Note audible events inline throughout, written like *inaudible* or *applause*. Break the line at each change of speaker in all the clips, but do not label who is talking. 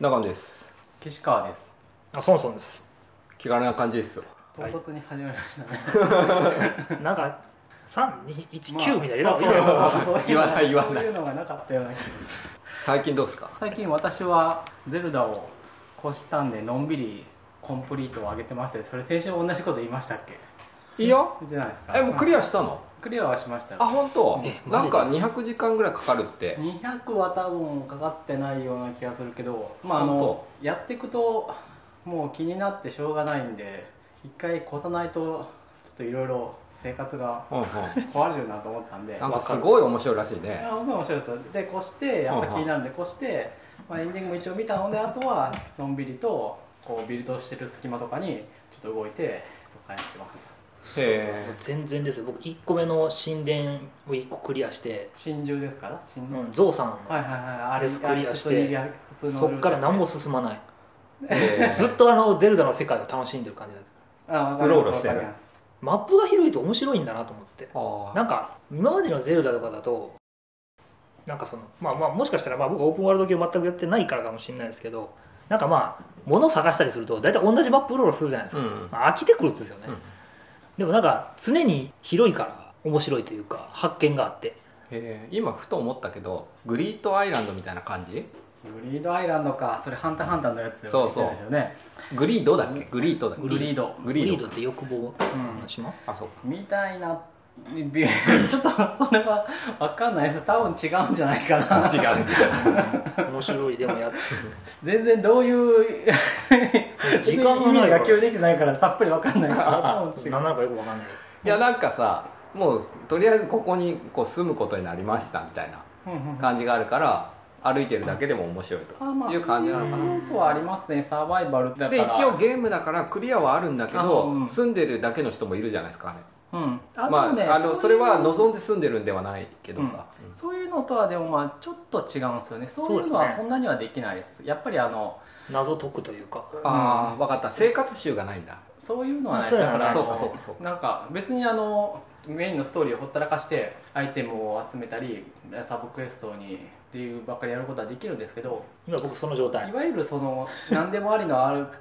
中野です
岸川です
あそもそもです
気軽な感じですよ
唐
はい
突に始まりましたね、
なんか3219
まあ
みたいな、
そうそうそうそう
言わない言わない
そういうのがなかったよね
最近どうですか
最近私はゼルダを越したんでのんびりコンプリートを上げてますねそれ先週も同じこと言いましたっけ
いいよ
言ってないですか
*laughs* えもうクリアしたの
クリアはしました
あ本当
えマ
なん
ジで
か200時間ぐらいかかるって
200は多分かかってないような気がするけどまああの
本
やっていくともう気になってしょうがないんで一回越さないとちょっといろいろ生活が
うんうん
壊れるなと思ったんで
なんかすごい面白いらしい
い
ね
や僕も面白いですよで越してやっぱ気になるんで越して、まあ、エンディングも一応見たのであとはのんびりとこうビルドしてる隙間とかにちょっと動いてとかやってます
そう
へー
全然ですよ僕1個目の神殿を1個クリアして、
真珠ですから真
う
珠、
ん、ゾウさんの、
はいはいはいあれ
やつクリアして
あれ普通にや普通の
そっから何も
ルー
進まない、
えー
ずっとあのゼルダの世界を楽しんでる感じだ
トですねあわ
った
か
う
り
ろう
ま
ろ
す
してる
わかります
マップが広いと面白いんだなと思って
あ
なんか今までのゼルダとかだとなんかそのまあまあもしかしたらまあ僕オープンワールド系全くやってないからかもしれないですけどなんかまあ物探したりすると大体同じマップうろうろするじゃないですか
ーうん
まあ飽きてくるんですよね、
うん
でもなんか常に広いから面白いというか発見があって
えー今ふと思ったけどグリートアイランドみたいな感じ
グリードアイランドかそれハンターハンターのやつ
そうそう
みたいですよね
グリードだっけグリートだっけ
グリード
グリード
グって欲望の島、
あそうか
みたいな *laughs* びちょっとそれは分かんないです多分違うんじゃないかな
違う
面白いでもやっ
全然どういう
*laughs* 時間が
イメー
ない
ジ
か
が
ら
共有できてないからさっぱりわかんないから多分違う
何なのかよくわかんない
いやなんかさもうとりあえずここにこう住むことになりましたみたいな感じがあるから歩いてるだけでも面白い
あまあ
という感じなのか
そういう
な
要素はありますねサバイバルだから
で一応ゲームだからクリアはあるんだけ
あう
ど
ん
住んでるだけの人もいるじゃないですかね
うんあ
ま
でもね
ああのそれは
む
望んで住んでるんではないけどさ
そういうのとはでもまあちょっと違うんですよねそういうの
そうで
は
すね
そんなにはできないですやっぱりあの
謎解くというか
ああ
うん
分かった生活習がないんだ
そういうのは
あ
ね
そう
だ
やな
から
そうかそうかそうか
なんか別にあのメインのストーリーをほったらかしてアイテムを集めたりサブクエストにっていうばっかりやることはできるんですけど
今僕その状態
いわゆるその何でもありの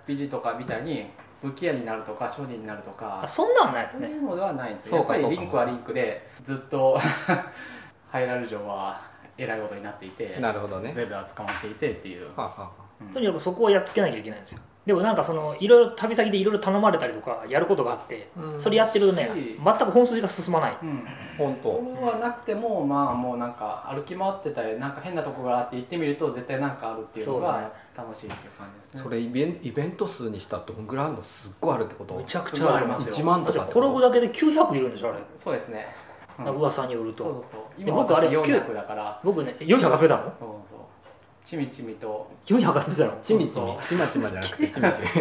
RPG とかみたいに武器屋になるとか商人になると
あ
か
そんなんはないで
そ
す
うい
ね
うのではないんですよ
そ
や
う
っ
か
ぱりリ
そう
ン
か
クはリンクでずっと *laughs* ハイラル城はえらいことになっていて
なるほどね
ゼルダは捕まっていてっていう、
はあは
うん
とにかくそこをやっつけなきゃいけないんですよでもなんかそのいろいろ旅先でいろいろ頼まれたりとかやることがあって
あはあ
それやってるとね
うん
全く本筋が進まない
うん
本
そ
当
れはなくてもまあもうなんか歩き回ってたりなんか変なとこがあって行ってみると絶対なんかあるっていうの
そうで
が楽しいっていう感じですね
それイベンイベント数にしたらどんぐらいあるのすっごいあるってこと
むちゃくちゃありますよ
1万とか
だって転ぶだけで900いるんでしょあれ、
そうですね、うん
なんか噂によると
そうそうそう
で
今
僕
僕
あ
あ
れ
れ400だから
僕ね400集めたの
そうそうちみちみと
400集めたの
ちみちみちまちまじゃなくてちまち
*laughs*
み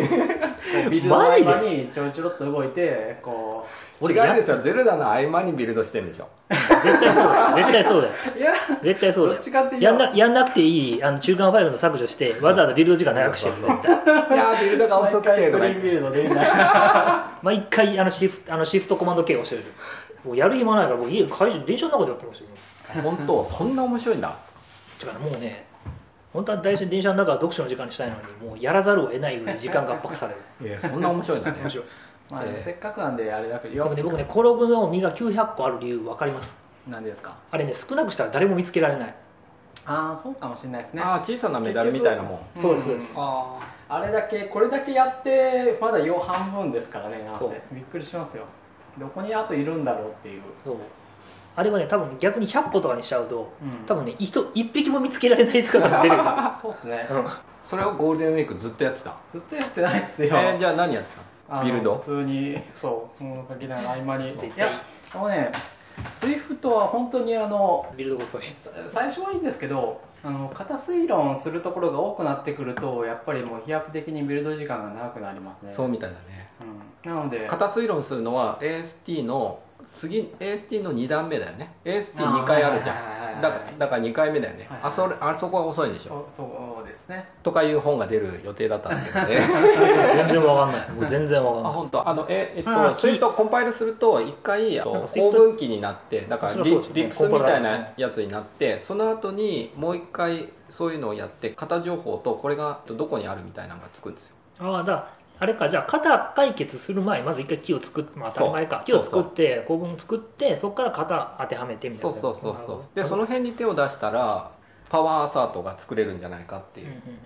こうビルドの合間にちょろちょろっと動いてこ
俺
違うでしょゼルダの合間にビルドしてるんでしょ
絶対そうだよ *laughs* 絶対そうだよ
ういや
絶対そ
ど
うだ
っ
よ
ちかっていう
やん
と
なやんなくていいあの中間ファイルの削除してわざわざビルド時間長くしてる絶対
いやービルドが遅くてと
毎回 *laughs* ク
か言っ
リーン
て
ビルドでみたい *laughs* な
毎回あのシフトあのシフトコマンド K をしてるもうやる暇ないからもう家会社電車の中でやってましたよ
本当そんな面白いんだ
てかねもうね本当は大事に電車の中は読書の時間にしたいのにもうやらざるを得ないぐらい時間が圧迫される
いやそんな面白いんだね
むしろ
まあでも
えー
せっかくなんであれだけど
でもね僕ねコログの実が900個ある理由分かります
なんですか
あれね少なくしたら誰も見つけられない
ああそうかもしれないですね
ああ小さなメダルみたいなもん
そうですそうです
ああ
あれだけこれだけやってまだよう半分ですからねなんせ
そう
びっくりしますよどこにあといるんだろうっていう、
そうあれはね多分逆に100個とかにしちゃうと
うん
多分ね一1匹も見つけられないとかが出てくる
そうっすね
うん
それをゴールデンウィークずっとやってた
ずっとやってないっす
え
よ、
ー、じゃあ何やってた
あ
の
の
ビルド
普通にそう物書きながら合間にい
絶対
やあのねスイフトは本当にあの
*laughs*
ビルドごとに
さ最初はいいんですけどあの型推論するところが多くなってくるとやっぱりもう飛躍的にビルド時間が長くなりますね
そうみたいだね
うん、なので
型推論するのは AST の次 AST の2段目だよね
あー
AST2 回あるじゃ
はいはいはいは
ん
い
だからだから2回目だよね、
はいはい
あそれあそこは遅いんでしょ
とそうですね
とかいう本が出る予定だったんだけどね
全然わ *laughs* かんないもう全然わかん
あ
ない
本当あのええっ
あー
とスイートコンパイルすると一回あ
なん
と
かスイー
高
ト
分岐になってだから
そ
リ
りゃそうですよね
リプスみたいなやつになってその後にもう一回そういうのをやって型情報とこれがどこにあるみたいなのがつくんですよ
ああだからあれかじゃあ型解決する前にまず一回木を作って、まあ、当たり前か木
そう
を作って構文作ってそこから型当てはめてみた
そ
いうな
そうそう
なるほ
そ
ど
うでその辺に手を出したらパワーアサートが作れるんじゃないかっていうう、
んうんうんうん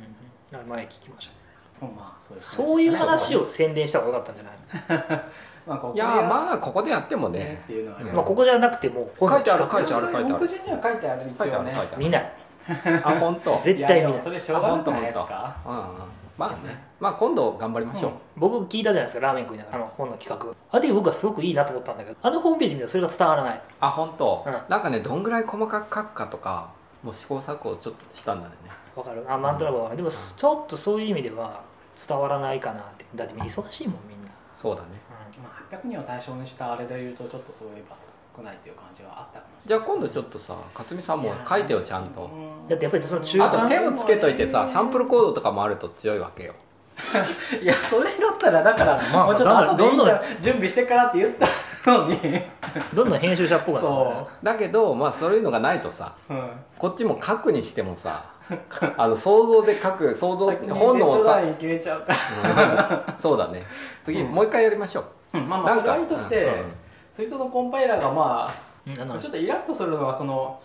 なるほど前聞きましたね
ほんまあそういう話ですね
そういう話を宣伝した方が良かったんじゃない
なんか
いやーまあここでやっても
ね
ね
っていうのは
う
ね
ん
まあ、ここじゃなくてもう
書いてある
本の企画
書いてある書いてある
目次には書いてある一
書いてあ
応
る
ね
書いてある
見ない
あ本当。
絶対見ない
やでもそれしょうがなくないですか
うんうんまあねまあ今度頑張りましょう、
僕聞いたじゃないですかラーメン食いながらあの本の企画あれ僕はすごくいいなと思ったんだけどあのホームページ見たらそれが伝わらない
あ本当、
うん
なんかねどんぐらい細かく書くかとかもう試行錯誤ちょっとしたんだよね
わかるあなんとなくわかるでもちょっとそういう意味では伝わらないかなってだってみんな忙しいもんみんな、
そうだね
う
まあ、800人を対象にしたあれで言うとちょっとそういえば少ないっていう感じはあったかもし
じ
れ
ゃ
な
あ
い
今度ちょっとさ克実さんも書いてよちゃんと
んだってやっぱりその中
あと
間
手をつけといてさサンプルコードとかもあると強いわけよ
いやそれだったらだから、
まあ
もうちょっと後でいいんじゃん
ど
準備してからって言ったのに
どんどん編集者っぽくなってくるね
そ
だけどまあそういうのがないとさ
う、うん、
こっちも書くにしても
*laughs*
さあの想像で書く想像
先に
本能をさ
デッドライン決めちゃうから
うんそうだね次、もう一回やりましょう
うんまあまあそれはいいとして、
うん
それとのコンパイラーがま
うんあ
あ
の
ちょっとイラッとするのはその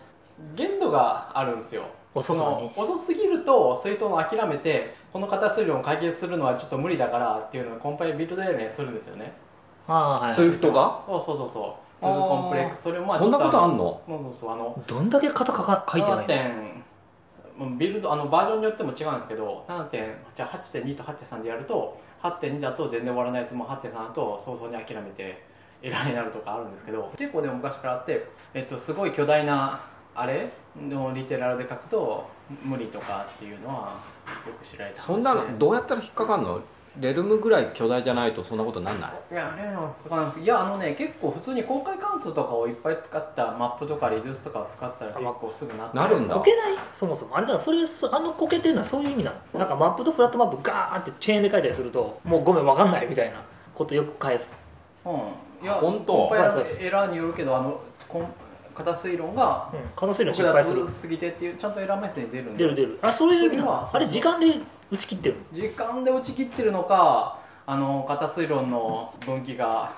限度があるんですよ
遅さに
その遅すぎると水筒の諦めてこの型数量を解決するのはちょっと無理だからっていうのをコンパイルビルドエラーにするんですよね
ああはい
スイフトが
そうそうそうそうトゥーコンプレックスそれをまあ
そんなことあ
の
んの
そうそうそうあの
どんだけ型かか書いてないの
7点ビルドあのバージョンによっても違うんですけど7点じゃあ8.2と8.3でやると8.2だと全然終わらないやつも8.3だと早々に諦めてエラーになるとかあるんですけど結構でも昔からあって、えっと、すごい巨大なあれのリテラルで書くと無理とかっていうのはよく知られた話で
そんなのどうやったら引っかかんのレルムぐらい巨大じゃないとそんなことなんない
いやあれのわかんないですいやあのね結構普通に公開関数とかをいっぱい使ったマップとかレデュースとかを使ったら結構すぐなって
なるんだ
こけないそもそもあれだからそれそあのこけてるのはそういう意味なのなんかマップとフラットマップガーンってチェーンで書いたりするともうごめんわかんないみたいなことよく返す
うん、い
あ
や
本当
コンパイラーのエラーによるけどあのコン型推論が
うん可能性量
複
失敗する
雑すぎてっていうちゃんとエラーメッセージ出るんで
出る出るあそういう意味
そ
な
れは
のあれ時間で打ち切ってる
時間で打ち切ってるのかあの型推論の分岐が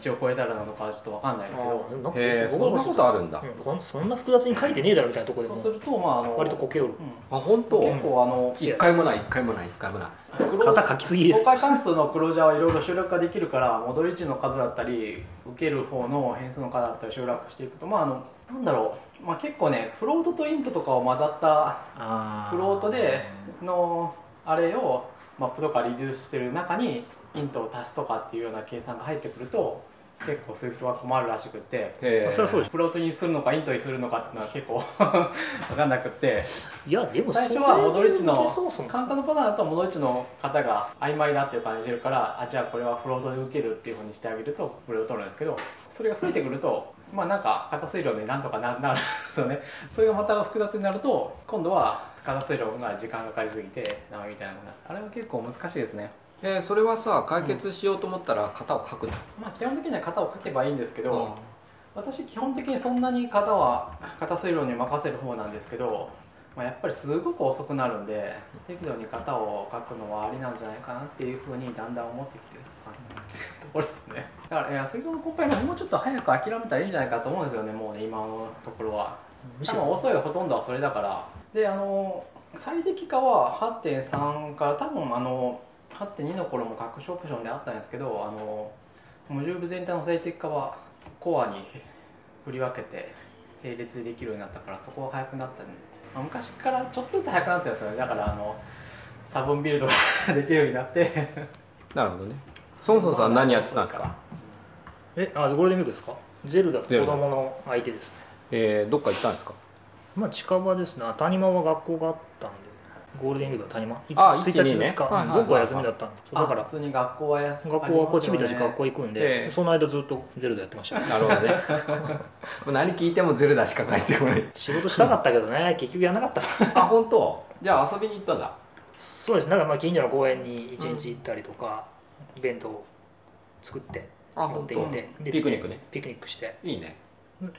基を超えたらなのかちょっとわかんないですけど
のなんか
へえそ
僕
ん
は
なことあるんだ、
うんこんそんな複雑に書いてねえだろみたいなところで
そう
も
するとまああの
割とこけおる
う
あ本当
ん結構あの
一回もない一回もない一回もない
クロ
型書きすぎで
公
す
開関数のクロージャーはいろいろ省略ができるから戻り値の数だったり受ける方の変数の数だったり省略していくとまああのなんだろう、まあ、結構ねフロートとイントとかを混ざった
あ
フロートでのあれをマップとかリデュースしてる中にイントを足すとかっていうような計算が入ってくると結構そういう人は困るらしくって
へ
そりゃそうでし
フロートにするのかイントにするのかっていうのは結構 *laughs* 分かんなくって
ょいやでも
最初はモドリッチの
それそもそも
簡単なパターンだとモドリッチの方が曖昧だっていう感じでるからあじゃあこれはフロートで受けるっていうふうにしてあげるとこれを取るんですけどそれが増えてくるとまあなんか型水量でなんとかななるんですよね *laughs* それがまた複雑になると今度は型水量が時間がかかりすぎてなみたいなことになるあれは結構難しいですね
えーそれはさ解決しようと思ったら型を書くの、
まあ基本的には型を書けばいいんですけど、
うん
私基本的にそんなに型は型推論に任せる方なんですけど、まあ、やっぱりすごく遅くなるんで適度に型を書くのはありなんじゃないかなっていうふうにだんだん思ってきてる感じっていうところですねだからいや推論のコンパイルもうちょっと早く諦めたらいいんじゃないかと思うんですよねもうね今のところは
むし
多
ろ
分遅いほとんどはそれだからであの最適化は8.3から多分あの8.2の頃も隠しオプションであったんですけどあのモジュール全体の最適化はコアに振り分けて並列でできるようになったからそこは早くなったんで、まあ昔からちょっとずつ早くなってますよねだからあのサボンビルドが *laughs* できるようにな
*laughs*
って
なるほどねそもそもさん何やってたんですか、
えあゴールデンウィークですかゼルダと子供の相手ですね
えーどっか行ったんですか
まあ近場ですねあ谷間は学校があったんでゴールデンウィークの谷間いつ
あ
1
1
日
ね
ですか、
はいはいはいはい
僕は休みだったんでそうだか
あ
ら
普通に学校はや
学校はこっち見たし学校
行
行くんで、
ええ
その間ずっとゼルダやってました
*laughs* なるほどね何聞いてもゼルダしか書いてこない
仕事したかったけどね結局やんなかった
*laughs* あ本当じゃあ遊びに行ったんだ
そうですなんかまあ近所の公園に一日行ったりとか、弁当を作って
あ
持っ
本
て行
当
ってで
ピクニックね
ピクニックして
いいね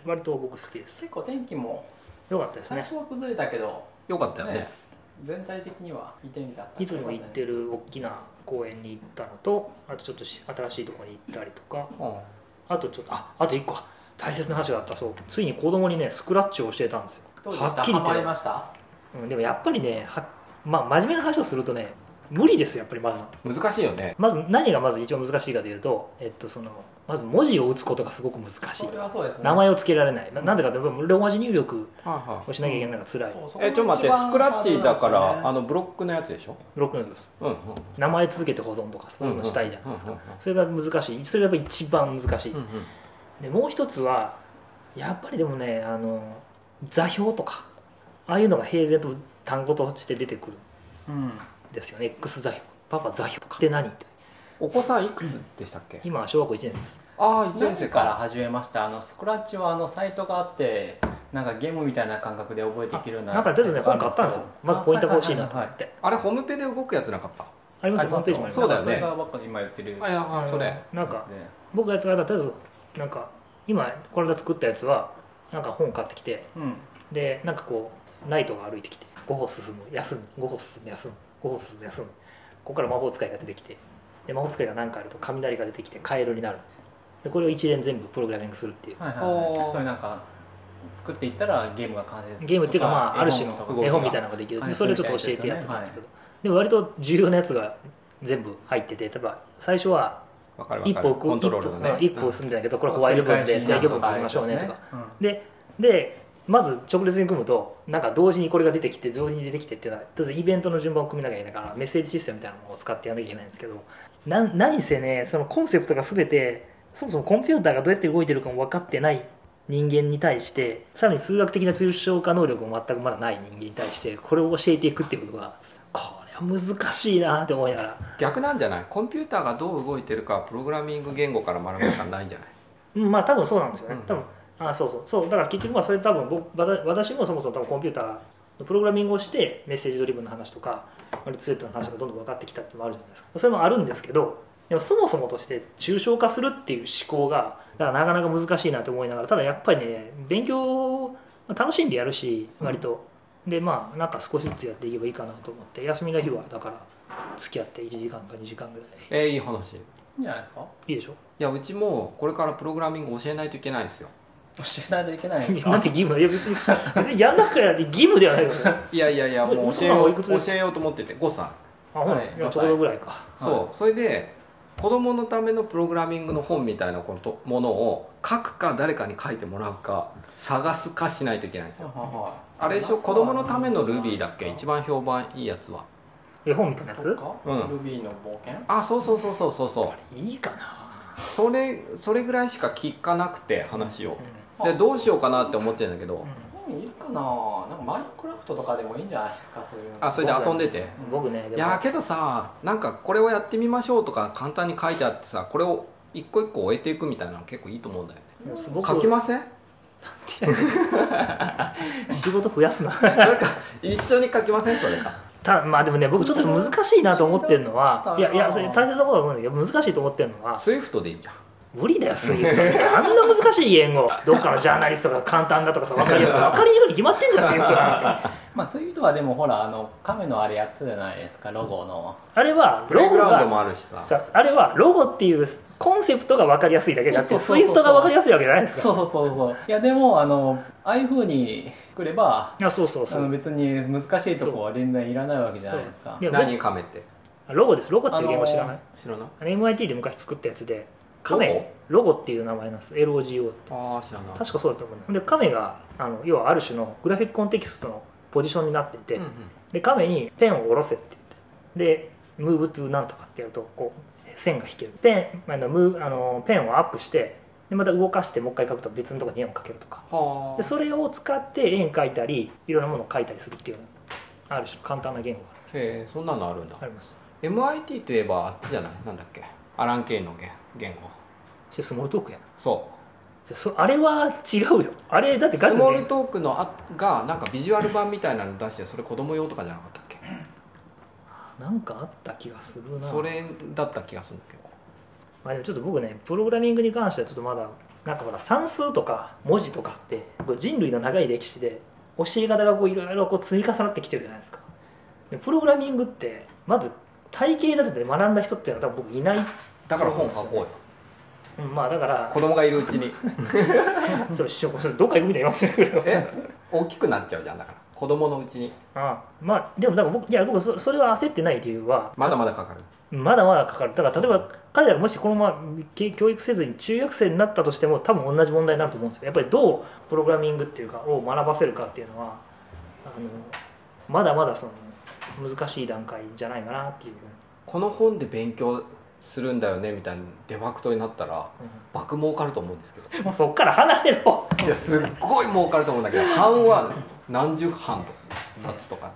割と僕好きです
結構天気も
よかったです
最
ね
初は崩れたけど
よかったよね
ね全体的には行ってみた
いつも行ってる大きな公園に行ったのとあとちょっとし新しいところに行ったりとか
うん
あとちょっとああと1個大切な話があったそうついに子供にねスクラッチを教えたんですよ
どうでした
はっきり
ハマり
言っ
ました
て、うん、でもやっぱりねは、まあ、真面目な話をするとね無理ですよやっぱりまず
難しいよね
まず何がまず一番難しいかというと、えっと、そのまず文字を打つことがすごく難しい
それはそうですね
名前を付けられないななんでかってローマ字入力
は
をしなきゃいけないのが辛い、
そうそこが
えちょっと待っ
一
て
番
スクラッチだか
ハード
ら
な
あ
んで
のブロックのやつでしょ
ブロックのやつです
うんうん
名前続けて保存とかそういうのしたいじゃないですか、それが難しいそれがやっぱ一番難しい、
うんうんうん
でもう一つはやっぱりでもねあの座標とかああいうのが平然と単語として出てくる
すよね
んですよね X 座標パパ座標とかって何って
お子さんいくつでしたっけ
今は小学校1年です
ああ
うん
1
何
年
時
生
か
からら
始めましたあのスクラッチはあのサイトがあってなんかゲームみたいな感覚で覚えていけるような
なんかとりあえずね本買ったんですよまずポイントが欲しいなと思
は
っ
い
て
あれホームペで動くやつなかった
ありますよホームページもあ
は
り
そ
い
ます
うだよね
それがばっかり今言ってる
いやそれ
なん
や
か
つで
僕がやってる間とりあえずなんか今これで作ったやつはなんか本買ってきて
うん
でなんかこうナイトが歩いてきて5歩進む休む5歩進む休む5歩進む休むここから魔法使いが出てきてで魔法使いが何かあると雷が出てきてカエルになるでこれを一連全部プログラミングするっていう
はいはいは
お
い
ー
そういうなんか作っていったらゲームが完成する
ゲームっていうかまあある種
とか
の絵本みたいなのができる
は
で
い
それをちょっと教えてやってたんですけどでも割と重要なやつが全部入ってて例えば最初は
わかるわ
一
か
歩
る
奥
コントロールのね
一歩進んでないけどこれホワイル分で制御分変えましょうねとか、
うん
ででまず直列に組むとなんか同時にこれが出てきて同時に出てきてっていうのは当然イベントの順番を組みなきゃいけないからメッセージシステムみたいなものを使ってやらなきゃいけないんですけどな何せねそのコンセプトが全てそもそもコンピューターがどうやって動いてるかも分かってない人間に対してさらに数学的な抽象化能力も全くまだない人間に対してこれを教えていくっていうことがこれは難しいなって思いながら
逆なんじゃないコンピューターがどう動いてるかはプログラミング言語から学ぶしかないんじゃない
うんまあ多分そうなんですよね、
うん
多分あそうそうそうだから結局まあそれ多分僕わた私もそもそも多分コンピューターのプログラミングをしてメッセージドリブンの話とか割とスレッドの話とかどんどん分かってきたっていうのもあるじゃないですかそれもあるんですけどでもそもそもとして抽象化するっていう思考がだからなかなか難しいなと思いながらただやっぱりね勉強まあ楽しんでやるし割と、でまあなんか少しずつやっていけばいいかなと思って休みの日はだから付き合って1時間か2時間ぐらい
えーいい話い
いいんじゃないですか
いいでしょ
やうちもこれからプログラミング教えないといけないんですよ
教えないといけないんです
*laughs* なん
か
て義務いや別に別にやんなくて義務ではないよね
いやいやいやもう教え
お父さん
よ
お
う
いくつです
教えようと思ってて5歳
あほん
はい
いやちょうどぐらいか
そ
は
うそれで子供のためのプログラミングの本みたいなことものを書くか誰かに書いてもらうか探すかしないといけないんですよあれでしょ子供のための Ruby だっけ一
番
番評判いいやつは
絵本みたいなやつ
うん
Ruby の冒険
あそうそうそうそうそうそう
いいかな、
それそれぐらいしか聞かなくて話を
う
でどうしようかなって思ってるんだけど
ん
うんいるかななんかマインクラフトとかでもいいんじゃないですかそういうの
あそれで遊んでて
うん僕ね
い
でも
やーけどさなんかこれをやってみましょうとか簡単に書いてあってさこれを一個一個終えていくみたいなの結構いいと思うんだよね
もうすごく
書きま
*laughs*
せん
仕事増やすな
なんか一緒に書きませんそれか
たまあでもね僕ちょっと難しいなと思ってるのは
うん
いやいやそれ大切なことだと思うんだけど難しいと思ってるのは
スイフトでいいじゃん
無理だよ杉浦さんってあんな難しい言語どっかのジャーナリストが簡単だとかさ分かりやすい分かりにくいに決まってんじゃん杉浦なんて
まあそういう人はでもほらあの亀のあれやったじゃないですかロゴの
あれは
プレ
ロ
イ
ゴ
グラウンド
が
もあるしさ
さあれはロゴっていうコンセプトが分かりやすいだけであって
そうそう
ス
そう
イ
そう
フトが分かりやすいわけじゃないですか
そうそうそうそういやでもあのああいうふうに作れば
あそうそう
あ
そ
の
う
別に難しいとこは全然いらないわけじゃないですか
でも
何カメって
ロゴですロゴっていうゲームは知らない、
知らない
あの MIT で昔作ったやつで亀ロゴっていう名前なんです LOGO って
ああ知らない
確かそうだと思うんで亀があの要はある種のグラフィックコンテキストのポジションになっていて、
うんうん
で亀にペンを下ろせって言ってで「ムーブトゥなんとか」ってやるとこう線が引けるペンあのムーあのペンをアップしてでまた動かしてもう一回書くと別のところに円を描けるとか
は
でそれを使って円描いたりいろんなものを描いたりするっていうある種簡単な言語が
へえそんなのあるんだ
あります
MIT といえばあっちじゃないなんだっけアラン・ケインの言言語
それスモールトークやな
そ
そあれは違うよあれだって
う
ガ
ス
チ
モー
の
ル
言語
トークのあがなんかビジュアル版みたいなの出してそれ子供用とかじゃなかったっけ
なんかあった気がするな
それだった気がするんだけど
まあ、でもちょっと僕ねプログラミングに関してはちょっとまだなんかまだ算数とか文字とかってこう人類の長い歴史で教え方がこういろいろこう積み重なってきてるじゃないですかでプログラミングってまず体系立てて学んだ人っていうのは多分僕いない、
だから本書こうよ
うん、まあだから
*laughs* 子供がいるうちに
そう一緒これどっか行くみたいに言わせるけど
え大きくなっちゃうじゃんだから子供のうちに
ああまあでもだから僕いや僕そそれは焦ってない理由は
まだまだかかる
まだまだかかるだから例えば彼らがもしこのままけ教育せずに中学生になったとしても多分同じ問題になると思うんですよやっぱりどうプログラミングっていうかを学ばせるかっていうのはあのまだまだその難しい段階じゃないかなっていう、
この本で勉強するんだよねみたいなデファクトになったら爆儲かると思うんですけど
もうそっから離れろ
いやすっごい儲かると思うんだ *laughs* けど版は何十版とか冊とか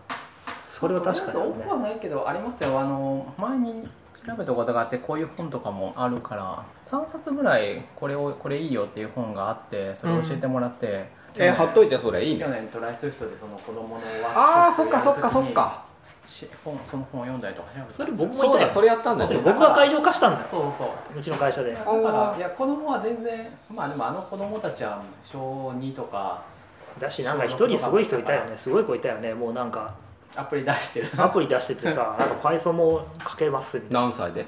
それは確か
とりあえ
に
ず
ね
多くはないけどありますよあの前に調べたことがあってこういう本とかもあるから3冊ぐらいこれをこれいいよっていう本があってそれを教えてもらって、
え貼っといてそれいいね
去年トライスウィフトでその子供のワークショップ
ああそっかそっかそっ
やる時に
か
し本その本を読んだりとかしなかった
それ僕も
そう
い
だ
た
そ
よ
れやったんです
そ
よ
うだ
僕は会場化したんだよ
そうそう
うちの会社で
だ
あ
から
ー
いや子供は全然まあでもあの子供たちは小2とか
だしなんか一人すごい人いたよねすごい子いたよねもうなんか
アプリ出してる
アプリ出しててさなんか Python も書けますみたいな
何歳で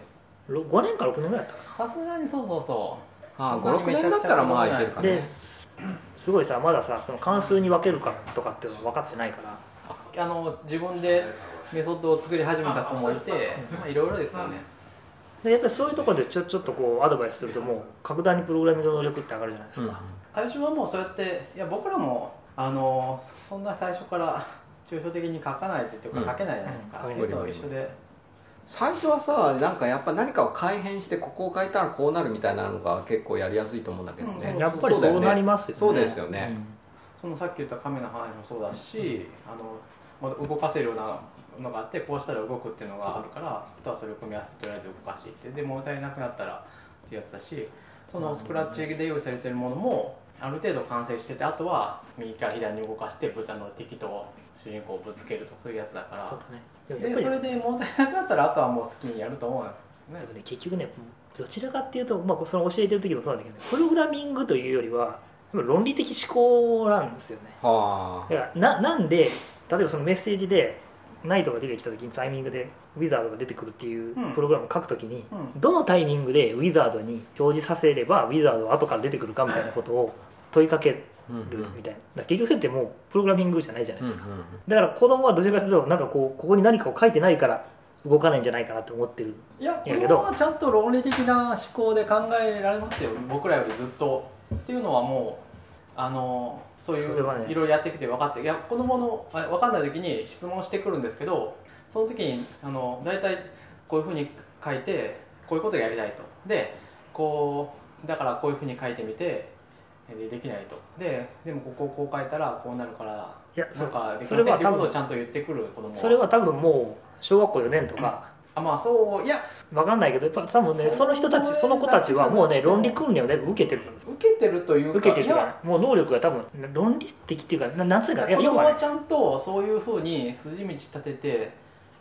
ろ5年か6年ぐらいだったかな
さすがにそうそうそ
ああ
そんなに
56年だったらまあいけるか
で
ね
すすごいさまださその関数に分けるかとかっていうのは分かってないか
う
ら
あの自分でメソッドを作り始めた子もいてまあいろいろですよね
でやっぱりそういうところでちょちょっとこうアドバイスするともう格段にプログラミングの能力って上がるじゃないですか、
最初はもうそうやっていや僕らもあのそんな最初から抽象的に書かないっていうか
うん
書けないじゃないですか、
うん
っていうのと一緒で
最初はさなんかやっぱ何かを改変してここを変えたらこうなるみたいなのが結構やりやすいと思うんだけどね、
うん
やっぱりそうなりますよね
そうだよねそうですよね
そのさっき言った亀の話もそうだし、あのまだ動かせるようなのがあってこうしたら動くっていうのがあるからあとはそれを組み合わせてとりあえず動かしていってで物足りなくなったらってやつだしそのスクラッチで用意されてるものもある程度完成しててあとは右から左に動かして豚の敵と主人公をぶつけるとかそういうやつだ
そ
か
うだね
らで
でもやっぱり
それで物足りなくなったらあとはもう好きにやると思うんですよね
でもね結局ねどちらかっていうと、まあ、その教えてる時もそうなんだけど、ね、プログラミングというよりはやっぱ論理的思考なんですよね
はあ
だからななんで例えばそのメッセージでナイトが出てきた時にタイミングでウィザードが出てくるっていう
うん
プログラムを書くときに、
うん
どのタイミングでウィザードに表示させればウィザードは後から出てくるかみたいなことを問いかける
うんうんうん
みたいな、だから結局それってもうプログラミングじゃないじゃないですか、
うんうん
だから子供はどちらかというとなんかこうここに何かを書いてないから動かないんじゃないかなと思ってる
いや、
いやけ
子
ど
供はちゃんと論理的な思考で考えられますよ、僕らよりずっと。っていうのはもう、あのそうい
そうれはね
いろいろやってきて分かって、いや子供のあ分かんない時に質問してくるんですけど、その時にあの大体こういうふうに書いて、こういうことをやりたいと。でこうだからこういうふうに書いてみてでできないとででもここをこう書いたらこうなるから
いや
な
そ
んかでき
そ
ま
れ
せん
は
っていう
多
ことを
分
ちゃんと言ってくる子供は
それは多分もう小学校4年とか
あまあそういや
わかんないけどやっぱ多分ね
そう
その人たちその子たちはもうね論理訓練をだいぶ受けてるんです
受けてるというか
受けてる
い
と
や
かもう能力が多分論理的っていうかななんつうかいや
子
要
供
は
は
ね
ちゃんとそういうふうに筋道立てて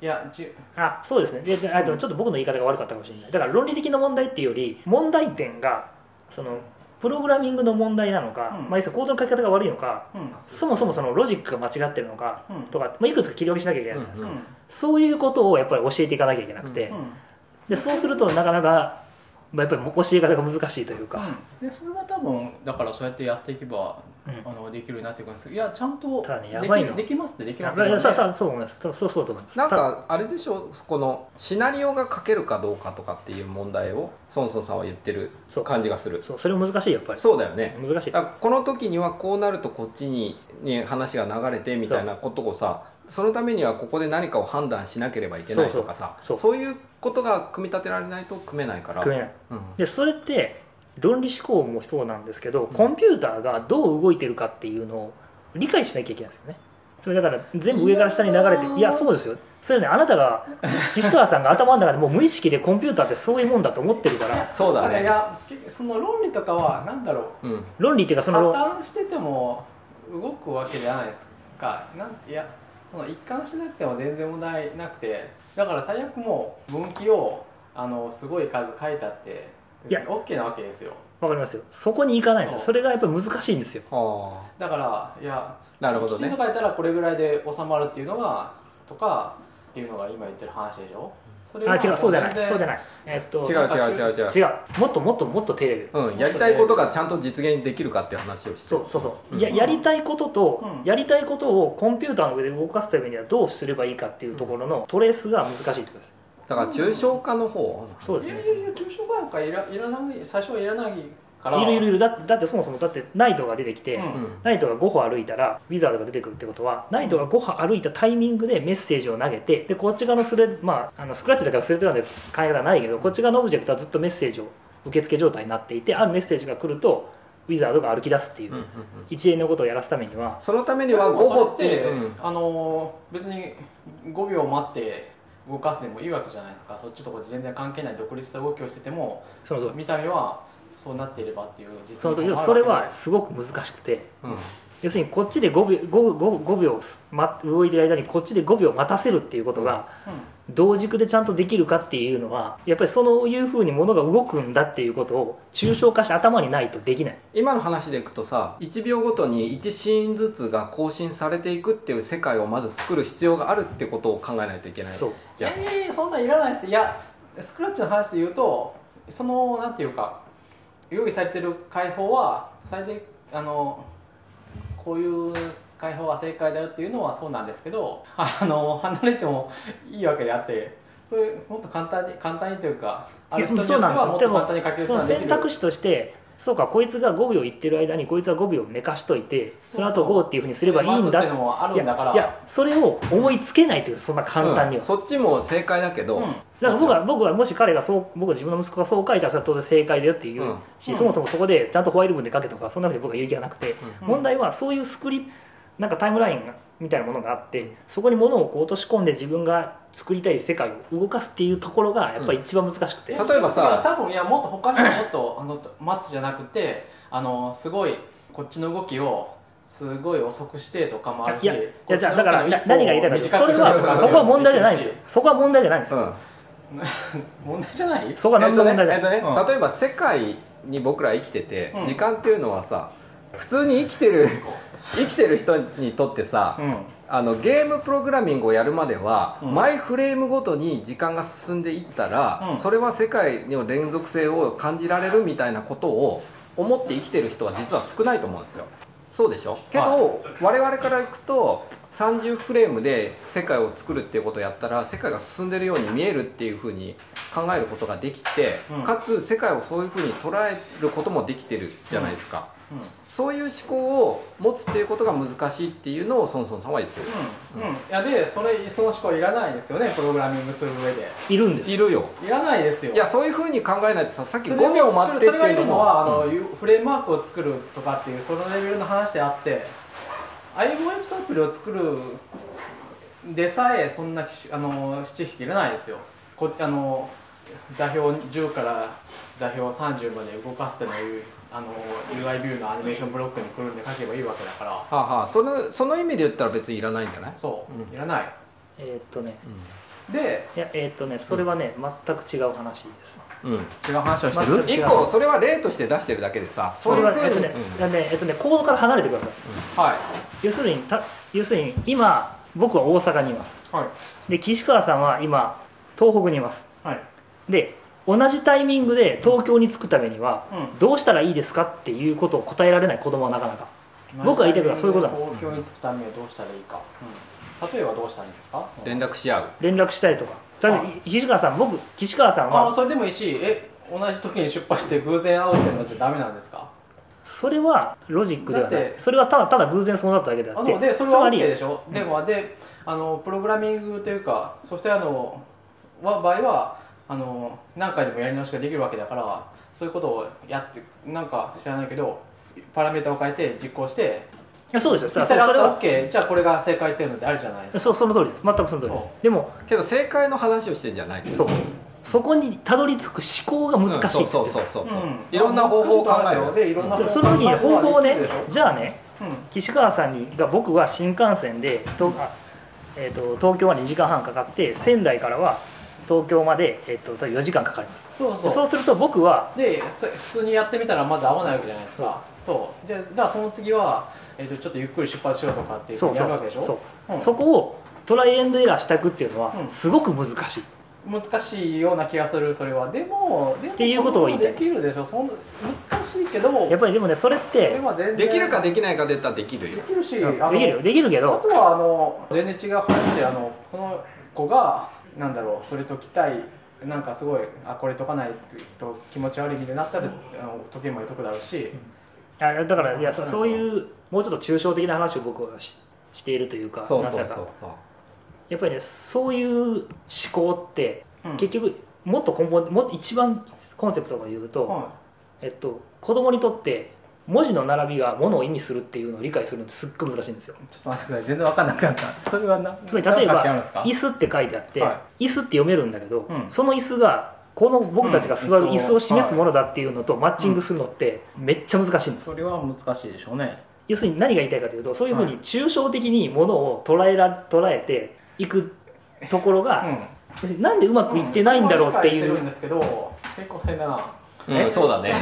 いやじ
あそうですねでであでもちょっと僕の言い方が悪かったかもしれないだから論理的な問題っていうより問題点がそのプログラミングの問題なのか、
うん
まあ、要するにコードの書き方が悪いのか
うん
そもそもそのロジックが間違ってるのか
うん
とか、まあ、いくつか切り分けしなきゃいけない、
うん
うん
そういうことをやっぱり教えていかなきゃいけなくて、
うん
でそうするとなかなか、まあ、やっぱり教え方が難しいというか、
でそれは多分だからそうやってやっていけば
うん
あのできるようになっていくんですけどいやちゃんと
ただねや
で
ばい
き
の
できますってできます
いやいやそう
って
そうそう思いますそうそうそうだと思います
なん
た
かあれでしょこのシナリオが書けるかどうかとかっていう問題をソンソンさんは言ってる
そう
感じがする
そうそれ難しいやっぱり
そうだよね
難しい
だからこの時にはこうなるとこっちにに話が流れてみたいなことをさそのためにはここで何かを判断しなければいけないとかさ
そ
そうう
そ
いうことが組み立てられないと組めないから
組めない
うん
でそれって論理思考もそうなんですけどコンピューターがどう動いてるかっていうのを理解しなきゃいけないんですよねそれだから全部上から下に流れていやそうですよそれねあなたが岸川さんが頭の中でもう無意識でコンピューターってそういうもんだと思ってるから
そうだね
いやその論理とかは何だろう
うん
論理っていうかその
破綻してても動くわけじゃないですかなんいやその一貫しなくても全然問題なくてだから最悪もう分岐をあのすごい数書いたって
いや
OK なわけですよ
わかりますよそこに行かないんですよ
そう
それがやっぱり難しいんですよ
はあ
だからいや
なるほど
きちん
ね
と書いたらこれぐらいで収まるっていうのがとかっていうのが今言ってる話でしょそれ
あ
は
違うそうじゃない
全然
そうじゃないえっと
違う違う違う違う
違うもっともっともっと低レベル
うん、やりたいことがちゃんと実現できるかっていう話をして
そうそうそう、
うん
ややりたいことと、
うん
やりたいことをコンピューターの上で動かすためにはどうすればいいかっていうところのトレースが難しいってことです
だから抽象化の方
そうで
い
す
や
ね
いやいや中小なんかいらいらない最初はいらないから
いるいるいるだだってそもそもだってナイトが出てきて、
うん
うん
ナイトが5歩歩いたらウィザードが出てくるってことはナイトが5歩歩いたタイミングでメッセージを投げてでこっち側のスレ、まあ、あのスクラッチだからスレッドなんで考え方ないけどこっち側のオブジェクトはずっとメッセージを受付状態になっていてあるメッセージが来るとウィザードが歩き出すっていう、
うんうんうん
一連のことをやらすためには
そのため
い
に
や
は
で
5
もそれ
歩ってうん
あのー別に5秒待って動かすでもいいわけじゃないですかそっちとこっち全然関係ない独立した動きをしてても
その通り
見た目はそうなっていればっていう実
その時
感
は
があ
それ
るわけ
はすごく難しくて
うん
要するにこっちで5秒 ,5 5 5秒すま動いてる間にこっちで5秒待たせるっていうことが
で
同軸でちゃんとできるかっていうのはやっぱりそういうふうにものが動くんだっていうことを抽象化して頭にないとできない
今の話でいくとさ1秒ごとに1シーンずつが更新されていくっていう世界をまず作る必要があるってことを考えないといけない
そう
じゃあ
うんいやいやいやそんなんいらないですっていやスクラッチの話で言うとそのなんていうか用意されてる解放は最低あのこういう解放は正解だよっていうのはそうなんですけどあの離れてもいいわけであってそれもっと簡単に簡単にというかある人によって
そうなんです
は
よ
もっと簡単に書ける
その選択
肢
肢としてそうかこいつが5秒言ってる間にこいつは5秒寝かしといてその
そ
後
うそう
5っていうふうにすればいいんだ
っていうのもあ
い
るんだか
や
ら
いやそれを思いつけないというそんな簡単に
うん
は、
そっちも正解だけど、
うん
だから僕は僕はもし彼がそう僕は自分の息子がそう書いたらそれは当然正解だよっていうし、
うん
そもそもそこでちゃんとホワイト文で書けとかそんなふうに僕は言う気はなくて、
うん
問題はそういうスクリなんかタイムラインみたいなものがあってそこにものをこう落とし込んで自分が作りたい世界を動かすっていうところがやっぱり一番難しくて、
うん例えばさ
いや多分いやもっと他にももっ
*laughs*
とあの待つじゃなくてあのすごいこっちの動きをすごい遅くしてとかもあるし
いやいやじゃあだからな
こっちの
何
動
が言い
き
たい
の一
かというと
歩を短くして
それ
とか
はそこは問題じゃないんですよそこは問題じゃないんですよ、
うん
問題じゃない
そこは
えっ
何
と
の
ね
問題じゃな
え
い、
っとね
うん
例えば世界に僕ら生きてて、
うん
時間っていうのはさ普通に生きてる生きてる人にとってさ、
うん
あのゲームプログラミングをやるまでは、
うん
マイフレームごとに時間が進んでいったら、
うん
それは世界の連続性を感じられるみたいなことを思って生きてる人は実は少ないと思うんですよそうでしょけど、我々からいくと30フレームで世界を作るっていうことをやったら世界が進んでるように見えるっていうふうに考えることができて、
うん
かつ世界をそういうふうに捉えることもできてるじゃないですか、
うん
そういう思考を持つっていうことが難しいっていうのをソンソンさんは言ってる
うんうんいやでそれその思考いらないですよねプログラミングする上で
いるんです
いるよ
いらないですよ
いやそういうふうに考えないとささっき
それを
5秒待ってって
それが
い
いう
の
るの
も
はあの、
うん
フレームワークを作るとかっていうそのレベルの話であって IOM サプリを作るでさえそんなきあの知識いらないですよこっちあの座標10から座標30まで動かすっていうのをあの UI ビューのアニメーションブロックにくるんで書けばいいわけだから
はあはあそのその意味で言ったら別にいらないんじゃない、
そう、
うん
いらない
えーっとね
で
いやえーっとねそれはね全く違う話です
うん、
違う話をしてる、
全く違う
1個それは例として出してるだけでさ
それは
そう
え
いう
ー
ふ
っと
うに
ね、いやねえーっとね行動から離れてください
はい
要するにた要するに今僕は大阪にいます
はい
で岸川さんは今東北にいます
はい
で同じタイミングで東京に着くためには
うん
どうしたらいいですかっていうことを答えられない子供はなかなか僕が言いたいことはそういうことなんです
東京に着くためにはどうしたらいいか、うん例えばどうしたらいいんですか
うん連絡し合う
連絡したいとか例えば
あ
岸川さん僕岸川さん
あ
は
それでもいいしえ同じ時に出発して偶然会うってのじゃダメなんですか
それはロジックではな
だ
い
って
それはただただ偶然そうなっただけであ
あ
って
のでそれ
つ
は
ま
OK
り
でしょでもであのプログラミングというかソフトウェアのは場合はあの何回でもやり直しができるわけだからそういうことをやってなんか知らないけどパラメータを変えて実行して
やそうですよそ
言
れ
ったら
それ
あ
は
った OK じゃあこれが正解っていうのってあるじゃないですか
そうその通りです全くその通りで
そ
すでも
けど正解の話をしてんじゃない
そうそこにたどり着く思考が難しいって言ってる
うんそうそうそうそう、
うん
いろんな方法を考え
あ難しいと思
る
いますよでいろんな
そうその時に方法をね
方法は
じゃあね
うん
岸川さんにが僕は新幹線でとあえー、と東京は2時間半かかって仙台からは東京まで、えー、と多分4時間かかります
そう
で
そう
そうすると僕は
でそ普通にやってみたらまず合わないわけじゃないですかそうじゃあじゃあその次は、えー、とちょっとゆっくり出発しようとかっていうふう
そう
にや
そう
るわけでしょ
そう、
うん
そこをトライエンドエラーしたくっていうのは
うん
すごく難しい、
難しいような気がするそれはでもでも
っていうことを言いたい
できるでしょそん難しいけど
やっぱりでもねそれっ
それ
て
は全然
できるかできないかで言ったらできる
で
よ
きるし
で
あの
きるよできるけ
あ
ど
とはあの全然違う話であのその子がなんだろうそれ解きたいなんかすごいあこれ解かないと気持ち悪いみたいになったら、あの解けるまで解くだろうし、
あだからいやそそういうもうちょっと抽象的な話を僕はししているというか
そうそうそうん
なていうか
そう
やっぱりねそういう思考って
うん
結局もっと根本もっと一番コンセプトで言うと、
は
えっと、子供にとって文字の並びがものを意味するっていうのを理解するのってすっごい難しいんですよ
い、ちょっと待ってください全然わかんなくなったそれはな
つまり例
なんか関
え
係あるん
ば
ですか
「椅子」って書いてあって「
は
椅子」って読めるんだけど、
うん
その椅子がこの僕たちが座る
うん
椅子を示すものだっていうのとマッチングするのってめっちゃ難しいんです、
それは難しいでしょうね
要するに何が言いたいかというとそういうふうに抽象的にものを捉えら捉えていくところが、
う
要するになんでうまくいってないんだろうっていう、
んそこは理解してるんですけど平行線だな
そう、うん、そうだね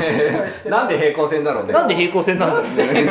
なんで平行線だろうね
なんで平行線なんだろう
*laughs*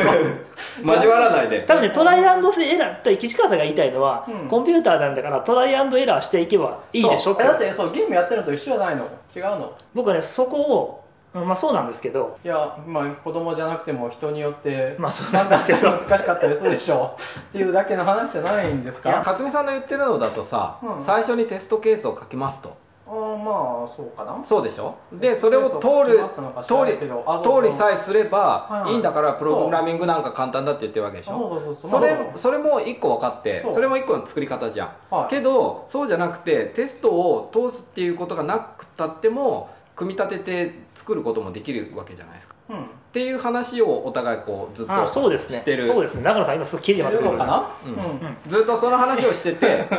交わらないで
多分ねトライアンドエラーって岸川さんが言いたいのは、
うん
コンピューターなんだからトライアンドエラーしていけばいいでしょって
えだってそうゲームやってるのと一緒じゃないの違うの
僕はねそこを、うんまあ、そうなんですけど
いやまあ子供じゃなくても人によって
まあそうなん
何
で
だっ
す
て
けど
難しかったりするでしょっていうだけの話じゃないんです
いや
かあ
克美さんの言ってるのだとさ、
うん
最初にテストケースを書きますと
あーまあそうかな
そうでしょでそれを通る通り通り
え
さえすれば
は
い
い
いんだからプログラミングなんか簡単だって言ってるわけでしょ
そうそうそう
それ
まあ
それも1個分かって
そう
それも1個の作り方じゃん
はい
けどそうじゃなくてテストを通すっていうことがなくたっても組み立てて作ることもできるわけじゃないですか
うん
っていう話をお互いこうずっ
あ
と
あそうですね
してる
そうですね中野さん今すごい切
や
れてま
っ
す
て
け
る
ど
のかな
う
うんん、
ずっとその話をしてて
*laughs*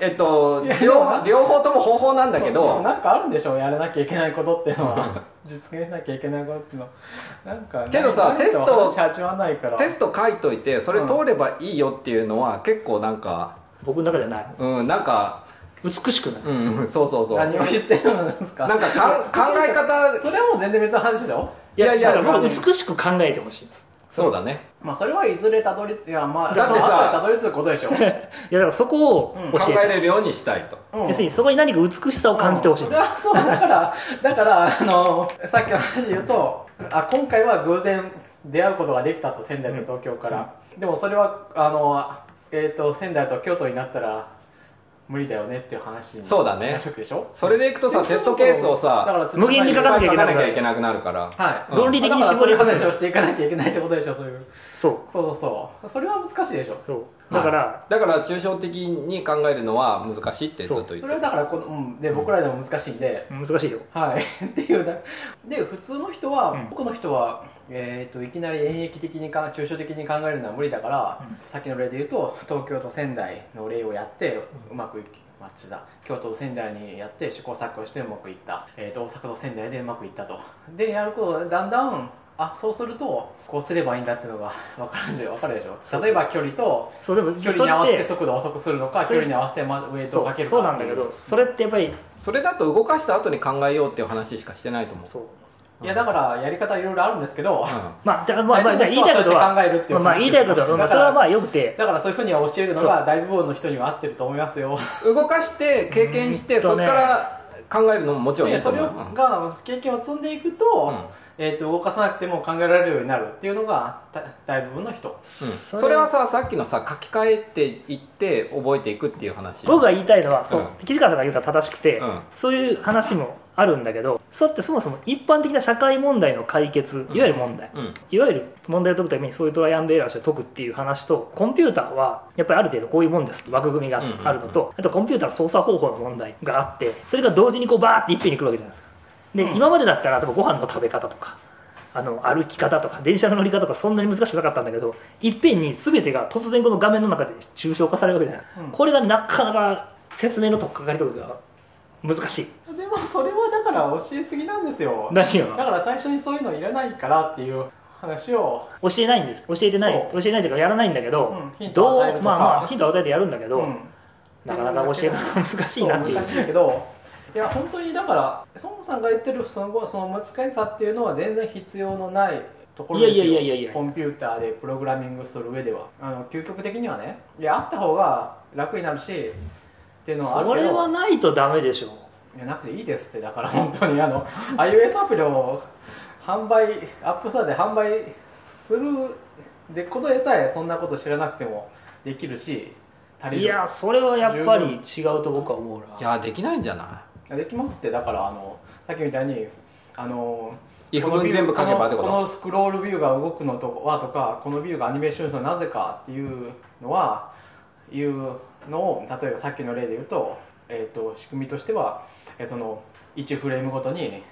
えっと
いや
両両方とも方法なんだけ
そうでも
ど
なんかあるんでしょやらなきゃいけないことっていうのは *laughs* 実現しなきゃいけないことっていうのはなんか
けどさ
ない
テストを
話始まんないから
テスト書いといてそれ通ればいいよっていうのは結構なんか
僕の中ではない
うんなんか
美しくない
うんうんそうそうそう
何を言ってるんですか
なんかか
*laughs*
ん考え方
それはもう全然別の話でしょ
いや
いやい
い
や
やだから僕
そ
美しく考えてほしいんです
そうだね
まあそれはいずれたどりいやまあ
だってさ
その後でたどり着くことでしょ、う
いやだからそこを
うん
教
考
えて
え、れるようにしたいと
ん
要するにそこに何か美しさを感じてほしいん
そ
で
れ
す、
はそうだからだからあのさっきの話で言うとあ今回は偶然出会うことができたと仙台と東京から、でもそれはあの、えー、と仙台と京都になったら無理だよねっていう話に
そうだね
なるわけでしょ
それでいくとさテストケースを
だか
さ
らつまり
無限にか
いっ
か
ぱ
ないきゃ
書
い
かなきゃ
けなくなる
いけなくなるから
はい、
うん
論理的に
だから
絞
そうい
り
う
込める
話をしていかなきゃいけないってことでしょそういう
そう
そうそうそれは難しいでしょ
そうだから、
だから抽象的に考えるのは難しいってずっと言って
そ
る
れはだからこの、うん、で僕らでも難しいんで、
うん難しいよ
はい *laughs* っていうだで普通の人は、
うん
僕の人は、えー、といきなり演疫的にか抽象的に考えるのは無理だから、
うん
さっきの例で言うと東京と仙台の例をやってうまくいきマッチだ京都と仙台にやって試行錯誤してうまくいった、えー、と大阪と仙台でうまくいったとでやることでだんだんあそうするとこうすればいいんだっていうのが分かるんじゃ分かるでし
そ
ょ
う
例えば距離と
そうでも
距離
そ
に
れ
合わせて
って
速度を遅くするのか
そ
距
れ
離に合わせてまウェイトを
そ
かけ
う
るか
そうなんだけどそれってやっぱり
それだと動かした後に考えようっていう話しかしてないと思う
そう
いやだからやり方いろいろあるんですけど、
まあだまあまあ
大体
言
の人
いたいことは
そうやって考えるっていう話
まあ言いたいことはまあそれはま
だか
あよくて
らだからそういうふうには教えるのが大部分の人には合ってると思いますよ
うん動かして経験して、
うん
そ
と
こ
ね
から考えるのももちろんい
で
いと
そ
思
れ
う
をが経験を積んでいくと,、えー、と動かさなくても考えられるようになるっていうのがだ大部分の人
うんうんそれはささっきのさ書き換えていって覚えていくっていう話
僕が言いたいのはそう、
うん
岸川さんが言うのは正しくて、
うん
そういう話もあるんだけどそれってそもそも一般的な社会問題の解決
うん
いわゆる問題、
うん
いわゆる問題を解くためにそういうトライアンドエラーをして解くっていう話とコンピューターはやっぱりある程度こういうもんです枠組みがあるのと、あとコンピューターの操作方法の問題があってそれが同時にこうバーって一遍に来るわけじゃないですかで、
うん
今までだったら例えばご飯の食べ方とかあの歩き方とか電車の乗り方とかそんなに難しくなかったんだけどいっぺんに全てが突然この画面の中で抽象化されるわけじゃない、
うん
これがなかなか説明の取っかかりとかが難しい
でもそれはだから教えすぎなんですよ
何
だ
が
から最初にそういうのいらないからっていう話を、
教えないんです教えてない
そ
教えないというかやらないんだけど、
うんヒント
ど
を与える
う
とか
まあまあヒントを与えてやるんだけど、
うん
なかなか教えが難しいなっていう
そう難しいんだけどいや本当にだから孫さんが言ってるそのその難しさっていうのは全然必要のないところですよ
いやいやいやいやいや
コンピューターでプログラミングする上ではあの究極的にはねいやあった方が楽になるしっていうのはある
そ
けど
れはないとダメでしょ
いやなくていいですってだから本当にあの iOS アプリを販売アップストアで販売するでことでさえそんなこと知らなくてもできるし足りる
いやそれはやっぱり違うと僕は思うない
やできないんじゃない
できますってだからあのさっきみたいにあの
いや
このビュー
全部書けばってこと
こののスクロールビューが動くのとはとかこのビューがアニメーションするのはなぜかっていうのはいうのを例えばさっきの例で言うと,、えー、と仕組みとしては、えーその1フレームごとに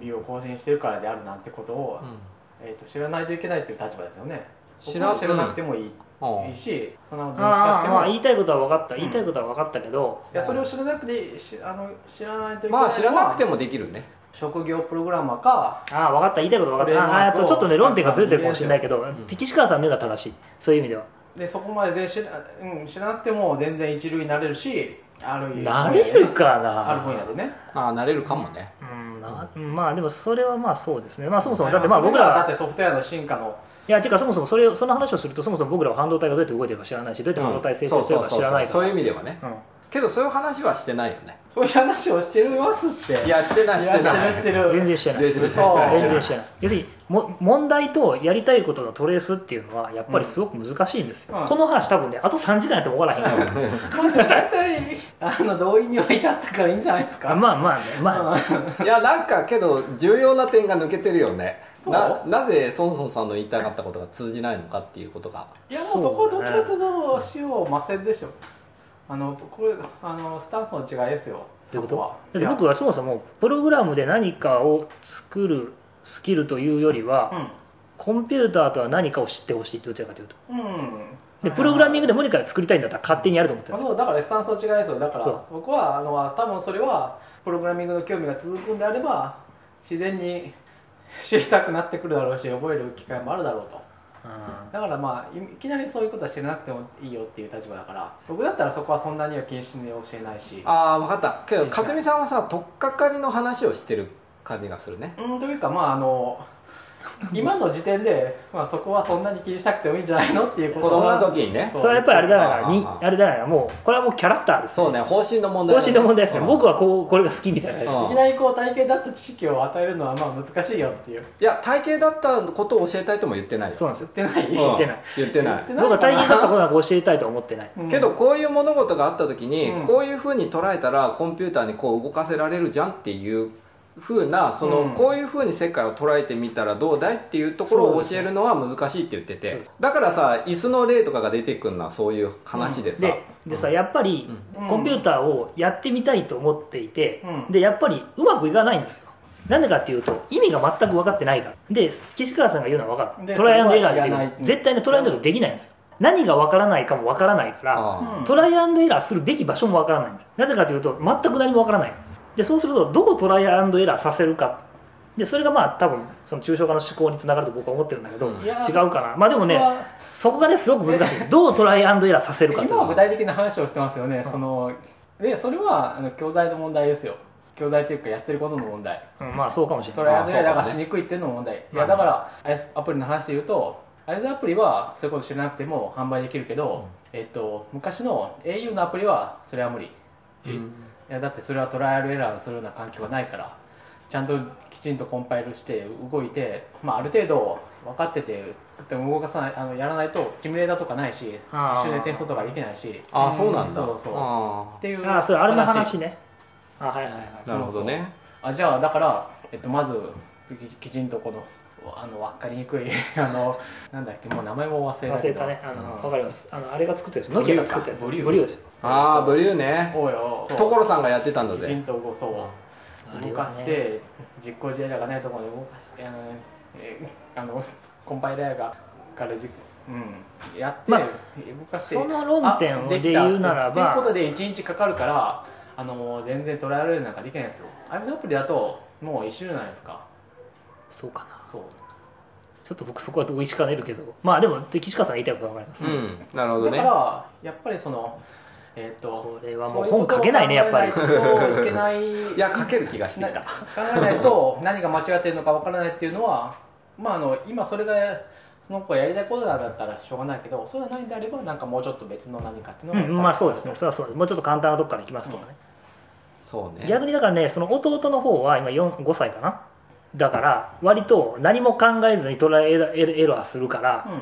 ビューを更新してるからであるなんてことを、
うん
えー、と知らないといけないっていう立場ですよね。
知
知
ら
ら知らなくてもいい,、
うん
いいしそんなことにしなく
ああ
て
ま
も
あ
い
言いたいことは分かった
うん
言いたいことは分かったけど、
やそれを知らなくていいしあの知らないといけないの
ま
は
あ知らなくてもできるね
職業プログラマーか
ああ分かった言いたいこと分かったあああ
これ
とちょっとね論点がずれてるかもしれないけど、
ん
岸川さんの言うのは正しいそういう意味では
でそこまでで知ら,、うん、知らなくても全然一流になれるしある
なれるかな
ある分野でね
ああなれるかもね
うんなうんまあでもそれはまあそうですねまあそもそも
い
だ
や
ってまあ
それ
僕
がだっ
ら
てソフトウェアの進化の
いやていうかそもそもそれをその話をするとそもそも僕らは半導体がどうやって動いてるか知らないしどうやって半導体生成してるか知らない
うん
か
そうそうそうそう
ら
いう意味ではね
うん
けどそういう話はしてないよね
そういう話をしてますって
いやしてない
い
し
や
て
して
ない
るしてる
全然してない
全然して
嘘
ない
全然してない要するにも問題とやりたいことのトレースっていうのはやっぱりすごく難しいんですよ、
うん
この話多分ねあと3時間やっても終わらへんからさ
まあ大体あの同意には至ったからいいんじゃないです
あ
か
まあまあねまあ
いやなんかけど重要な点が抜けてるよね
そう
ななぜソンソンさんの言いたかったことが通じないのかっていうことが
いやもうそこはどっちらかというと塩をませんでしょあのこれあのスタンスの違いですよ
どういう
そこ
こ
は
とだって僕はそもそもプログラムで何かを作るスキルというよりは、コンピューターとは何かを知ってほしいってどちらかというと
うんうん
でプログラミン
グ
グで何か作りたいんだったら勝手にやると思って
まあ、
る
そうだからスタンスの違いですよだか
そう
ら僕はあの多分それはプログラミングの興味が続くんであれば自然に知りたくなってくるだろうし覚える機会もあるだろうと
うん
だからまあいいきなりそういうことは知らなくてもいいよっていう立場だから僕だったらそこはそんなには禁止に教えないし
ああ分かったけど克美さんはさ取っかかりの話をしてる感じがするね
うんというかまああ
*laughs*
の今の時点で、まあ、そこはそんなに気にしなくてもいいんじゃないのっていうこ
子
と
供の
は
時にね
そう
それはやっぱりあれだからに
あああ
あれだからもうこれはもうキャラクターです
そうね方針の問題
方針の問題ですね、
うん
僕はこうこれが好きみたいな、
うん
いきなりこう体系だった知識を与えるのはまあ難しいよっていう
いや体型だったことを教えたいとも言ってないよ
そうなんです
言
よ
ってない
うん
知ってない
言ってない
言ってない
僕は体験だったことなんか教えたいとは思ってない
うん
けどこういう物事があった時に、
うん
こういうふうに捉えたらコンピューターにこう動かせられるじゃんっていうふうなその、
うん
こういうふうに世界を捉えてみたらどうだいっていうところを教えるのは難しいって言ってて、
そうで
だからさ椅子の例とかが出てくるのはそういう話でさ、
ででさやっぱり
うん
コンピューターをやってみたいと思っていて、
うん
でやっぱりうまくいかないんですよなんでかっていうと意味が全く分かってないからで岸川さんが言うのは分か
で
るトライアンドエラーっ
それはいら
て
ない
いう絶対ねトライアンドエラーできないんですよ何が分からないかも分からないから
あ
うん
トライアンドエラーするべき場所も分からないんですなぜかというと全く何も分からないでそうするとどうトライアンドエラーさせるかでそれがまあ多分その抽象化の思考につながると僕は思ってるんだけど、
うん
いや
違うかなまあでもね
僕は
そこがねすごく難しいどうトライアンドエラーさせるかという
今は具体的な話をしてますよね、そのでそれはあの教材の問題ですよ教材というかやってることの問題
うん、まあそうかもしれ
ト
ない
ライアンドエラー
あ
が
そう
し
だ
にくいっていうのも問題、いやだからアイスアプリの話で言うとアイスアプリはそういうこと知らなくても販売できるけど、えっと、昔の au のアプリはそれは無理いやだってそれはトライアンドエラーするような環境がないからちゃんときちんとコンパイルして動いて、まあ、ある程度分かってて作っても動かさないあのやらないとシミュレーターとかないし
あー
一緒でテストとかできないし
ああそうなんだ
そうそう
あ
っていう
ああそれあれの話ねあはいはいはい
あなるほどね
あじゃあだから、えっと、まずききちんとこのあの分かりにくい *laughs* あのなんだっけもう名前も忘れた
忘
け
れ
ど
たねあの、
うん
わかりますあのあれが作ったやつノキアが作ったやつ
ブリューか
ブリューですよ
そう
ああ
そう
ブリューね
おいおい
所さんがやってたんだ
きち
ぜ
んとこうそう動かして、実行事例がないところで動かしてあのえあの *laughs* コンパイラーがからじ、うん、やって、
まあ
動かして
その論点
あ
で言うなら
できたって
ば
いうことで1日かかるからあの全然トライアルなんかできないんですよ iPhone アプリだともう一緒じゃないですか
そうかな
そう
ちょっと僕そこは同意しかねるけどまあでも岸川さんが言いたいことは分かります、
うんなるほど
だか
ね
らやっぱりそのえっ、と
これはもう本書けないねやっぱり
そういうことを考えないといけない
*laughs* いや書ける気がして
な
き
考
た
えないと何が間違ってるのかわからないっていうのは、まあ、あの今それがその子がやりたいことなんだったらしょうがないけどそれがないんであればなんかもうちょっと別の何かっていうのが、
うんまあそうですねそれはそうですもうちょっと簡単なとこからいきますとかね、
そうね
逆にだからねその弟の方は今4 5歳かなだから割と何も考えずにトライエラエラーするから、
うん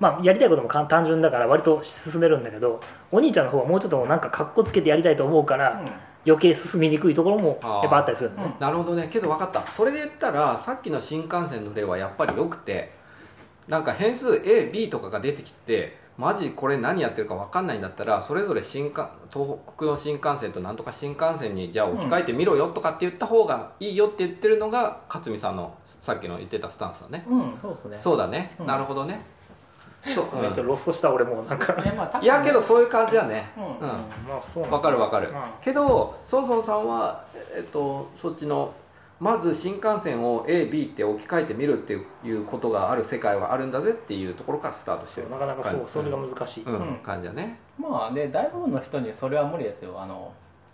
まあ、やりたいことも簡単純だから割と進めるんだけどお兄ちゃんの方はもうちょっとなんか格好つけてやりたいと思うから余計進みにくいところもやっぱあったりするんだ
う
ね
ん
なるほどねけど分かったそれで言ったらさっきの新幹線の例はやっぱり良くてなんか変数 AB とかが出てきてマジこれ何やってるか分かんないんだったらそれぞれ新幹東北の新幹線となんとか新幹線にじゃあ置き換えてみろよとかって言った方がいいよって言ってるのが勝見さんのさっきの言ってたスタンスだね
うん、うん、そうですね
そうだね、
うん
なるほどねそう、うん
めっちゃロストした俺もうなんか
ねまあ多分
いやけどそういう感じだね
うん
うん
まあそうなんだ
わかるわかる、
うん
けどソンソンさんは、えっと、そっちのまず新幹線を AB って置き換えてみるっていうことがある世界はあるんだぜっていうところからスタートして
そう
る
なかなかそうそれが
難し
難しい、
い、うん
うん
感じだね
まあね大部分の人にそれは無理ですよあの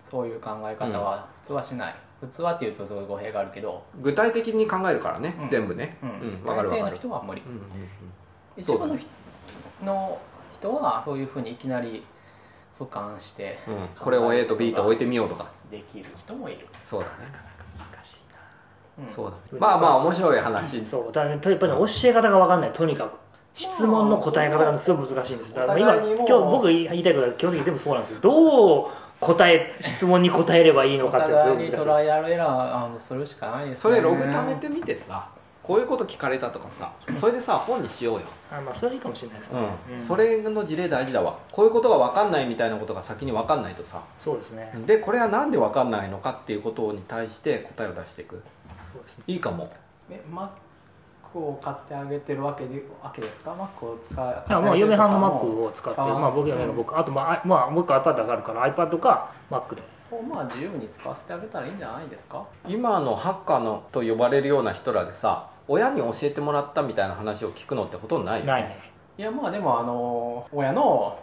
そういう考え方は普通はしない、普通はっていうとすごい語弊があるけど、
具体的に考えるからね、
うん
全部ね
うん
うんわ、か
大
るわ
抵
か
の
る、
人は無理
うんうんうん
一
そうだ
部
ね
の人の人はそういうふうにいきなり俯瞰して
うんこれを A と B と置いてみようとか
できる人もいる、
そうだね、
難しい
うん
そうだねまあまあ面白い話、
なそうだからねとやっぱりね教え方が分かんないとにかく質問の答え方がすごい難しいんですよだから今
お互いにも
今日僕言いたいことは基本的に全部そうなんですよどう答え質問に答えればいいの
お
かっていうのがすごい
互い
難
に
しい
トライアルエラーあのするしかないです、ね、
それログ貯めてみてさこういうこと聞かれたとかさそれでさ本にしようよ
あまあそれはいいかもしれないですね
うん
うん
それの事例大事だわこういうことが分かんないみたいなことが先に分かんないとさ
そうですね
でこれはなんで分かんないのかっていうことに対して答えを出していく
そうですね
いいかも
え Mac を買ってあげてるわけでわけですか Mac を使う
あまあ嫁はんの Mac を使って
使わ
まあ僕嫁が僕あとまああまあもう一個 iPad があるから iPad か Mac で
をまあ自由に使わせてあげたらいいんじゃないですか
今のハッカーのと呼ばれるような人らでさ親に教えてもらったみたいな話を聞くのってほとんどないよね
ないね
いやまあでもあの親の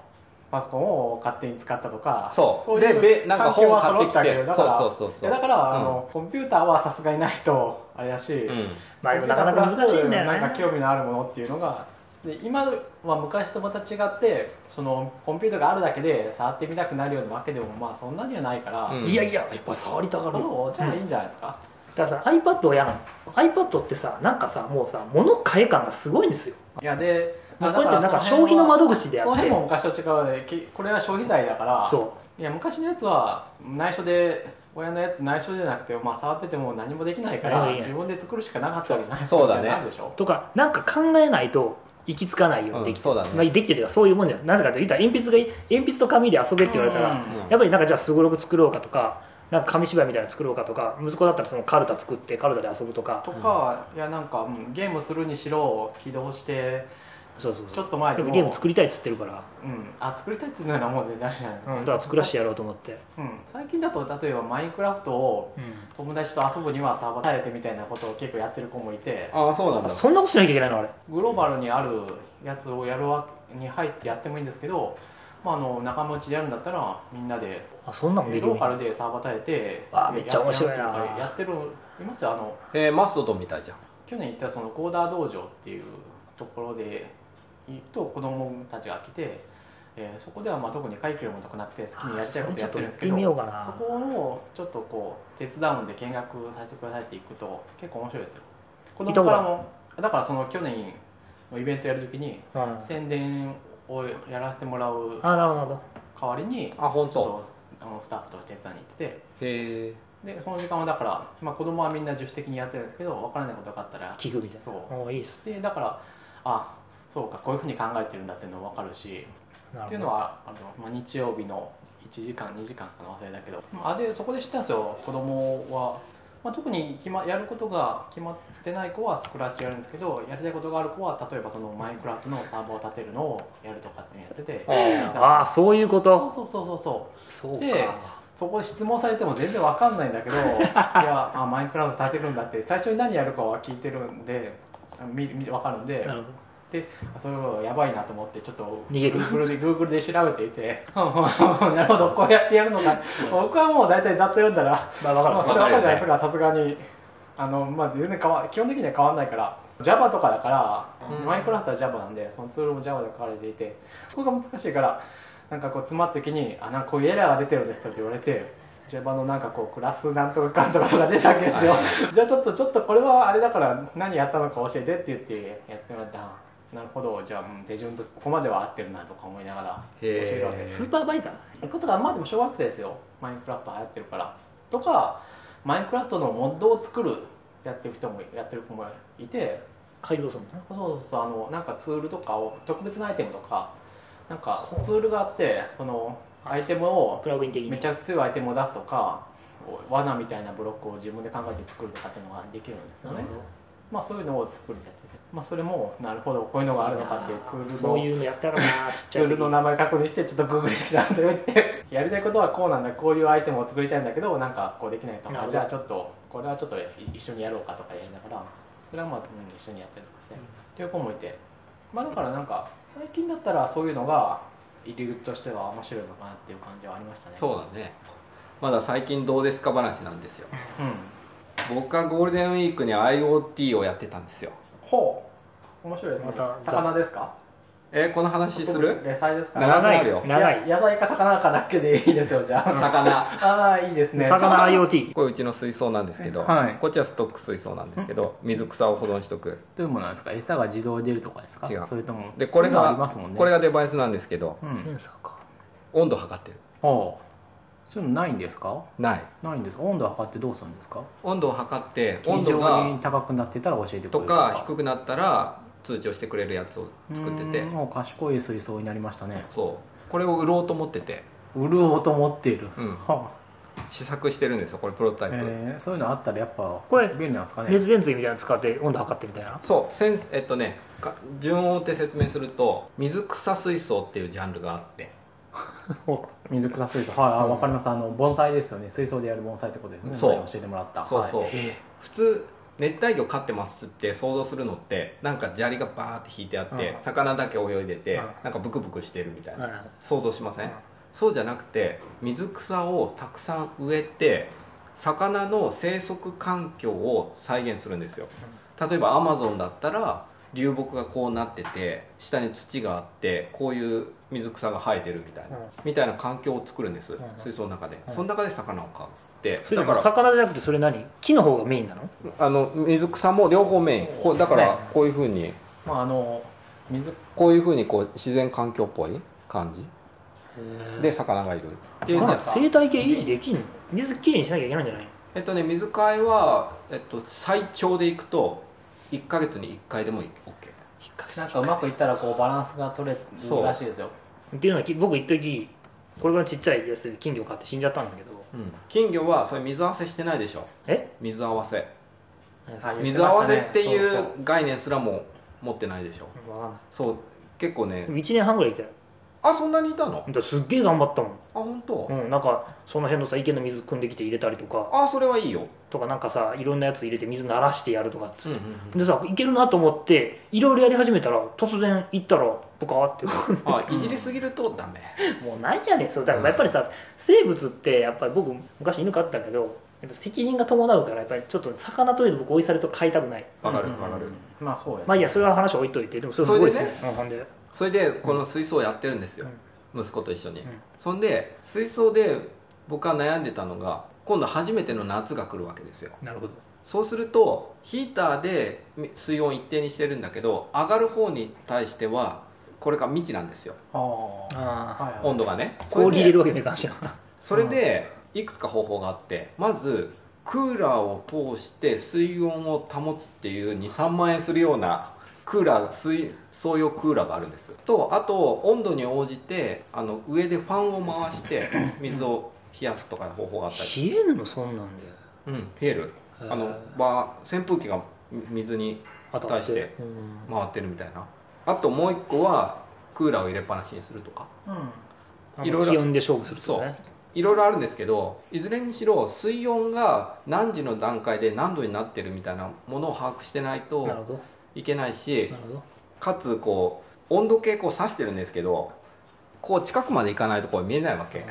パソコンを勝手に使ったとか
そう
いう
でべなんか本を買ってきて
環境は揃あげるだから
そうそうそうそう
いやだから、
うん
あのコンピューターはさすがにないとあれだし、
うん
まあでもなかなか難しいんだよ
なんか
ね
興味のあるものっていうのがで今は昔とまた違ってそのコンピューターがあるだけで触ってみたくなるようなわけでもまあそんなにはないから、
うん
いやいややっぱ触りたがる
どうじゃあいいんじゃないですか、
だからさ iPad は嫌なの iPad ってさなんかさもうさ物買え感がすごいんですよ
いやで
もう
あ
これってなんか
だらそ
消
辺
費の
は
窓口であ
その
って
辺も昔と違うできこれは消費財だから
そ
いや昔のやつは内緒で親のやつ内緒じゃなくて、まあ、触ってても何もできないか
何も
ら
できない
自分で作るしかなかったわけじゃないです
そうだね
みたいなのあるでしょ
うとかなんか考えないと行き着かないようにできて
うんそうだね
まあできてるというかそういうもんじゃないなぜかというと鉛筆がい鉛筆と紙で遊べって言われたら、
うん
うん
やっぱりなんかじゃあすごろく作ろうかとかなんか紙芝居みたいなの作ろうかとか息子だったらそのカルタ作ってカルタで遊ぶとか
とか、いやなんか、うんゲームするにしろ起動して
そうそう
ち
そ
ょ
う
っと前
で
で
も
も
ゲーム作りたいっつってるから、
うん、あ作りたいっていうのはもう全然あれじゃない
うん、だから作らしてやろうと思って、
うん、最近だと例えばマインクラフトを友達と遊ぶにはサーバー耐えてみたいなことを結構やってる子もいて
ああそうなん
あ
だ
そんなことしなきゃいけないのあれ
グローバルにあるやつをやるわに入ってやってもいいんですけど、まあ、あの仲間内でやるんだったらみんなで
あそんなもんでき
ロ
る
ーカルでサーバー耐えて
わあめっちゃ面白いな
やってるいますよあの
えーマストドンみたいじゃん
去年行ったそのコーダー道場っていうところで行くと子供たちが来て、えーそこではまあ特にカリキュラムとかなくて好きにやりたいことやってるんですけ
ちょっと行ってみよ
ど
うか
そ
な
こをちょっとこう手伝うんで見学させてくださいって行くと結構面白いですよ子供からもだからその去年のイベントやるときに
うん
宣伝をやらせてもらう
あなるほどなるほ
代わりにち
あ本
ょっ
当
とあのスタッフと手伝いに行ってて
へえ
でその時間はだから、まあ、子供はみんな自主的にやってるんですけど分からないことがあったら
ど器具みたい
そう
なおいいです
でだからあそうかこういうふうに考えてるんだっていうのも分かるし
な
っ
るほ
てい
ど
うのはあの、まあ、日曜日の1時間2時間かな忘れたけどあでそこで知ったんですよ子供はまあ、特に決、ま、やることが決まってない子はスクラッチやるんですけどやりたいことがある子は例えばそのマインクラフトのサーバーを立てるのをやるとかってやってて
ああそういう
そ
こ
う
と
そうそうそうそう
そうか
でそこで質問されても全然わかんないんだけ
*laughs*
どいやあマインクラフト立てるんだって最初に何やるかは聞いてるんで見見分かるんで
なるほど
それをやばいなと思ってちょっと
逃げる
Google で Google で調べてい
*laughs*
て *laughs* なるほどこうやってやるのか僕はもう大体ざっと読んだら
まあ分か
ま
る
あ、
わ
そ
か
れ
る
は分かるじゃないですかさすがにあの、まあ、全然変わ基本的には変わらないから Java とかだから、
うん
マインクラフトは Java なんでそのツールも Java で書かれていてここが難しいからなんかこう詰まった時に「あなんかこういうエラーが出てるんですか?」って言われて Java のなんかこうクラスなんとかかんとかとか出たわけです *laughs* よじゃあちょっとちょっとこれはあれだから何やったのか教えてって言ってやってもらったなるほどじゃあ、うん、手順とここまでは合ってるなとか思いながら教
へー
えるわけです
スーパーバイザー
いくつかまあでも小学生ですよマインクラフト流行ってるからとかマインクラフトのモッドを作るやってる人もやってる子もいて
改造するのね
そうそうそうあのなんかツールとかを特別なアイテムとかなんかツールがあってそのアイテムを
プラグイン的に
めちゃ強いアイテムを出すとかこう罠みたいなブロックを自分で考えて作るとかっていうのができるんですよ
な
ね
るほど
まあそういうのを作るじゃっててまあそれもなるほどこういうのがあるのかっていうツールの
そういうのやったらなちっち
ツ
ゃい
ールの名前確認してちょっとグーグル調べてみて *laughs* やりたいことはこうなんだこういうアイテムを作りたいんだけどなんかこうできないと
なるほ
あ
ど
じゃあちょっとこれはちょっと一緒にやろうかとかやりながらそれはまあ、うん、一緒にやったりとかして、
うん
っていう子もいてまあだからなんか最近だったらそういうのが入り口としては面白いのかなっていう感じはありましたねう、
そうだねまだ最近どうですか話なんですよ
ん、
僕はゴールデンウィークに IoT をやってたんですよ
ほう面白いですね
また
魚ですか
えーこの話する
野菜ですか
長
長
くなるよ
い長い
いや野菜か魚かだけでいいですよじゃあ
魚
ああいいですね
魚 IoT
これうちの水槽なんですけど、
はい
こっちはストック水槽なんですけど水草を保存しとく
どういうものなんですか餌が自動で出るとかですか
違う
それとも
でこれ
そういうのあ
が、
りますもんね
これがデバイスなんですけど
うん、
センサーか
温度測ってる
おそういうのないんですか
ない
ないんですか温度測ってどうするんですか
温度を測って温
温
度
度
が
に高くなってたら教えてくれる
とか低くなったら通知をしてくれるやつを作ってて
うーんもう賢い水槽になりましたね
そうこれを売ろうと思ってて、
潤おうと思っている、
うん、
は
試作してるんですよこれプロトタイプ、
えーそういうのあったらやっぱ
これ
便利なんですかね
熱電池みたいなの使って温度測ってみたいな
そうせんえっとねか順を追って説明すると水草水槽っていうジャンルがあって
水草水槽はいあ
うん
わかりますあの盆栽ですよね水槽でやる盆栽ってことですね
そう
前教えてもらった
そうそう
はい
普通熱帯魚飼ってますって想像するのってなんか砂利がバーって引いてあって、
うん
魚だけ泳いでて、
うん
なんかブクブクしてるみたいな、
なる
想像しません、
うん
そうじゃなくて水草をたくさん植えて魚の生息環境を再現するんですよ例えばアマゾンだったら流木がこうなってて下に土があってこういう水草が生えてるみたいな、
うん
みたいな環境を作るんです、
ん
水槽の中で、
うん
その中で魚を飼うって
それでも魚じゃなくてそれ何木の方がメインなの
あの水草も両方メインこうだからこういうふうに
まああの水
こういうふうにこう自然環境っぽい感じで魚がいるっていう
ま
ね
あ生態系維持できんの水きれいにしなきゃいけないんじゃない
えっとね水替えは、えっと、最長でいくと1か月に1回でも OK
なんかうまくいったらこうバランスが取れる
そう
らしいですよ
っていうのはき僕一時これぐらいちっちゃいやつで金魚飼って死んじゃったんだけど
うん、金魚はそれ水合わせしてないでしょ
え
水合わせ
あ言ってました
何ですか
ね
水合わせってい
そう
う概念すらも持ってないでしょ
わかんな
そう結構ね
い1年半ぐらいいたよ
あそんなにいたのあ
だからすっげえ頑張ったもん
本当、
うん、なんかその辺のさ池の水汲んできて入れたりとか
あそれはいいよ、
とかなんかさいろんなやつ入れて水慣らしてやるとかっつ
うんうんうん
でさいけるなと思っていろいろやり始めたら突然行ったらブカーって
あいじりすぎるとダメ
*laughs* もう何やねんそうだからやっぱりさ生物ってやっぱり僕昔犬飼ってたけどやっぱ責任が伴うからやっぱりちょっと魚といえど僕追いされると飼いたくない
わかる
うん
わかる
まあそうや
まあいいやそれは話置いといてでもそれすごいですねうんほんで
それでこの水槽をやってるんですよ、息子と一緒に、
うん
そんで水槽で僕は悩んでたのが今度初めての夏が来るわけですよ
なるほど
そうするとヒーターで水温一定にしてるんだけど上がる方に対してはこれが未知なんですよ
ああ
ああ
はいはい
温度がねそれ
氷入
で
れるわけにはいかんしな
それでいくつか方法があってまずクーラーを通して水温を保つっていう23万円するようなクーラーが水槽用クーラーがあるんですとあと温度に応じてあの上でファンを回して水を冷やすとかの方法があったり
冷えんのそんなんで
うん冷えるあのば扇風機が水に
後
対して
うん
回ってるみたいなあともう一個はクーラーを入れっぱなしにするとか
あの
いろいろ
気温で勝負するとかね
いろいろあるんですけどいずれにしろ水温が何時の段階で何度になってるみたいなものを把握してない
なる
と
ほど
いけないし
なるほど
かつこう温度計こう指してるんですけどこう近くまで行かないとこう見えないわけ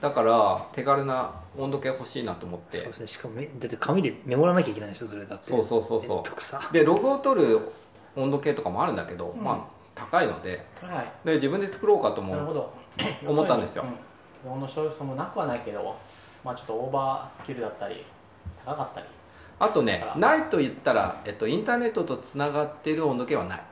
だから手軽な温度計欲しいなと思っ
そう
て
ですねしかもめだって紙でメモらなきゃいけないでしょそれだって
そうそうそう
めん
そ
どくさ
うでログを取る温度計とかもあるんだけど、
うん
まあ高いので
はい
で自分で作ろうかと
なる
も
ほど
*clears throat* 思ったんですよ
うん、その消費もなくはないけどまあちょっとオーバーキルだったり高かったり
あとね
あら
ないと言ったら、えっと、インターネットとつながってる温度計はない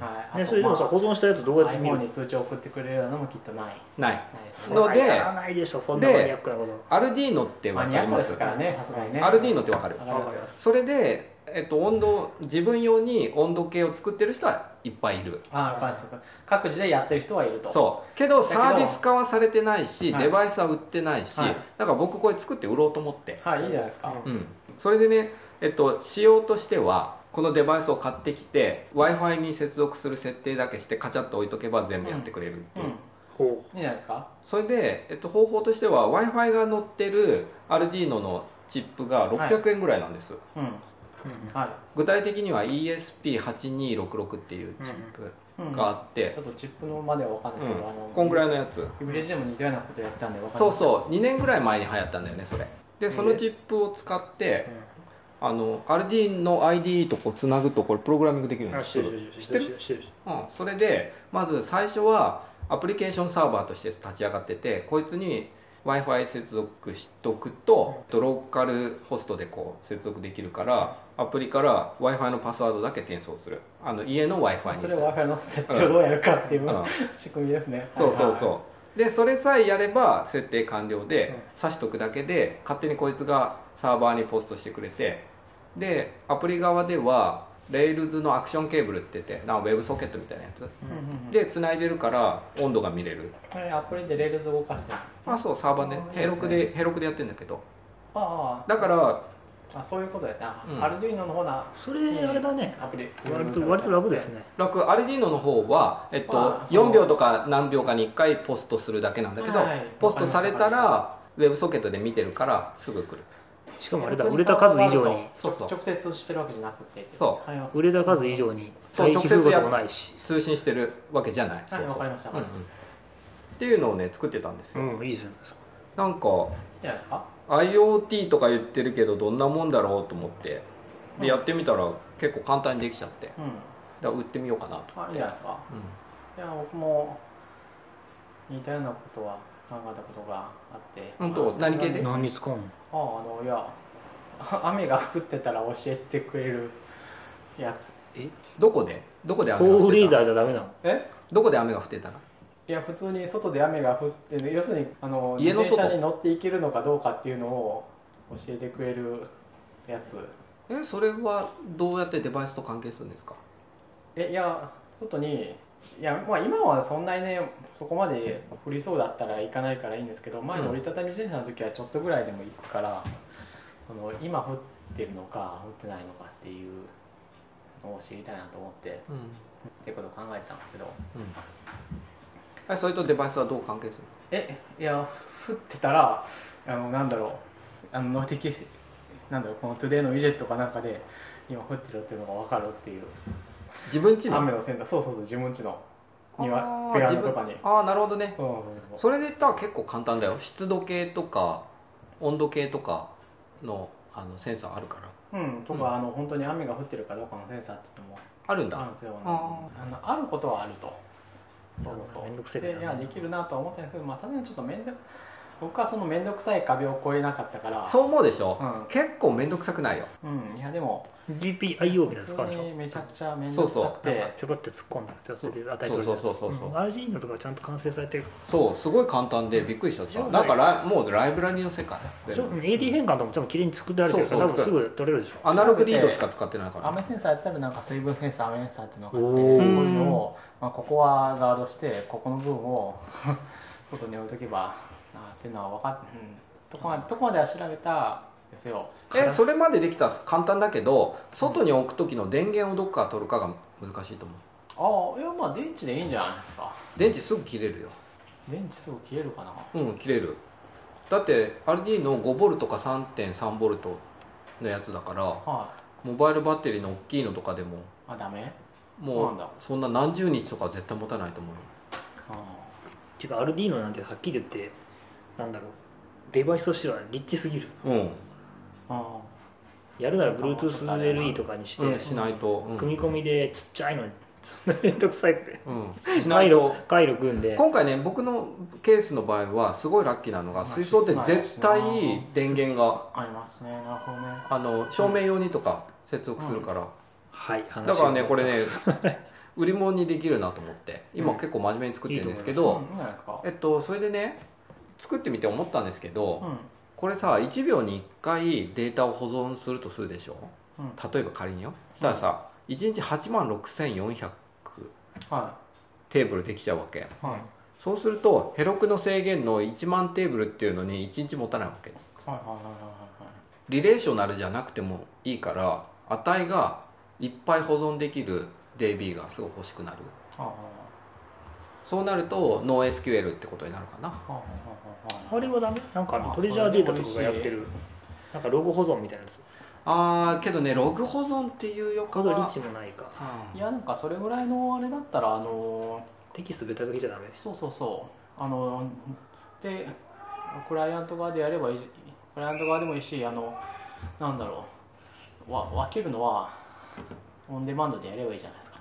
はい
ねそれでもさ保存したやつどうやって見る
iPhone に通知を送ってくれるようなのもきっとない
ない
ないです
そ
ね
れは
ので
やらないでしょそんなマニアックなこと
アルディーノって
マ
分
ニ
か
ア
り
ック
ま
ですすからねさすがにね
アルディーノって分かる
わかりますよ
それで、えっと、温度自分用に温度計を作ってる人はいっぱいいる
ああ、わかります各自でやってる人はいると
そうけど
だけ
サ
ど
ービス化はされてないし
はい
デバイスは売ってないし、
はい
だから僕これ作って売ろうと思って、
はいいいじゃないですか、
うん
うん、それでね、えっと、仕様としてはこのデバイスを買ってきて w i f i に接続する設定だけしてカチャッと置いとけば全部やってくれるっていう、
うん
ほ
いいじゃないですか
それで、えっと、方法としては w i f i が載ってるアルディーノのチップが600円ぐらいなんです、
うんはい、
具体的には ESP8266 っていうチップ
うん、
があって
ちょっ、とチップのまでは分かんないけど、
うん
あの
こんぐらいのやつ
ビレッジでも似たようなことやったんで分かんない
そうそう2年ぐらい前に流行ったんだよねそれでそのチップを使ってあの RD の IDE とこうつなぐとこれプログラミングでき
う
るん
あ
で
知
す
って
よ、
る知ってる知ってる知ってる
うん、それでまず最初はアプリケーションサーバーとして立ち上がっててこいつに w i f i 接続しとくとローカルホストでこう接続できるからアプリから w i f i のパスワードだけ転送するあの家の w i f i に
それを Wi-Fi の設定をどうやるかっていう、
うん
仕組みですね
そうそう
はい
そうでそれさえやれば設定完了
うん
で挿しとくだけで勝手にこいつがサーバーにポストしてくれてでアプリ側では Rails のアクションケーブルって言ってなんかウェブソケットみたいなやつ
はいうんうんうん
で繋いでるから温度が見れる
これアプリでレールズ動かしてるんですか
あそうサーバーね
あ
ヘロク
いい
で
です
ヘロクでやってんだけど
あ
だから
ああそういうことですね、あ
うん
アルデュイノの方な
それあれだね
アプリ
割と割と楽ですね
楽アルディーノの方は、えっと
あ、そう
4秒とか何秒かに1回ポストするだけなんだけど、
はい
ポストされた
わ
らウェブソケットで見てるからすぐ来る
しかもあれだ売れた数以上に
そうそう
直接してるわけじゃなくて
そう
はいわ
売れた数以上に
そう
待機することもないし
通信してるわけじゃない、
はいわかりました、
うんうん
いい
っていうのをね作ってたんですよ、
うんいいじゃないですか
なんか
じゃないですか
IoT とか言ってるけどどんなもんだろうと思って
うん
でやってみたら結構簡単にできちゃってだか
うん
ら売ってみようかなと、
あいいじゃないですか
うん
いや僕も似たようなことは考えたことがあって
本当
あ
何系で
あ
何に使うの
あのいや *laughs* あ雨が降ってたら教えてくれるやつ
どこでどこで雨が
コ
降
ー
っ
ル
て
リーダ
た
ーじゃダメなの
えどこで雨が降ってたら
いや普通に外で雨が降ってね要するにあの
家
自
の
転
外
車に乗っていけるのかどうかっていうのを教えてくれるやつ
えそれはどうやってデバイスと関係するんですか
えいや外にいや、まあ、今はそんなにねそこまで降りそうだったら行かないからいいんですけど前の折りたたみ自転車の時はちょっとぐらいでも行くから、あの今降ってるのか降ってないのかっていうのを知りたいなと思って
うん、
っていうことを考えたんですけど
えそれとデバイスはどう関係する
えいや降ってたらあのなんだろうあのノーティケーシなんだろうこの「トゥデイのウィジェットかなんかで今降ってるっていうのが分かるっていう
自分ちの
雨のセンターそうそうそう自分家の
あ
庭
ー
ベランダとかに
自分ああなるほどね
そうそうそう
それで言ったら結構簡単だよ湿度計とか温度計とかのあのセンサーあるから
そううんとか、
うん
あの本当に雨が降ってるかどうかのセンサーっていうのも
あるん
ある
だ
んですよね
あ
あのあることはあるとそうそう
めんどく
そ
せ
う
え
で
ない
やできるなとは思ったんですけどまあさすがにちょっと面倒僕はその面倒くさい壁を越えなかったから
そう思うでしょ、
うん
結構面倒くさくないよ
うんいやでも
GPIO みたいなの
普
使
通
うんでしょ
にめちゃくちゃ面倒くさく
なんか
て
ちょこって突っ込んだピョッて与えて
そう
くれる
そ
や
う
つ
そうそうそう
うん RG のとかちゃんと完成されてる
そうすごい簡単でびっくりしたでしょなんかライもうライブラリの世界全
ち
部
ょ AD 変換とかもちゃんと綺麗に作られてるか
そう
ら多
そう
分すぐ取れるでしょ
アナログリードしか使ってないから、
雨センサーやったらなんか水分センサー雨センサーっていうのがあって
お
こう
ー
いうのを、まあ、ここはガードしてここの部分を *laughs* 外に置いとけばあーっていうのは分かっ、うん、とこまでとこまでは調べたですよ
えそれまでできたら簡単だけど外に置く時の電源をどっから取るかが難しいと思う
ああいやまあ電池でいいんじゃないですか
電池すぐ切れるよ
電池すぐ消えるかな
うん切れるだって RD の 5V か 3.3V のやつだから
はい
モバイルバッテリーの大きいのとかでも
あダメそうなん
も
だ
うそんな何十日とかは絶対持たないと思うよ
あ
ていうかアルディーノなんてはっきり言ってなんだろうデバイスとしてはリッチすぎる
うん
ああ
やるなら BluetoothLE とかにして、
うんしないと、うん
組み込みでちっちゃいのにそんな面倒くさ
*laughs*
いって
うんしな
回
い
路
と
回路組んで
今回ね僕のケースの場合はすごいラッキーなの
まあ
が水槽って絶対
室内ですな
電源が
あありますねなるほどね
あの照明用にとか接続するから、
はい話
だからね
を
これ *laughs* ね売り物にできるなと思って今結構真面目に作ってるんですけ
そ
ど、
うんいいんじゃないですか
えっとそれでね作ってみて思ったんですけど、
うん
これさ1秒に1回データを保存するとするでしょ
うん
例えば仮によそしたらさ1日8万6400
は
テーブルできちゃうわけ
いはい
そうするとヘロクの制限の1万テーブルっていうのに1日持たないわけです
はいはいはいはいはい
リレーショナルじゃなくてもいいから値がいっぱい保存できる DB がすごい欲しくなる
ああ
そうなると NoSQL ってことになるかな
あああああああああ
あれはダメなんかあのトレジャーデータとかがやってるなんかログ保存みたいなやつ
あーけどねログ保存っていうよか
カードリ
は
ッチもないか
うん
いやなんかそれぐらいのあれだったらあの
テキストベタ書きじゃダメ
そうそうそうあのでクライアント側でやればいいクライアント側でもいいしあのなんだろうわ分けるのはオンデマンドでやればいいじゃないですか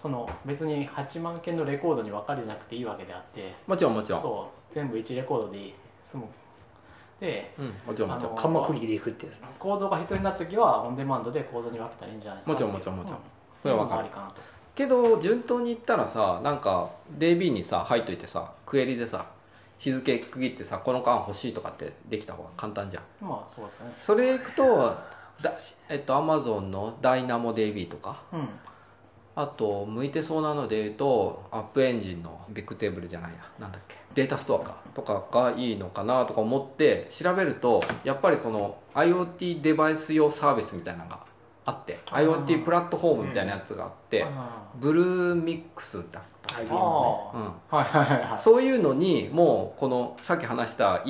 その別に8万件のレコードに分かれなくていいわけであって
もちろんもちろん
そう全部1レコードで済むで
うんもちろんもちろん
あの
カンマ区切りでいくってやつな
構造が必要になった時はオンデマンドで構造に分けたらいいんじゃないですか
もちろんもちろんもちろん
う
それは分かる
そういうのもありかなと
けど順当にいったらさなんか DB にさ入っといてさクエリでさ日付区切ってさこの間欲しいとかってできた方が簡単じゃん
まあそうですね
それいくとだえっと Amazon のダイナモ DB とか
うん
あと向いてそうなので言うとアップエンジンのビッグテーブルじゃないやなんだっけデータストアかとかがいいのかなとか思って調べるとやっぱりこの IoT デバイス用サービスみたいなのがあって
あー
IoT プラットフォームみたいなやつがあって、
あ
ブルーミックスだった、
IBM
あ
の
ああ
うん、
はいはいはいはい
そういうのにもうこのさっき話した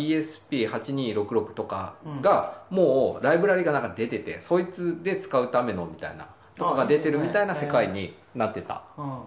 ESP8266 とかがもうライブラリがなんか出ててそいつで使うためのみたいなとかが出てるみたいな世界になってたっ
うん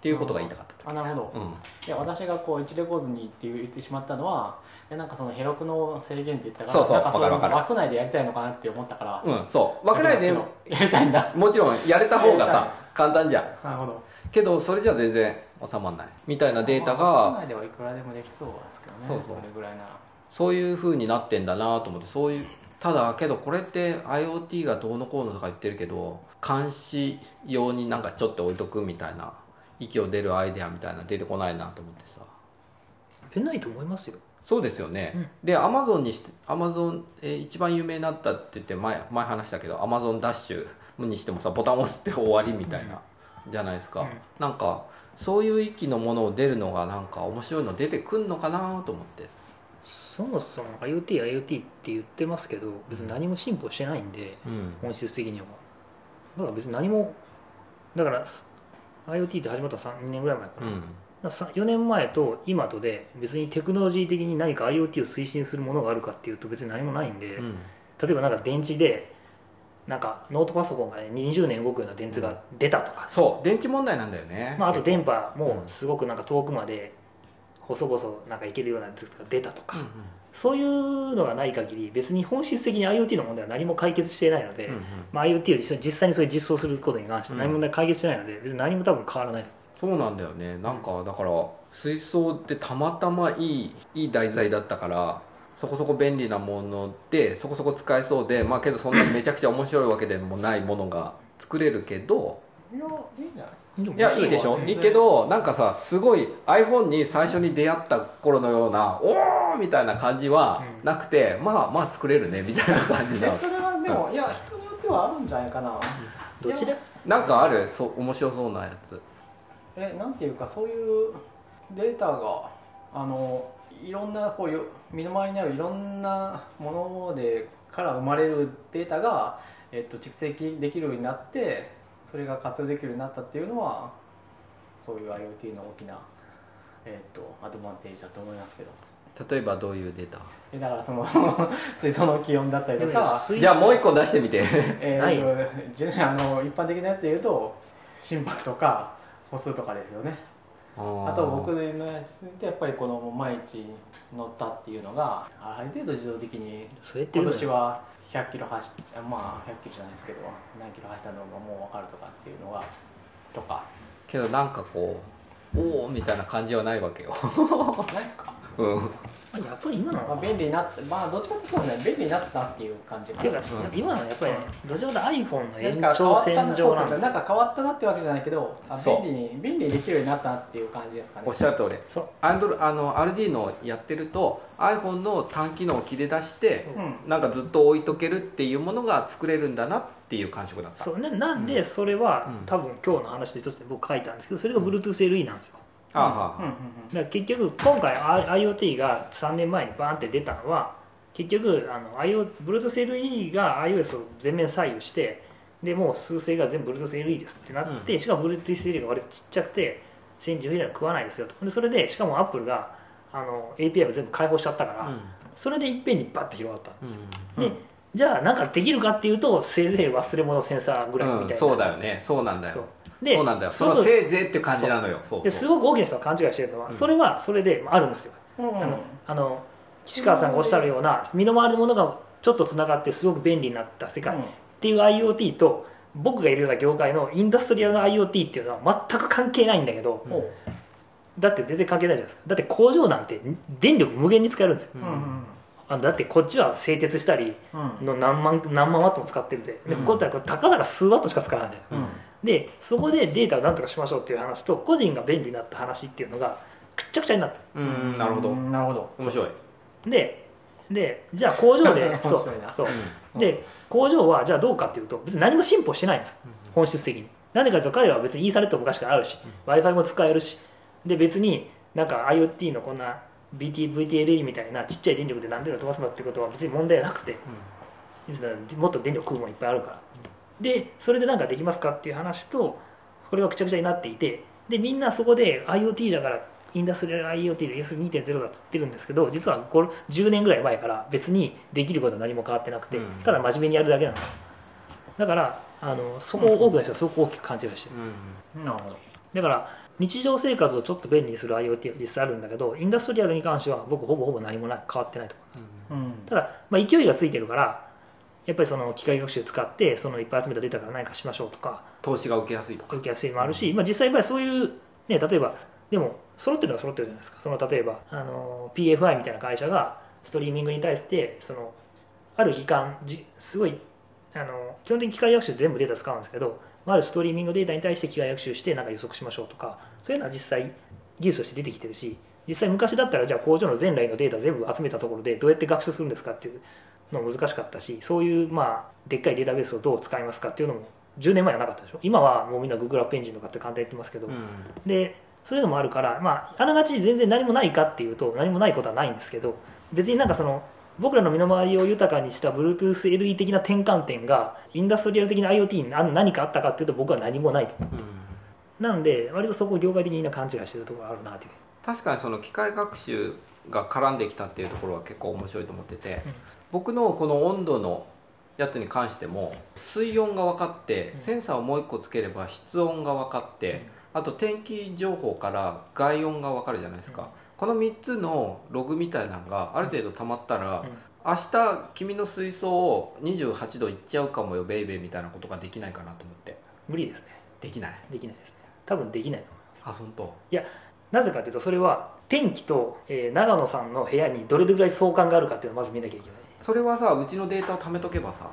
ていうことが言いたかっ
あなるほど
た、うん、
いや私がこう1レコードにって言ってしまったのはいやなんかそのヘロクの制限って言ったから
そうそう
なんか
わかるわかる
枠内でやりたいのかなって思ったから、
うん、そう枠内で
やりたいんだやりたいんだ
もちろんやれた方が
やり
さ簡単じゃん
なるほど
けどそれじゃ全然収まんないみたいなデータ
枠
が
内ではいくらでもできそうですけどね
そうそう
れぐらいなら
そういう風になってんだなと思ってそういうただけどこれって IoT がどうのこうのとか言ってるけど監視用になんかちょっと置いとくみたいな息を出るアイデアみたいな出てこないなと思ってさ
出ないと思いますよ
そうですよね、
うん
で Amazon にして Amazon、えー一番有名になったって言って前前話したけど Amazon ダッシュにしてもさボタン押して終わりみたいな、じゃないですか、
うん
なんかそういう域のものを出るのがなんか面白いの出てくんのかなと思って
そもそも IoTIoT って言ってますけど別に何も進歩してないんで
うん
本質的にはだから別に何もだから IoT って始まった3年ぐらい前かな
うん
だから4年前と今とで別にテクノロジー的に何か IoT を推進するものがあるかっていうと別に何もないんで、
うん
例えばなんか電池でなんかノートパソコンがね20年動くような電池が出たとか、
そう電池問題なんだよね、
まあ、あと電
波
波もすごくなんか遠くまで細々なんかいけるようなやつが出たとか、そういうのがない限り別に本質的に IoT の問題は何も解決してないので、まあ、IoT を実際実際にそれ実装することに関して何も問題解決してないので、別に何も多分変わらない
そうなんだよねなんかだから水槽ってたまたまいいいい題材だったからそこそこ便利なものでそこそこ使えそうでまあけどそんなにめちゃくちゃ面白いわけでもないものが作れるけど
いやいいんじゃないですか
でも
いやいいでしょいいけどなんかさすごい iPhone に最初に出会った頃のような「おー!」みたいな感じはなくて、まあまあ作れるねみたいな感じだ
えそれはでもいや人によってはあるんじゃないかな
どちら
なんかあるそう面白そうなやつ
えなんていうかそういうデータがあのいろんなこうよ身の回りにあるいろんなものでから生まれるデータが、えっと、蓄積できるようになってそれが活用できるようになったっていうのはそういう IoT の大きな、えっと、アドバンテージだと思いますけど
例えばどういうデータ
えだからその *laughs* 水槽の気温だったりと
でもね
か、
水
じゃあもう一個出してみて
え
ない
ーじゅあの一般的なやつで言うと心拍とか歩数とかですよねあ
あ
と僕のやつでやっぱりこの毎日乗ったっていうのがある程度自動的に
それって
今年
は
は100キロ走ってまあ100キロじゃないですけど何キロ走ったのがもう分かるとかっていうのがとか
けどなんかこうおおみたいな感じはないわけ *laughs* よ、
ないですか、
うん、
やっぱり今の
まあ、便利になってまあどっちかってそうですね便利になったっていう感じが
っていうか、
うん
今のはやっぱりねどちらかというと iPhone の
なん
延
か変
長
わっ
線
たな
上なん
そう
で
ですすね
よ
なんか変わったなってわけじゃないけどあ
そう
便利に便利にできるようになったなっていう感じですかね
おっしゃる通り
そう
アンドロあの RD のやってると iPhone の単機能を切り出して
うん
なんかずっと置いとけるっていうものが作れるんだなっていう感触だった
そうねなんでそれは、
うん
多分今日の話で一つで僕書いたんですけどそれが BluetoothLE なんですよ
ああは
うん
あ
うん
だから結局今回あ IoT が3年前にバーンって出たのは結局あの IO BluetoothLE が iOS を全面左右してでもう数勢が全部 BluetoothLE ですってなって、しかも BluetoothLE が割とちっちゃくて1010円は食わないですよとでそれでしかも Apple があの API を全部開放しちゃったから、それでいっぺんにバッと広がったんですよ、
うん
でじゃあなんかできるかっていうとせいぜい忘れ物センサーぐらいみたい
うん
な、
そうだよねそうなんだよ
そ
そうう
で
なんだよ
す
そ
ご
の
く
せいぜいって感じなのよそう
です
そう
ごく大きな人が勘違いしてるのは、
うん
それはそれでまああるんですよ
うんうん
あ
うん
のあの岸川さんがおっしゃるような身の回りのものがちょっとつながってすごく便利になった世界っていう IoT と僕がいるような業界のインダストリアルな IoT っていうのは全く関係ないんだけど
おう
だって全然関係ないじゃないですかだって工場なんて電力無限に使えるんですよ
うんうん
あのだってこっちは製鉄したり
うん
の何万何万ワットも使ってるんでで
うん
こうやったらたかだか数ワットしか使わないんだよ
うん
うん
でそこでデータをなんとかしましょうっていう話と個人が便利になった話っていうのがくっちゃくちゃになった
うんなるほど
なるほど
面白い
ででじゃあ工
*laughs*
場で
面
そ
白いな
うそう
うん
で工場はじゃあどうかっていうと別に何も進歩してないんです本質的になんでかというと彼らは別にイーサレットも昔からあるし w i f i も使えるしで別になんか IoT のこんな BTVTLE みたいなちっちゃい電力で何でか飛ばすのってことは別に問題なくて実はもっと電力食うもんいっぱいあるからでそれでなんかできますかっていう話とこれはくちゃくちゃになっていてでみんなそこで IoT だからインダストリアル IoT で S2.0 だっつってるんですけど実はこれ10年ぐらい前から別にできることは何も変わってなくて、
うん
ただ真面目にやるだけなのだからあのそこを多くの人はすごく大きく感じるしてる
なるほど
だから日常生活をちょっと便利にする IoT は実際あるんだけどインダストリアルに関しては僕ほぼほぼ何もない変わってないと思います
うん
ただ、まあ、勢いがついてるからやっぱりその機械学習使ってそのいっぱい集めたデータから何かしましょうとか
投資が受けやすいとか
受けやすいのもあるし、まあ、実際やっぱりそういう、ね、例えばでも揃ってるのは揃ってるじゃないですかその例えばあの PFI みたいな会社がストリーミングに対してそのある期間じすごいあの基本的に機械学習で全部データ使うんですけどまああるストリーミングデータに対して機械学習してなんか予測しましょうとかそういうのは実際技術として出てきてるし実際昔だったらじゃあ工場の全来のデータ全部集めたところでどうやって学習するんですかっていうのも難しかったしそういうまあでっかいデータベースをどう使いますかっていうのも10年前はなかったでしょ今はもうみんな Google アップエンジンとかって簡単に言ってますけど、でそういうのもあるから、まあ、あながち全然何もないかっていうと何もないことはないんですけど別になんかその僕らの身の回りを豊かにした BluetoothLE 的な転換点がインダストリアル的な IoT に何何かあったかっていうと僕は何もないとなので割とそこを業界的にみんな勘違いしてるところがあるなっていう
確かにその機械学習が絡んできたっていうところは結構面白いと思ってて、
うん
僕のこの温度のやつに関しても水温が分かって
うん
センサーをもう一個つければ室温が分かって、あと天気情報から外温が分かるじゃないですか、
うん
この3つのログみたいなのがある程度溜まったら、
うん
明日君の水槽を28度いっちゃうかもよベイベーみたいなことができないかなと思って
無理ですね
できない
できないですね多分できないと思いま
あ
す
そんと
なぜかというとそれは天気と、えー長野さんの部屋にどれぐらい相関があるかっていうのをまず見なきゃいけない
それはさうちのデータを貯めとけばさ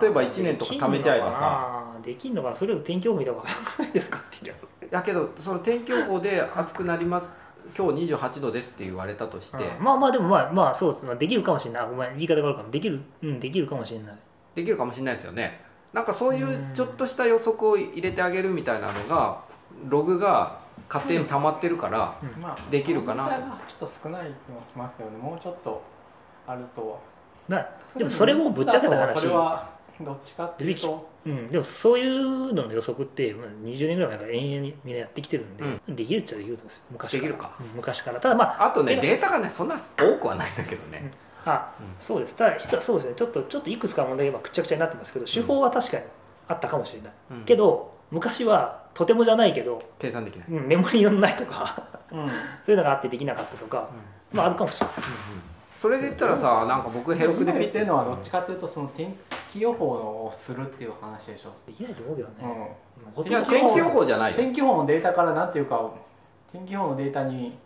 例えば1年とか貯めちゃえばさ
さできんのかなそれを天気予報見た方が早くないですかって言っちゃ
だけどその天気予報で暑くなります今日28度ですって言われたとして、
ううんまあまあでもまあまあそうですまあできるかもしれないあごめん言い方が悪いかもできるうんできるかもしれない
できるかもしれないですよねなんかそうい
うん
うちょっとした予測を入れてあげるみたいなのがログが勝手に溜まってるから、
まあ
できるかな
問題はちょっと少ない気もしますけどねもうちょっとあるとは
なでもそれもぶっちゃけた
だとそれ
話
はどっちかっていうと
うん、でもそういうのの予測ってまあ20年ぐらい前から延々にみんなやってきてるんで、できるっちゃできると思うんですよ昔から
できるか
うん昔からただまあ
あとね
で
データがねそんな多くはないんだけどね
あ、
うん
そうですただ人そうですねちょっとちょっといくつか問題が今くちゃくちゃになってますけど手法は確かにあったかもしれない、
うん
けど昔はとてもじゃないけど、
計算できない
うん、メモリーのないとか *laughs*
うん
そういうのがあってできなかったとか、まああるかもしれないです、
それで言ったらさなんか僕ヘロクで
今
ピ
言
ッ
ってるのはどっちかっていうとその天気予報をするっていう話でしょ、
できないと思うけどね、
うん、
まあほと
い
んど
や天気予報じゃないよ
天気予報のデータからなんていうか天気予報のデータに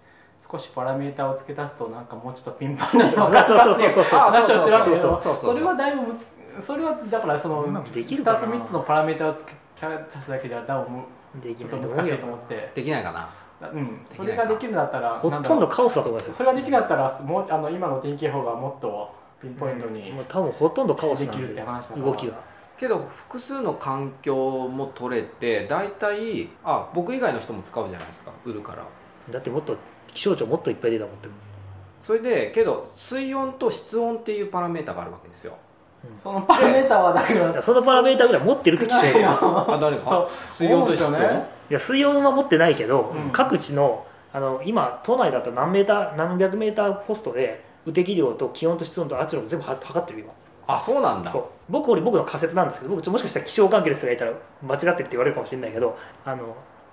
少しパラメータを付け足すとなんかもうちょっとピンパンなのが
そうそうそうそうそう
あ
話をしてるわけ
そう
で
そ
そう
そうそう
それはだいぶむつそれはだからその
そんな
2
の
つ
できるかな
3つのパラメータを付け足すだけじゃだいぶむ
で
ち
き
ょっと
ない
難
と思う
し
け
いと
ど
思って
できないかな
うんそれができるんだったら
ほ
なんだ
と
ろ
ん
う
どカオスだと思いますよ
それができるんだったらもうあの今の天気予報がもっとピンポイントに
もう多分ほとんどカオスな
で
ん
きるって
で
話だから
動きは
けど複数の環境も取れて大体あ僕以外の人も使うじゃないですか売るから
だってもっと気象庁もっといっぱいデータ持ってる
それでけど水温と室温っていうパラメータがあるわけですよ
そのパラメータはだか
だかららそのパラメータぐらい持ってるって気象
少ない
庁
よ
あ
*laughs*
誰
そ
が
う
水温と室
そう
温、
ですよね
いや水温は持ってないけど、
うん
各地のあの今都内だと何メーター何百メーターポストで雨滴量と気温と湿度と圧力全部は測ってるよ
あそうなん
今
だ
そう僕これ僕の仮説なんですけど僕ちょもしかしたら気象関係の人がいたら間違ってるって言われるかもしれないけどあの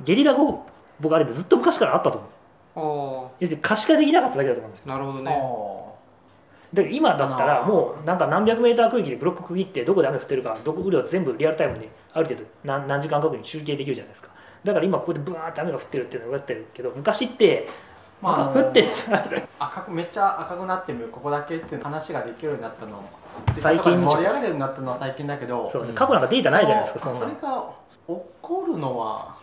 ゲリラ豪雨僕あれずっと昔からあったと思う
あー
要するに可視化できなかっただけだと思うんですよ
なるほど
あ
ね
ー
だから今だった
あ
ら
ー
もうなんか何百メーター区域でブロック区切ってどこで雨降ってるかどこ雨量全部リアルタイムにある程度何何時間かに集計できるじゃないですかだから今ここでブワーって雨が降ってるっていうのが分かってるけど昔って
まあ
な
あ
ん
の
か降ってた
赤くめっちゃ赤くなってるここだけっていう話ができるようになったのも
最近
盛り上がるようになったのは最近だけど
そう
うん
過去なんかデータないじゃないですか、
そ
そ
の
ん
そ
な
れが起こるのは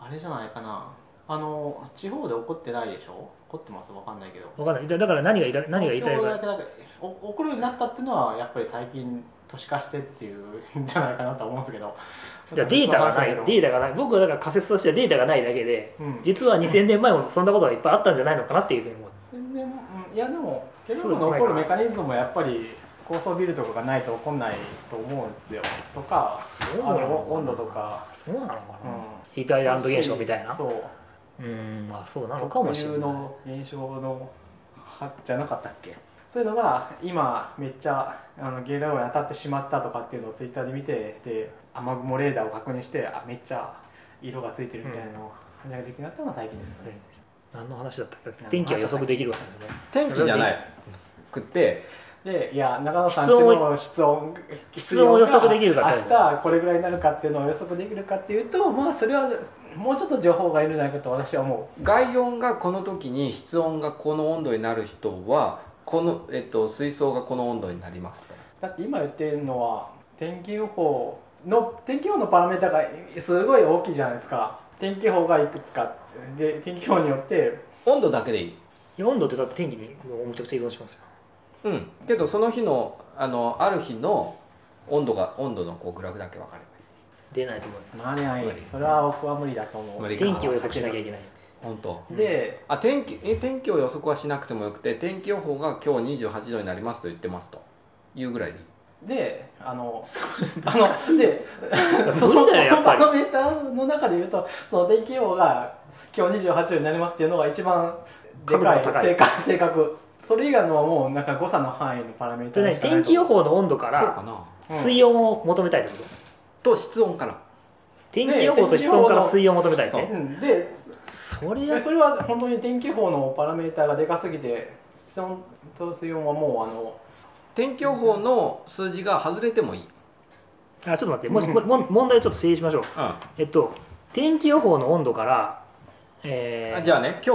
あれじゃないかなあの地方で起こってないでしょ起こってますわかんないけど
分かんないだだから何が言いたい何が言いたい
東京だ
か
けだけお起こるようになったっていうのはやっぱり最近都市化してっていうんじゃないかなと思うんですけど
いやデータがない
なんか別の話だ
デ
け
ータがない僕はだから仮説としてはデータがないだけで
どうん
実は2000年前もそんなことがいっぱいあったんじゃないのかなっていうふうに思う
全然うんいやでも結
そう
局
でも
の
ない
起
か
こるメカ
な
ニズムもやっぱり高層ビルとかがないと起こんないと思うんですよとか
そう
あの温度とか、
そうなのかな、
う
ヒートアイランド現象みたいな
そう
うんまあそうなのか
特
もし
有
れない
の現象のはじゃなかったっけそういうのが今めっちゃあのゲリラ豪雨に当たってしまったとかっていうのをツイッターで見てで雨雲レーダーを確認してあめっちゃ色がついてるみたいなのを話ができるようになったのが最近ですよね、
何の話だったっけ天気は予測できるわけですね
天気じゃないくって
でいや中野さんち
室温
の室温
室温を予測できるか
が明日これぐらいになるかっていうのを予測できるかっていうとまあそれはもうちょっと情報がいるんじゃないかと私は思
外温がこの時に室温がこの温度になる人はこの、えっと、水槽がこの温度になりますと
うだって今言ってるのは天気予報の天気予報のパラメータがすごい大きいじゃないですか天気予報がいくつかで天気予報によって
温度だけでいい
いや温度ってだって天気にもうむちゃくちゃ依存しますよ
うんけどその日のあのある日の温度が温度のこうグラフだけ分かれ
出ないと思います、
まあね
無理
それは僕は無理だと思う
無理
天気を予測しなきゃい *laughs* けな
ば
い
いい本当
で
あ天気え天気を予測はしなくてもよくて天気予報が今日28度になりますと言ってますというぐらいでいい
であの
そ
あのでそ
無
の
理だよやっぱり
パラメータの中で言うとその天気予報が今日28度になりますっていうのが一番で
角度
か
が
い
高い
正確正確それ以外のはもうなんか誤差の範囲のパラメータ
それ
に
ね
しかない
天気予報の温度か
そうからな
水温を求めたいってこと、
と室温から
天気予報と室温から水温を求めたい
そう
ね
うんで
それ
で
は
それは本当に天気予報のパラメータがでかすぎて室温と水温はもうあの
天気予報の数字が外れてもいい、
あちょっと待ってもしもも問題をちょっと整理しましょうえっと天気予報の温度からえ
あ
ー、
じゃあね今日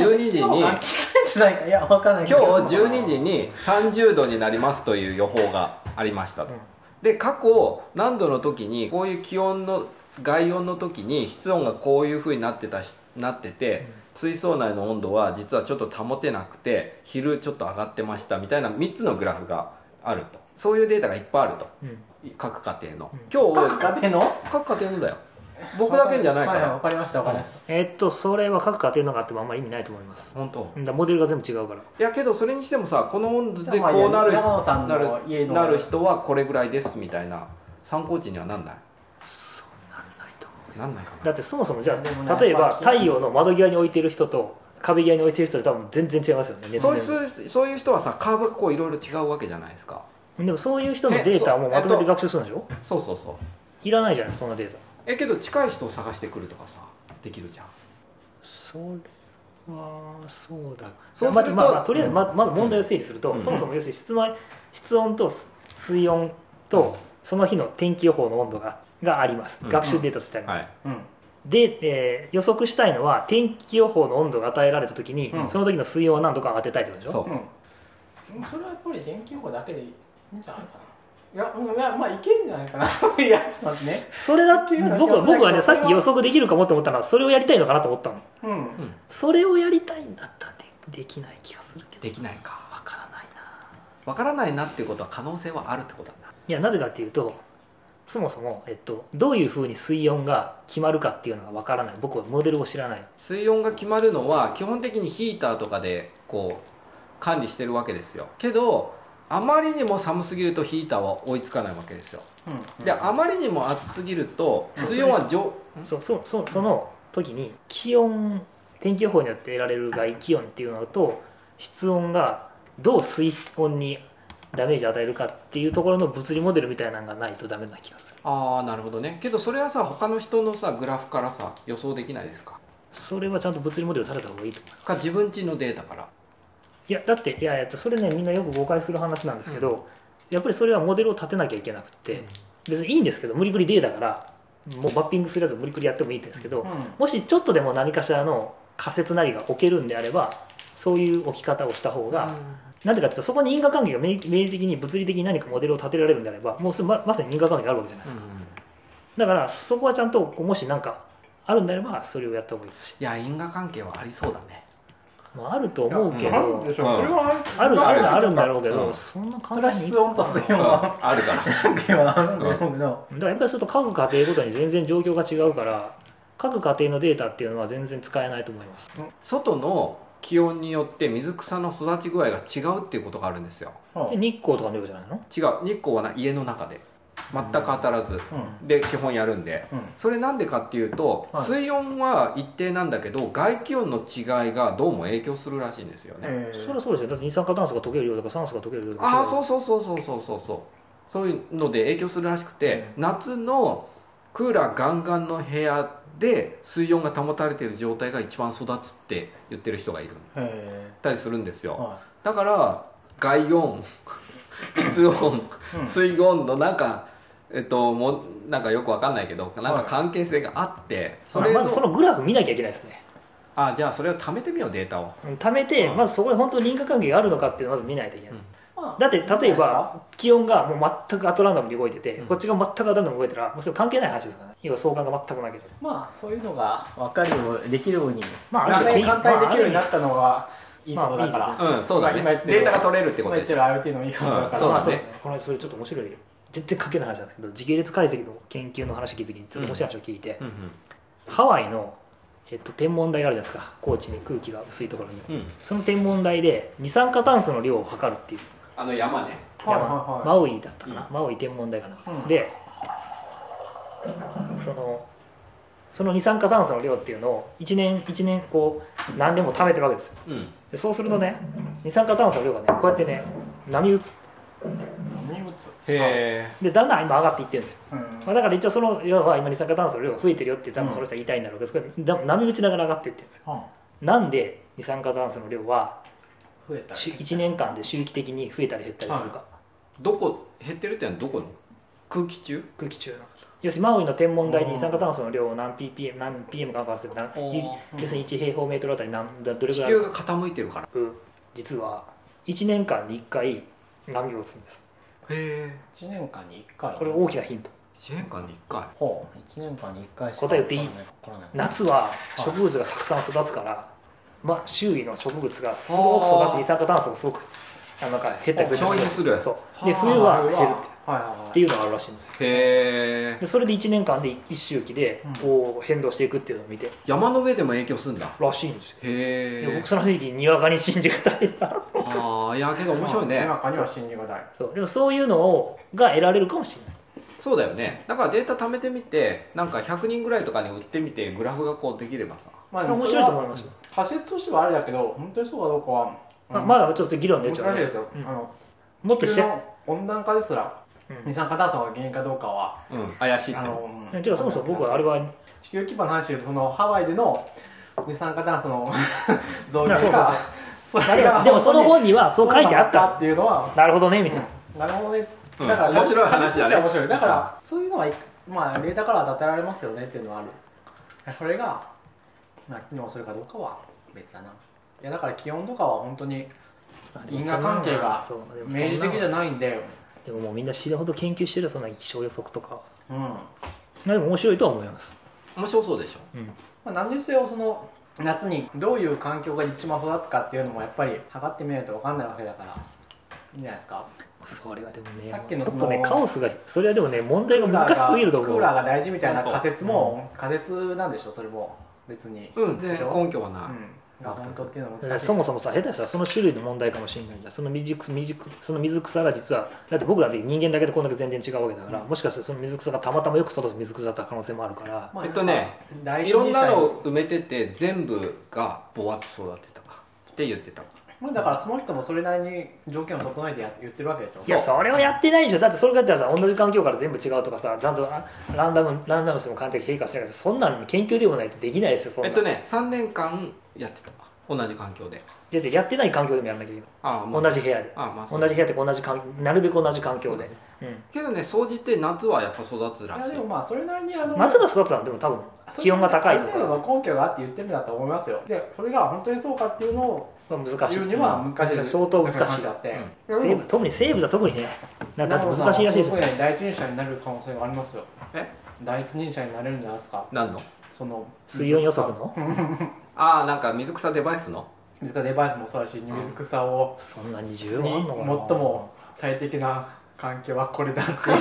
12時に、
今日は聞いてんじゃないかいやわかんないけ
今
ど
日12時に30度になりますという予報がありましたと、
うん
で過去何度の時にこういう気温の外温の時に室温がこういう風になってたしなってて、水槽内の温度は実はちょっと保てなくて昼ちょっと上がってましたみたいな3つのグラフがあるとそういうデータがいっぱいあると
うん
各家庭の、
うん
今
各
日
家庭の
各家庭のだよ僕だけじゃないか
はいはい
ら
わかりましたわかりました
えっとそれは各家庭のがあってもあんまり意味ないと思います
本当
だからモデルが全部違うから
いやけどそれにしてもさこの温度
じゃあ
で
まあ
こうなる
山野さん
な
の家
る
の
なる人はこれぐらいですみたいな参考値にはなんない
なんないと思
なんないか
うだ
な
ってそもそもじゃ
でも
あ
ね
例えば
やっぱ
太陽の窓際に置いてる人と壁際に置いてる人で多分全然違いますよね熱
そうい
伝導
うそういう人はさカーブがこういろいろ違うわけじゃないですか
でもそういう人のデータもまとめて学習するんでしょ
そうそうそう
いらないじゃないそんなデータ
えけど近い人を探してくるとかさできるじゃん
それはそうだ
そうす
ま
ると
まあまあとりあえずままず問題を整理すると、
うん
そもそも要するに室内室温とす水温とその日の天気予報の温度ががあります
うん
学習データとしてあります、
はい
うん
で、えー予測したいのは天気予報の温度が与えられた時に、
うん
その時の水温を何度か当てたいってことでしょ
そう
うん、それはやっぱり天気予報だけでいいんじゃないかないや,、うん、いやまあいけんじゃないか *laughs* ないやちょっと待ってね
それだって
天気予報
僕は僕はね
そ
さ
れは
っき予測できるかもって思ったのはそれをやりたいのかなと思ったの
うん
それをやりたいんだったらでできない気がするけど
できないか
わからないな
わからないなってことは可能性はあるってことだない
やなぜかっていうとそもそも、えっと、どういうふうに水温が決まるかっていうのがわからない僕はモデルを知らない
水温が決まるのは基本的にヒーターとかでこう管理してるわけですよけどあまりにも寒すぎるとヒーターは追いつかないわけですよ
うん
であまりにも暑すぎると
うん
水温は上
そうそうそうその時に気温天気予報によって得られる外気温っていうのと室温がどう水温にダメージを与えるかっていうところの物理モデルみたいなのがないとダメな気がする
ああなるほどねけどそれはさ他の人のさグラフからさ予想できないですか
それはちゃんと物理モデルを立てた方がいいと思う
か自分ちのデータから
いやだっていやえっとそれねみんなよく誤解する話なんですけど、やっぱりそれはモデルを立てなきゃいけなくて、別にいいんですけど無理くりデータからもうバッティングするやつを無理くりやってもいいんですけど、
う
もしちょっとでも何かしらの仮説なりが置けるんであればそういう置き方をした方が、なんでかというとそこに因果関係が明明示的に物理的に何かモデルを立てられるんであればもうそれままさに因果関係があるわけじゃないですか、だからそこはちゃんとこうもし何かあるんであればそれをやった方がいいし、
いや因果関係はありそうだね
まあ、あると思うけ
い
ど、
や
んでしょう、
うん
それは
あるあるあるんだ
う
ろうけど、
うん
そんな
そ
簡
れは
単に
室温と水温は
あるから
関係はあるんだろうけど、
だからやっぱりすると各家庭ごとに全然状況が違うから各家庭のデータっていうのは全然使えないと思います
外の気温によって水草の育ち具合が違うっていうことがあるんですよ
うん
で日光とかの量じゃないの
違う日光はな家の中で全く当たらず
うん
で基本やるんで
うん
それなんでかっていうと、
はい
水温は一定なんだけど外気温の違いがどうも影響するらしいんですよね、
えー
そりゃそうですよだって二酸化炭素が溶ける量とか酸素が溶ける量とか
ああ
う
そうそうそうそうそうそうそうそういうので影響するらしくて、夏のクーラーガンガンの部屋で水温が保たれている状態が一番育つって言ってる人がいる
へ
たりするんです
ー
よ
は
だから外温 *laughs* 室温
いうん
水温のなんかえっともうなんかよくわかんないけどなん
は
か
い
関係性があってそ
まあ
れの
まずそのグラフ見なきゃいけないですね
あじゃあそれを貯めてみようデータを
うん貯めて、
うん
まずそこに本当に因果関係があるのかっていうのをまず見ないといけない、
うん
まあ
だって例え
は
ば気温がもう全くアトランダムに動いてて、
うん
こっちが全くアトランダムに動いたらもうそれ関係ない話ですからね要は相関が全くなければ
まあそういうのが分かるようできるように
まあある
簡単
種
に簡単にできるようになったのがいい
まあ
ことだから、
いいです
うんそうだね
まあ今言ってる
データが取れるってこ
今
と
言っ
でしてょ
る IoT のいいことだから、
そう
ま
だ
あ
ね
そうですねこの間それちょっと面白い全然関係ない話なんですけど時系列解析の研究の話聞いた時にちょっと面白い話を聞いて、
うん
ハワイの、えっと、天文台があるじゃないですか高知に空気が薄いところに
うんうん
その天文台で二酸化炭素の量を測るっていう
あの山ね
はいはいはい
マウイだったかな、マウイ天文台かな、
うん
でそのその二酸化炭素の量っていうのを1年1年こう何年も貯めてるわけですよ
うん
でそうするとね二酸化炭素の量がねこうやってね波打つ
荷物
へ
でだんだん今上がっていってるんですよ、
うん
まあ、だから一応その要は今二酸化炭素の量が増えてるよって多分その人は言いたいんだろうけど、それだ波打ちながら上がっていってるんですよ
うん
なんで二酸化炭素の量は
増えたり
1年間で周期的に増えたり減ったりするか、
どこ減ってるってのはどこの空気中
空気中の要するにマウイの天文台
う
に
ん
二酸化炭素の量を何 ppm 何 pm かかする何
おー
い要するに1平方メートルあたり何だどれぐ
地
らい
球が傾いてるから
実は1年間に1回波を打つんです
へえ
1年間に1回
これ大きなヒント
1年間に1回
ほう1年間に1回しか
答え言っていい
わからない
夏は植物がたくさん育つから、まあ、周囲の植物がすごく育って二酸化炭素がすごくあのなんか減ったり増えた
消
り
費
す
する
るそううで冬は減るって
はいはいは
って
い
いうのがあるらしいんですよ
へえ
でそれで1年間で1周期で
うん
こう変動していくっていうのを見て
山の上でも影響するんだ
らしいんですよで
へえ
僕その時期にわかに信じがたいな *laughs*
ああいやけど面白いね
まあ中には信じがたい
そうでもそういうのをが得られるかもしれない
そうだよねだからデータ貯めてみてなんか100人ぐらいとかに売ってみてグラフがこうできればさ
ま
面白いと思いますよ
仮説としてはあれだけど本当にそうかどうかは、
まあ
うん
まだちょっと議論の
難
余
し
地は
い
あり
です
ます
よ、
うん
あの
もっと
地
し
球
て
の温暖化ですら
うん
二酸化炭素が原因かどうかは、
うん怪しいっ
あ
て
の
いやてかそもそも僕はあれは
地球規模の話で言うとそのハワイでの二酸化炭素の増
いやそ
量
うそう
かそれが
でもその
本
本には
当
そ
に
う書いてあっ
そうなんだ
た
っていうのは、
なるほどねみたいな
なるほどね
うん
だから、
面白い話だね
仮説としては面白いだから、そういうのはいまあデータからは当てられますよねっていうのはあるそれが、まあ、機能するかどうかは別だないやだから気温とかは本当に因果関係が
そうで
明
もそんな
示的じゃないんで
でももうみんな死ぬほど研究してるよそんな気象予測とか
うん、ま
でも面白いとは思います、
面白そうでしょ
うん、
あ、何にせよその夏にどういう環境が一番育つかっていうのもやっぱり測ってみないと分かんないわけだからいいんじゃないですか
それはでもね
さっきの
ちょっ
そ
とね
の
カオスがそれはでもね問題が難しすぎると
ク
思
ー
う
ラーが大事みたいな仮説も仮説なんでしょそれも別に、
うん全
でし
然
ょ
根拠はない、
うん、が本当っていうのは
だか
難
ら
しい
そもそもさ下手したらその種類の問題かもしれないじゃんその水草水草その水草が実はだって僕らって人間だけでこんだけ全然違うわけだから、もしかしたらその水草がたまたまよく育つ水草だった可能性もあるから、
ま
えっとね
第一
いろんなの
人者に
を埋めてて全部がぼわっと育ってたって言ってた
まあ、だからその人もそれなりに条件を整えてや言ってるわけでしょ
いやそれをやってないでしょだってそれだったらさ同じ環境から全部違うとかさちゃんとあランダムランダムしても完璧変化しないからそんなん研究でもないとできないですよそんな
えっ
ん
とね3年間やってた同じ環境で
だってやってない環境でもやらなきゃいけない
ああまあ
同じ部屋で
ああまあそう
同じ部屋って同じ環なるべく同じ環境で、
けどね掃除って夏はやっぱ育つら
い
し
や
い
でもまあそれなりにあ
う
の
ん、夏が育つのはでも多分気温が高いと
ある
か
程度の根拠があって言ってるんだと思いますよでこれが本当にそうかっていうのを
まあ難しい
言うには難しい、
うん相当難しい
だって
セーブ特にセーブだ特にねなんか
長野さん
難しいらしいです
はすごね第一人者になる可能性がありますよ
え
第一人者になれるんじゃないですか
何の
その
水温予測の
ああなんか水草デバイスの
水草デバイスもそうだし水草を
そんなに需
に
要あんのかな
最も最適な環境はこれだっていう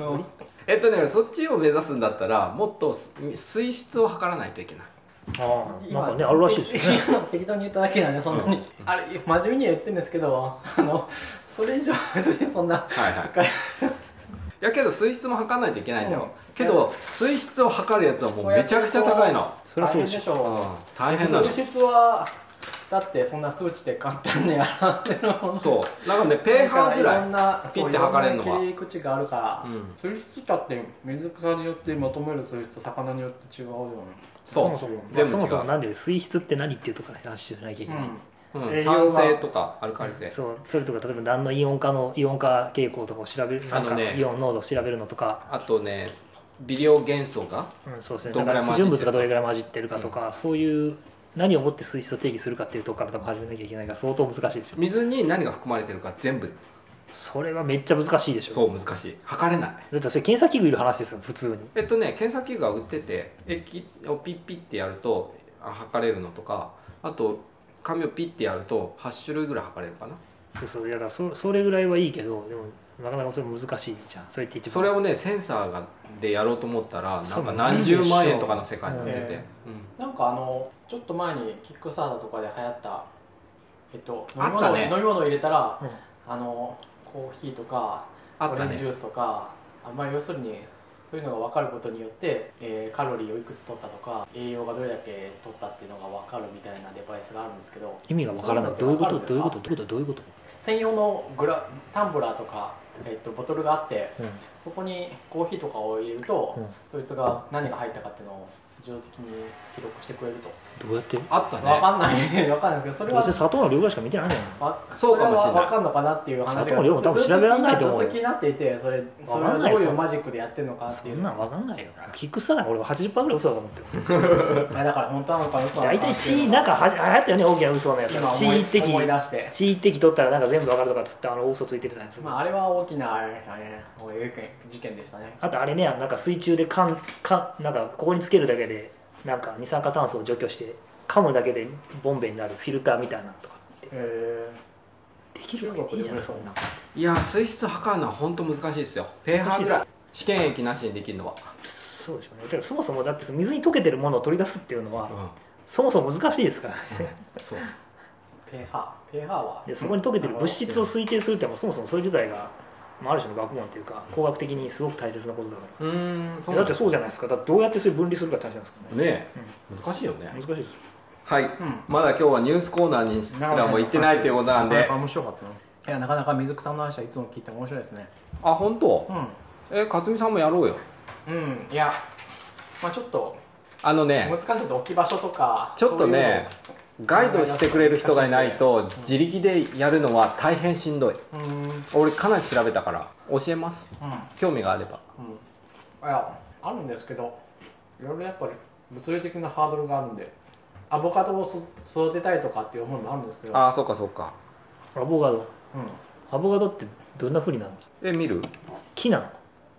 のを
えっとねそっちを目指すんだったらもっとす水質を測らないといけない
ああなんかねあるらしいですよね
今適当に言っただけなんでそんなに、あれ真面目には言ってるんですけどあのそれ以上は別にそんな
はいはい
深い
やけど水質も測らないといけないのよ、
うん
けど水質を測るやつはもうめちゃくちゃ高いの
そりゃそうでしょ
大変
うん大
で
変なの
しょ水質はだってそんな数値で簡単に表せるもの
そうなんかねペーハーぐらい
んな
ピッて測れるのは
そういろんな切り口があるから、
うん
水質だって水草によって求める水質と魚によって違うよね
そう
もそも、ま
全部違
あ、
う
そもそも何で水質って何っていうところから話しないきゃいけない、
うん、
栄養
酸
が
性とかアルカリ性、
そうそれとか例えば何のイオン化のイオン化傾向とかを調べるな
あ
んか
のね
イオン濃度を調べるのとか、
あとね微量元素が
うん、そうですね
ど
だ
ん
か
ぐらい
ら不純物がどれぐらい混じってるかとか、そういう何をもって水質を定義するかっていうところから多分始めなきゃいけないから相当難しいでしょ
水に何が含まれてるか全部
それはめっちゃ難しいでしょ
そう難しい測れない
だってそれ検査器具いる話ですよ普通に
えっとね検査器具が売ってて液をピッピッてやるとあ測れるのとかあと紙をピッてやると8種類ぐらい測れるかな
そうそういやだからそそれぐらいはいいけどでもなかなかそれ難しいじゃんそれって一番
それをねセンサーがでやろうと思ったらな
そ
ん
う
か何十万円とかの世界になってて、
ねなんかあのちょっと前にキックサーターとかで流行ったえっと飲み
あ
物
った
を、
ね
飲み物を入れたら、
うん
あのコーヒーとか
あっ
オ
た
レンジジ
ね
ュースとかあまあ要するにそういうのが分かることによって、えーカロリーをいくつ取ったとか栄養がどれだけ取ったっていうのが分かるみたいなデバイスがあるんですけど
意味がわからない
そ
どういうこと
のって
どう
わ
いう
か
こ
る
と
んですか
どういうことどういうこと、
専用のグラタンブラーとか、えっとボトルがあって
うん
そこにコーヒーとかを入れると、
うん
そいつが何が入ったかっていうのを自動的に記録してくれると
どうやって
あった
わ
ね
かんない、 *laughs* わかんないですけど、それ
どう
は
せ。砂糖の量ぐらいしか見てないんじゃない
わ
そうかもしれない
そはわかんのかなっていう話
砂
が
糖量も多分調べられないと思う
ずっ
よ
と気になっていて、それ、それ
わか
は
ん
どう
ないです
い
よ
うマジックでやってるのかって
そ。
いうん
なん分かんないよキックスターなんか俺は80%ぐらい嘘だと思ってる
いやだから本当なのか嘘なの
大
かっていうの
体
は。
地位なんかはじ流行ったよね大きな嘘のやつ
今
地
思
位
い
的
思い出して。
地位的取ったらなんか全部わかるとかっつってあの嘘ついてるやつ、
まああれは大きなあれだね、もうええ事件でしたね。
あとあれねなんか水中でかんかなんかここにつけるだけでなんか二酸化炭素を除去して噛むだけでボンベになるフィルターみたいなのとか
え
できるわけいいじゃんそんない
や水質測るのは本当難しいですよペーハーぐらい試験液なしにできるのは、
そうでしょうねでもそもそもだって水に溶けてるものを取り出すっていうのは
う
そもそも難しいです *laughs* からね
ん、そう
ペーハーペーハーは
でそこに溶けてる物質を推定するってやっぱそもそもそれ自体が、まあ、ある種の学問っていうか工学的にすごく大切なことだか
うーんそうな
らだ
ん
って
です
そうじゃないですかだってどうやってそれ分離するかって話なんですからね
ねえ難しいよね
難しいですよ
はい
うん
まだ今日はニュースコーナーにすらも行ってないということなんで
面白かったないやなかなか水草の話はいつも聞いて面白いですね
あ本当
うん
え克美さんもやろうよ
うんいやまあちょっと
あのね
思いつかんちょっと置き場所とか
ちょっとねガイドしてくれる人がいないと自力でやるのは大変しんどい
そういうのうんうん
俺かなり調べたから教えます興味があれば
うんいやあるんですけどいろいろやっぱり物理的なハードルがあるんでアボカドをそ育てたいとかっていう思いもあるんですけど
ああそっかそっか
アボカド
うん
アボカドってどんなふうになるの
え見る
木なの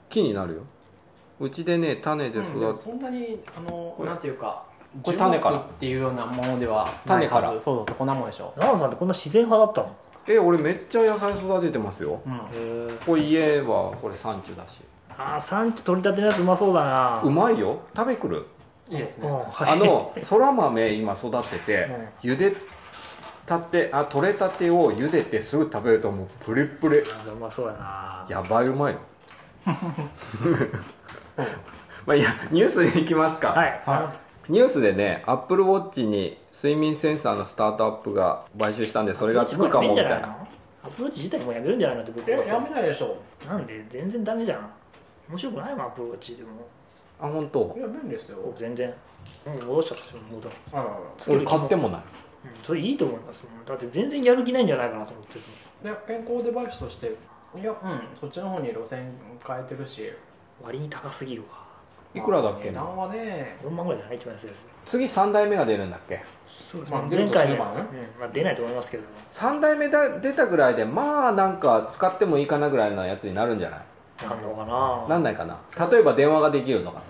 木になるようちでね種で
うんで
育
も
つ、
そんなにあの
これ
なんていうか
これ種から
樹木っていうようなものではな
種
い
か
は
ら
ずそうそうそうこんなもんでしょ
長野さんってこんな自然派だったの
え俺めっちゃ野菜育ててますよ
うん
へ
これ家はこれ山中だし
あー産地取り立てのやつうまそうだな
うまいよ食べくる
いいです
うん
ね
はい
あのそら豆今育てて茹でたてあ取れたてを茹でてすぐ食べるともうプリプリ
あー *laughs* うまそうやな
やばいうまいよ *laughs* まあいいやニュースに行きますか、
はい、
は
ニュースでねアップルウォッチに睡眠センサーのスタートアップが買収したんでそれがつくかもみたいな
アプローチ自体もうやめるんじゃないのって僕
え
は
やめないでしょ
なんで全然ダメじゃん面白くないもんアプローチでも
あ本当
い。や便利ですよ
僕全然うん戻したとしても戻る
あららら
つけ
俺
る気も
買ってもない
うんそれいいと思いますもんだって全然やる気ないんじゃないかなと思ってる
いや健康デバイスとしていやうんそっちの方に路線変えてるし
割に高すぎるわ
いくらだっけ
値段はね
4万ぐらいじゃない一番安いです
次3代目が出るんだっけ
そう
ですね
前回のやつ、
まあ出るとす
うんまあ、出ないと思いますけど
3代目だ出たぐらいでまあなんか使ってもいいかなぐらいのやつになるんじゃない
なんのかな
なんないかな例えば電話ができるのかな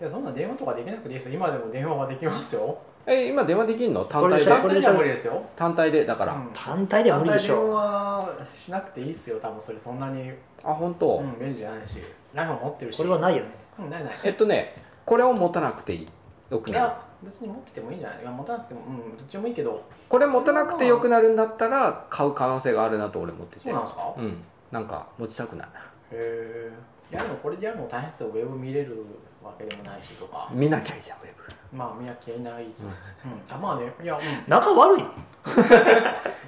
い
やそんな電話とかできなくていいですよ今でも電話ができますよ
え今電話できんの単
これ
体で
でしょ
単体じゃ無理ですよ
単体でだから、
うん
単体では無理でし
単体電
ょ
話しなくていいですよ多分それそんなに
あ本当、
うん便利じゃないしライフも持ってるし
これはないよね
うんないない
えっとねこれを持たなくていいよく
い
なる
や別に持っててもいいんじゃないいや持たなくてもうんどっちでもいいけど
これ持たなくてよくなるんだったら買う可能性があるなと俺持ってて
そうなんですか、へ
うんなんか持ちたくない
えいやでもこれでやるの大変ですよウェブ見れるわけでもないしとか
見なきゃいいじゃんウェブ
まあ見なきゃいないですよ、うん、あまあねいやうん
仲悪い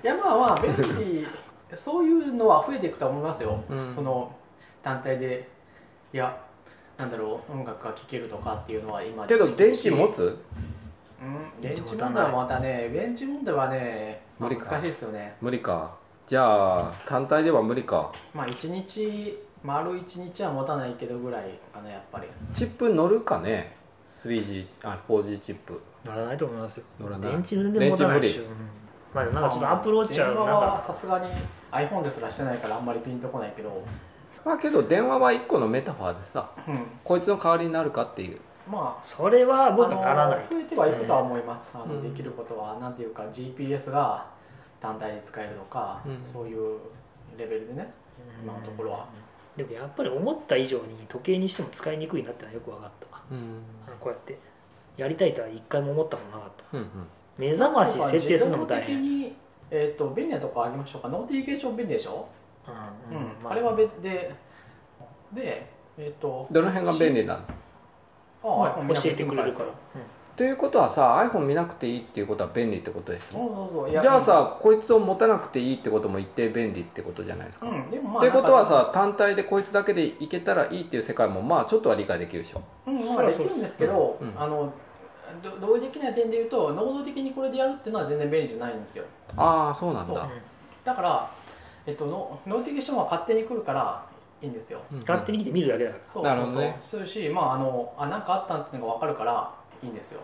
いやまあまあ便利そういうのは増えていくと思いますよ、
うん
その単体でいやなんだろう音楽が聴けるとかっていうのは今
け
で
ど
き
電
るし
池持つ
うん電池問題はまたね電池問題はね、まあ、
無理か
難しいですよね
無理かじゃあ単体では無理か
まあ1日丸1日は持たないけどぐらいかなやっぱり
チップ乗るかね 3G あ 4G チップ
ならないと思いますよ
乗らない
電池全然持たないし
電
うんまあなんかちょっとアプローチは
電
なん
話
か
はさすがに iPhone ですらしてないからあんまりピンとこないけど、
まあけど電話は1個のメタファーでさ
うん、
こいつの代わりになるかっていう
まあ
それは僕
あの
はならない
増えてはいくとは思います、あ
う
の
ん
できることは、なんていうか GPS が単体で使えるとか、
うん
そういうレベルでね今のところは
でもやっぱり思った以上に時計にしても使いにくいなってのはよく分かった
うん
あのこうやってやりたいとは一回も思ったことなかった
うんうん
目覚まし設定するのも大変、
自動的にえっ、と便利なとこありましょうかノーティフィケーション便利でしょ、うんあ、れは別ででえっ、と
どの辺が便利なの
あ
まあ
あ iPhone 見な
教
て
えてくれるから、
済む
ということはさ iPhone 見なくていいっていうことは便利ってことです
ですよ
ね
そうそうそうい
じ
や
ゃあさこいつを持たなくていいってことも一定便利ってことじゃないです
う
か、
んでもまあ
ということは
なん
さ単体でこいつだけでいけたらいいっていう世界もまあちょっとは理解できるでしょ
かうんまあできるんですけど、
うん
あのど同意できない点で言うと能動的にこれでやるっていうのは全然便利じゃないんですよ
ああそうなん
そ
だ
うだから、えっと、ノノーティフィケーションは勝手に来るからいいんですよ。
うんうん
勝手に来て見るだけだから
そう
なるほ
そう
ど
そう
ね。
するし、まああのあなんかあったんっていうのが分かるからいいんですよ。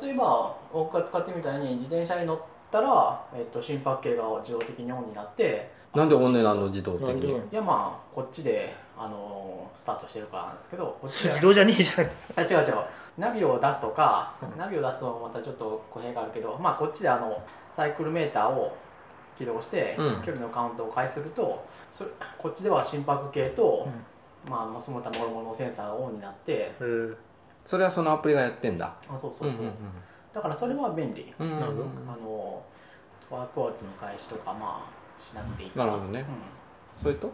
例えば僕が使ってみたいに自転車に乗ったら、えっと、心拍計が自動的にオンになって、
なんでオンネなの自動的
なんで
に
も
いやまあこっちであのスタートしてるからなんですけど、こっちで
自動じゃねえじゃん
あ違う違う。ナビを出すとか、ナビを出すのもまたちょっと語弊があるけど、まあこっちであのサイクルメーターを起動して、
うん
距離のカウントを開始するとそれこっちでは心拍計と、まあ、その他諸々のセンサーがオンになって
うん
それはそのアプリがやってんだ
あそうそうそう、
ん
だからそれは便利、
うんうん
なるほど
あのワークアウトの開始とかまあしなくていい
なるほどねそれと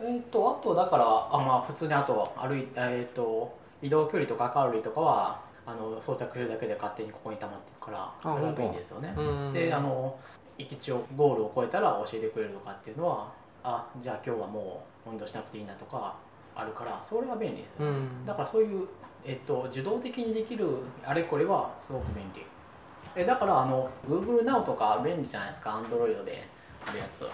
うんえっ、とあとだからあまあ普通にあと歩いえっ、と移動距離とかカロリーとかはあの装着するだけで勝手にここに溜まっていくからそれは便利ですよね
うん
であの行き地をゴールを超えたら教えてくれるとかっていうのはあじゃあ今日はもう運動しなくていいなとかあるからそれは便利です、
うん
だからそういう、えっと、受動的にできるあれこれはすごく便利えだからあの Google Now とか便利じゃないですか Android であるやつ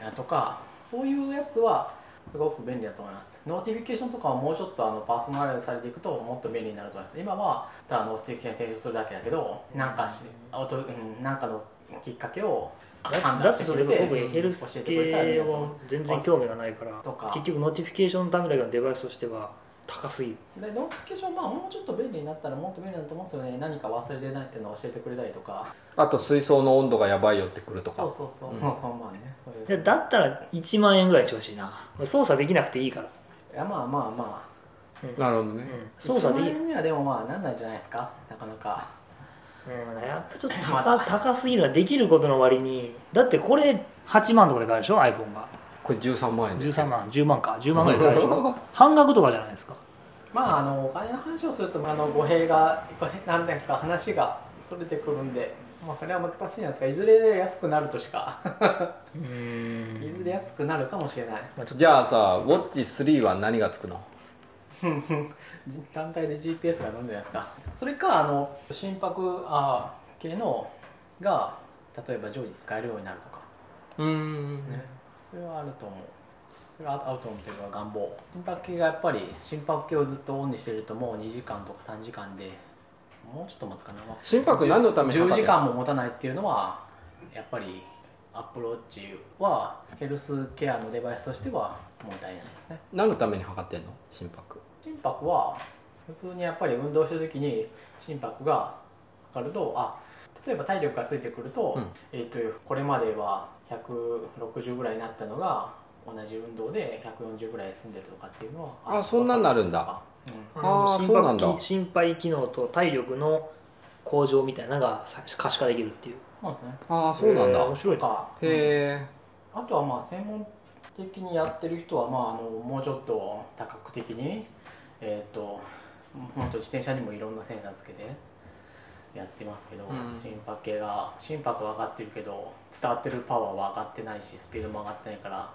えとかそういうやつはすごく便利だと思いますノーティフィケーションとかはもうちょっとあのパーソナライズされていくともっと便利になると思います今はただノーティフィケーションに提示するだけだけどなんかしあと、うん、なんかのきっかけを
だ
判
だ
断
っ
してて
そ
く
れ
れて
僕ヘル
教え
ス
てくれたらいい
系
なと
は
思
全然興味がないから
とか
結局ノーティフィケーションのためだけのデバイスとしては高すぎる
うでノーティフィケーションまあもうちょっと便利になったらもっと便利だと思うんですよね何か忘れてないっていうのを教えてくれたりとか
あと水槽の温度がやばいよってくるとか
そうそうそう、
うん
そうそうまあねそういう
でだったら1万円ぐらいにしてほしいな操作できなくていいから、
いやまあまあまあ
なるほどね
操作でき
1万円にはでもまあなんないじゃないですかなかなか
うん、やっぱちょっと
ま
高
だ
高すぎるなできることの割にだってこれ8万とかで買えるでしょ iPhone が
これ13万円です
13万10万か10万ぐらいで買えるでしょ半額とかじゃないですか
まああのお金の話をするとあの語弊が語弊何だか話がそれてくるんでまあそれは難しいじゃないですかいずれ安くなるとし *laughs* か
う
い
ん
ずれ安くなるかもしれない
じゃあさウォッチ3は何がつくの
*laughs* 単体で GPS が乗るんじゃないですかそれかあの心拍あ系のが例えば常時使えるようになるとか
うん
ね、それはあると思うそれはアウト思ってるから願望心拍計がやっぱり心拍計をずっとオンにしてるともう2時間とか3時間でもうちょっと待つかな
心拍何のために測
10
る
時間も持たないっていうのはやっぱりアップローチはヘルスケアのデバイスとしてはもう足りないですね
何のために測ってんの心拍
心拍は普通にやっぱり運動した時に心拍が測るとあ例えば体力がついてくると,、
うん
えー、とこれまでは160ぐらいになったのが同じ運動で140ぐらい進んでるとかっていうのは
あそんなんなるんだ、あ
う、
あの
ー
心
そうなん
拍
だ
機心肺機能と体力の向上みたいなのがさ可視化できるっていうん
そうですね
ああそうなんだ
えー面白い
とか
へ
あとはまあ専門的にやってる人は、まあ、あのもうちょっと多角的に、えー、ともっと自転車にもいろんなセンサーつけてやってますけど、
うん
心拍計が心拍は上がってるけど伝わってるパワーは上がってないしスピードも上がってないから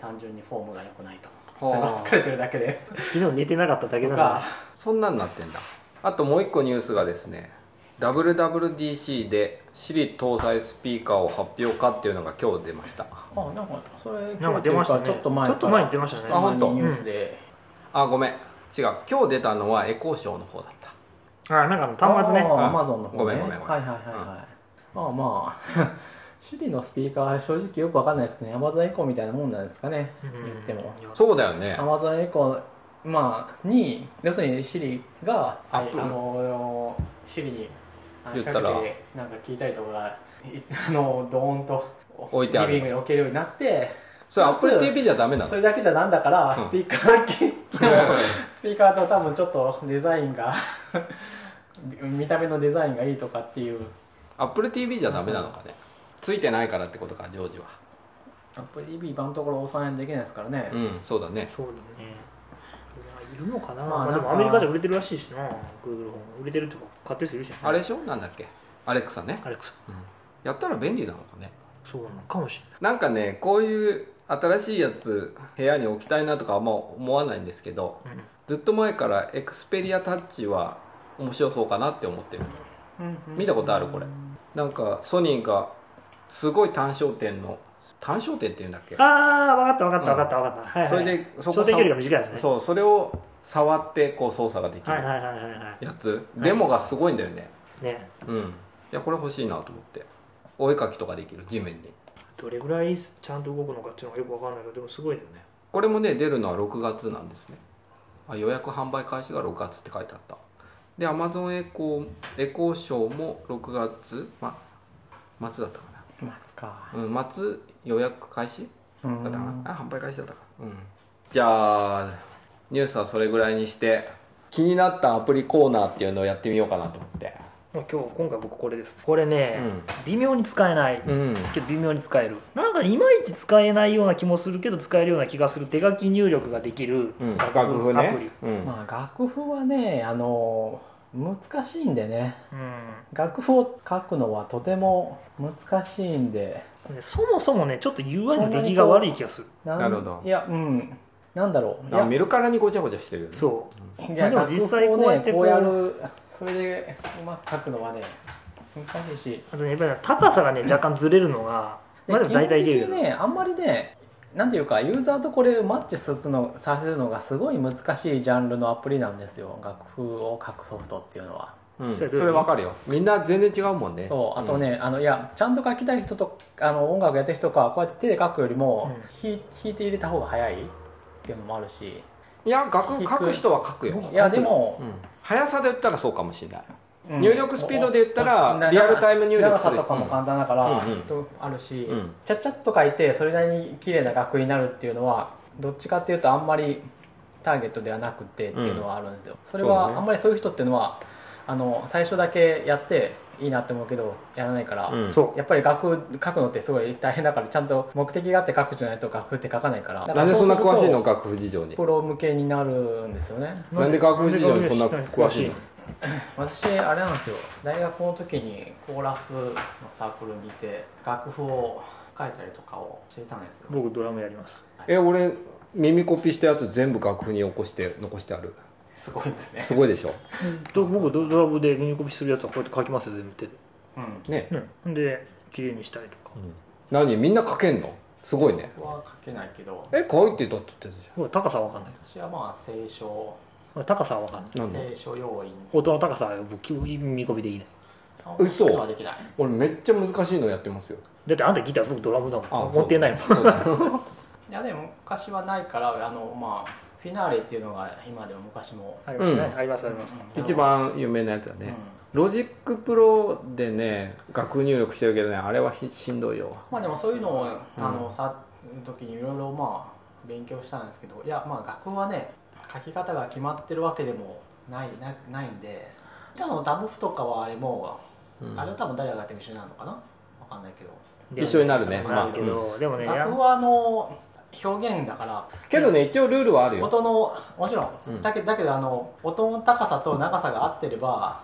単純にフォームが良くないと
はあ
それが疲れてるだけで
昨日寝てなかっただけ
と
なの
か
に
えそんなんなってんだあともう一個ニュースがですね WWDC で Siri 搭載スピーカーを発表かっていうのが今日出ました
あなんかそれ
なんか出ましたね
ちょっと前
ちょっと前に出ましたね
あ本当
ニュースで、
あごめん違う今日出たのはエコーショーの方だった
ああなんかあの端末ね
うん
アマゾンの方
ご
ね
めんごめんごめん
はいはいはいはい、まあま *laughs* あシリのスピーカーは正直よくわかんないですねアマゾンエコーみたいなもんなんですかね、
うん
言っても
そうだよね
アマゾンエコーまあに要するにシリが
ア
あ
ップル
のシリに
言った
からてなんか聞いたりとかいつあのドーンと
置いてある
リビングに置けるようになって
それ Apple TV じゃダメな
そ
の
れだけじゃなんだから
うん
スピーカーだけ、スピーカーと多分ちょっとデザインが見た目のデザインがいいとかっていう
*laughs* Apple TV じゃダメなのかねついてないからってことかジョージは
やっぱり今のところ抑えないといけないですからね、
うんそうだね
そうだねいやいるのかな,、
まあ
まあ、
なん
で
か
もアメリカじゃ売れてるらしいしな Google 本売れてるとか買ってる人いるしね
あれでしょなんだっけアレクサね
アレクサ
やったら便利なのかね
そうなのかもしれな
な
い
んかねこういう新しいやつ部屋に置きたいなとかあんま思わないんですけど
うん
ずっと前からエクスペリアタッチは面白そうかなって思ってる見たことあるこれなんかソニーがすごい単焦点の単焦点っていうんだっけ
ああ分かった分かった分かった分かった、はいはい、
それでそこ
焦点距離が短いですね
そうそれを触ってこう操作ができ
はい
る
はいはいはいは
やつデモがすごいんだよね
いね
うんいやこれ欲しいなと思ってお絵かきとかできる地面に
どれぐらいちゃんと動くのかっていうのがよく分かんないけどでもすごいよね
これもね出るのは6月なんですねあ予約販売開始が6月って書いてあったで Amazon エコーエコーショーも6月、ま、末だったかな
待つか
うん、待つ予約開始
う
だったか
ん
なあ販売開始だったかうんじゃあニュースはそれぐらいにして気になったアプリコーナーっていうのをやってみようかなと思って
もう今日今回僕これですこれね、
うん
微妙に使えない、
うん
けど微妙に使えるなんかいまいち使えないような気もするけど使えるような気がする手書き入力ができる
うん
楽
楽譜
譜アプ
ね
リ、
うん
まあ楽譜はねあの難しいんでね
うん
楽譜を書くのはとても難しいんで
ねそもそもねちょっと UI の出来が悪い気がする
なん
なるほど
いやうんなんだろうい
あ
や
見るからにごちゃごちゃしてるよね
そう
いや
まあでも実際こうやって
楽譜をね
こう
こうやるそれでうまく書くのはね難しいし
あとねやっぱり高さがね若干ずれるのがまあでも大体
基
出
本
る
的にねあんまりねなんていうかユーザーとこれをマッチさせるのさせるのがすごい難しいジャンルのアプリなんですよ楽譜を書くソフトっていうのは
うん、
そ
そ
れどういう
れわかるよみんな全然違うもんね
そうあとね、あのいやちゃんと書きたい人とあの音楽やってる人とかはこうやって手で書くよりも、ひ弾いて入れた方が早いっていうのもあるし
いや楽譜書く人は書くよ
いやでも
う、ん、速さで言ったらそうかもしれない
うん
入力スピードで言ったら
おお
リアルタイム入力
長
する
さとかも簡単だから、
うんうん
とあるし、
うん
ちゃっちゃっと書いてそれなりに綺麗な楽譜になるっていうのはどっちかっていうとあんまりターゲットではなくてっていうのはあるんですよ、それ
そうだ
は
ね
あんまりそういう人っていうのはあの最初だけやっていいなって思うけどやらないから、
うん
そう
やっぱり楽譜書くのってすごい大変だからちゃんと目的があって書くじゃないと楽譜って書かないから
なんでそんな詳しいの
か
楽譜事情に
プロ向けになるんですよね
なんで学部事情にそんな詳しいの
私あれなんですよ大学の時にコーラスのサークルにいて楽譜を書いたりとかをしていたんですよ
僕ドラムやります
え俺耳コピーしたやつ全部楽譜に起こして残してある
すごいですね
すごいでしょ、
と僕ドドラムで耳コピするやつはこうやって書きますよ全部手で
うん
ね
うんで綺麗にしたりとか
何みんな書けんのすごいね
僕は書けないけど
え書いてたって言ってたじ
僕は高さは分かんない
私はまあ聖書
まあ高さは分かんない
ゃんなんで
聖書要員
音の高さは僕耳コピできない
嘘
それはできない
俺めっちゃ難しいのやってますよ
だってあんたギター僕ドラムだもん
あ
持ってないもん
そうだそうだ
いやでも昔はないからあのまあフィナーレっていうのが今でも昔も
ありますね
うん
ありますあります
うん
一番有名なやつだ
うん
ね、ロジックプロでね楽譜入力してるけどねあれはひしんどいよ
まあでもそういうのをあのさ時にいろいろまあ勉強したんですけどいやまあ学校はね書き方が決まってるわけでもないなないんであのダムフとかはあれもう、
うん
あれは多分誰がやっても一緒になるのかなわかんないけど
で
一緒になるね
なるけどでもねや
楽譜はあの表現だから
けどね一応ルールはあるよ
音のもちろん、
うん
だけだけどあの音の高さと長さが合ってれば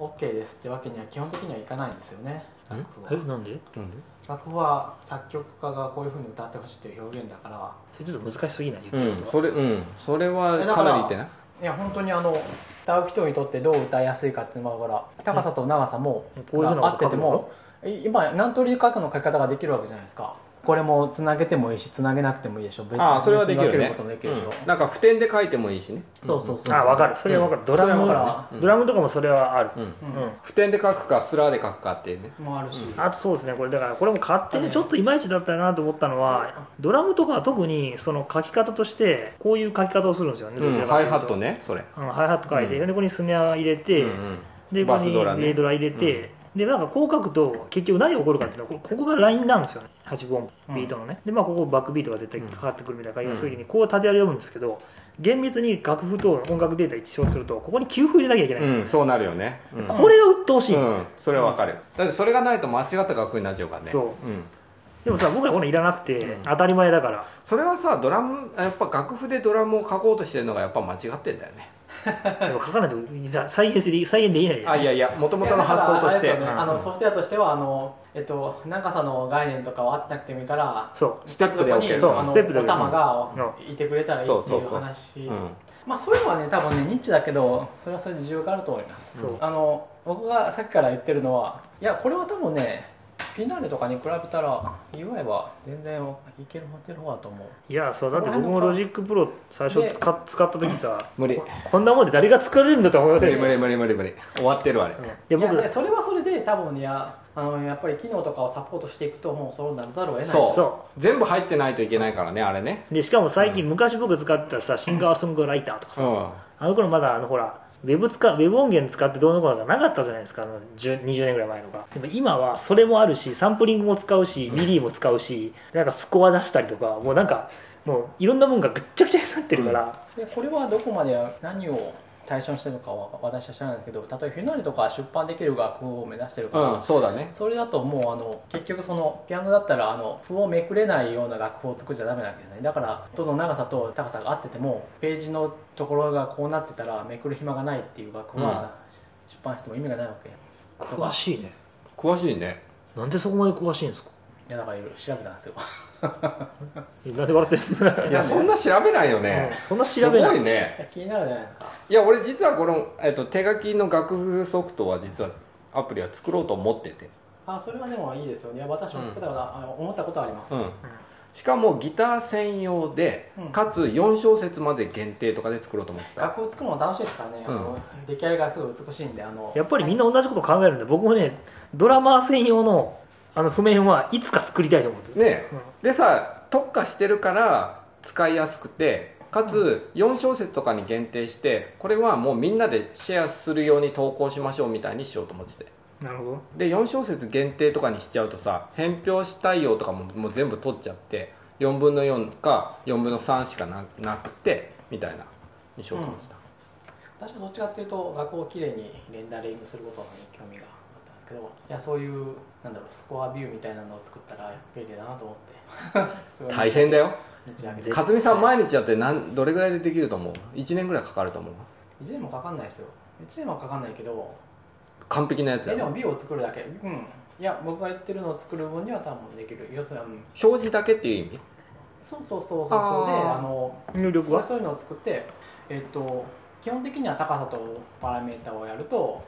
OK ですってわけには基本的にはいかないんですよね楽譜は
えなんで
なんで
楽譜は作曲家がこういうふうに歌ってほしいっていう表現だから
それちょっと難しすぎない言
う
ってる
ん
ことは
それうんそれは
えだ
か
から
なり言ってない
いや本当にあの歌う人にとってどう歌いやすいかっていうのがから高さと長さも
うんこういうふうな
が合
こ
って
と書く
て
の
もい今何通り書くの書き方ができるわけじゃないですかこれもつなげてもいいしつなげなくてもいいでしょ別に
ああそれはでき
別
る
に分け
ね
こともできるでしょ、
うんなんか普天で書いてもいいしね
そうそうそう
あ分かるそれは分かるドラ
そ
ム
れは
分か
るねうん
ドラムとかもそれはある
うん
う
うんん
普天で書くかスラーで書くかっていうね
もあるし、
あとそうですねこれだからこれも勝手にちょっといまいちだったなと思ったのはドラムとかは特にその書き方としてこういう書き方をするんですよね
う
ど
ん
ちらか
ハ
と
イ
いうと
ハットねそれ
うんハイハット書いて、
うん
でここにスネア入れて、
うんうん
でここ
バ
に
スドラね
レードラ入れて、でなんかこう書くと結局何が起こるかっていうのはこここがラインなんですよね8分音
うん
ビートのね、でまあここバックビートが絶対かかってくるみたいな書き方する時にこう縦割り読むんですけど厳密に楽譜と音楽データ一緒にするとここに給付入れなきゃいけないん
う
ですよ、
んそうなるよねうん
これが鬱陶しい、
うんそれはわかるだってそれがないと間違った楽譜になっちゃうからね
そうんでもさ僕らこのいらなくて、
うん
当たり前だから
それはさドラムやっぱ楽譜でドラムを書こうとしてるのがやっぱ間違ってんだよね
でも書かないと再現で再現できないじゃ
あ
ん
いやいやもともとの
いやだ
発
から
想として
あれですよねあのソフトウェアとしてはあの、えっと、長さの概念とかはあってなくてもいいから
そ
ステップで OK
そこに
そう
あの
ステップで
お玉がいてくれたらいいって
そ
い
そう
うう
そう
話
うん
まあそういうのはね多分ねニッチだけどそれはそれで需要があると思います
うそう
あの僕がさっきから言ってるのはいやこれは多分ねフィナーレとかに比べたら UI は全然いけるってる方だと思う
いやそうだって僕もロジックプロ最初
で
か使った時さ
無理
ここんなもんで誰が作れるんだとは思いま
無
せん
理
でし
無
た
理無理無理無理終わってるわあれ
で
いや
僕
ねそれはそれで多分いやあのやっぱり機能とかをサポートしていくともうそうならざるを得ない
そう
そ
全部入ってないといけないからねあれね
うでしかも最近、昔僕使ってたさシンガーソングライターとか
う
さ、
ん
あの頃まだあのほらウェブ使うウェブ音源使ってどうのこうのがなかったじゃないですかあの10 20年ぐらい前のがでも今はそれもあるしサンプリングも使うしミリーも使うし、なんかスコア出したりとかもうなんかもういろんなもんがぐっちゃぐちゃになってるから、
でこれはどこまで何を対象にしてるのかは私は知らないんですけど例えばフィナーレとか出版できる学部を目指してるから、
うんそうだね
それだともうあの結局そのピアノだったらあの譜をめくれないような楽譜を作っちゃダメなわけですねだから音の長さと高さが合っててもページのところがこうなってたらめくる暇がないっていう楽譜は出版しても意味がないわけ、い
詳しいね
詳しいね
なんでそこまで詳しいんですか
やだからいろいろ調べたんですよ
えなんで笑ってんの、
いやそんな調べないよね、
うんそんな調べな
す
い
ごいね
いや *laughs* 気になるじゃないですか
いや俺実はこの、えっと手書きの楽譜ソフトは実はアプリは作ろうと思ってて、
あそれはでもいいですよねいや私も作ったことは、あの思ったことはあります、
うん、しかもギター専用で、
うん
かつ4小節まで限定とかで作ろうと思ってた
楽譜作るの楽しいですからね、あの出来上がりがすごい美しいんであの
やっぱりみんな同じこと考えるんで僕もねドラマー専用のあの譜面はいつか作りたいと思ってる、
ね
うん
でさ特化してるから使いやすくてかつ4小節とかに限定してこれはもうみんなでシェアするように投稿しましょうみたいにしようと思ってて
なるほど
で4小節限定とかにしちゃうとさ返表し対応とかももう全部取っちゃって4分の4か4分の3しかななくてみたいなにしようと思ってた、
私はどっちかっていうと楽譜をきれいにレンダリングすることに興味があったんですけどいやそういうなんだろうスコアビューみたいなのを作ったら便利だなと思ってすごい
大変だよ
日上げて
かつみさん毎日やってなんどれぐらいでできると思う1年ぐらいかかると思う
1年もかかんないですよ1年もかかんないけど
完璧なやつ
えで
や
もビューを作るだけうんいや僕が言ってるのを作る分には多分できる要するに、うん、
表示だけっていう意味
そうそうそうそうそうで
あー
あの
入力は
そういうのを作って、えっと基本的には高さとパラメータをやると、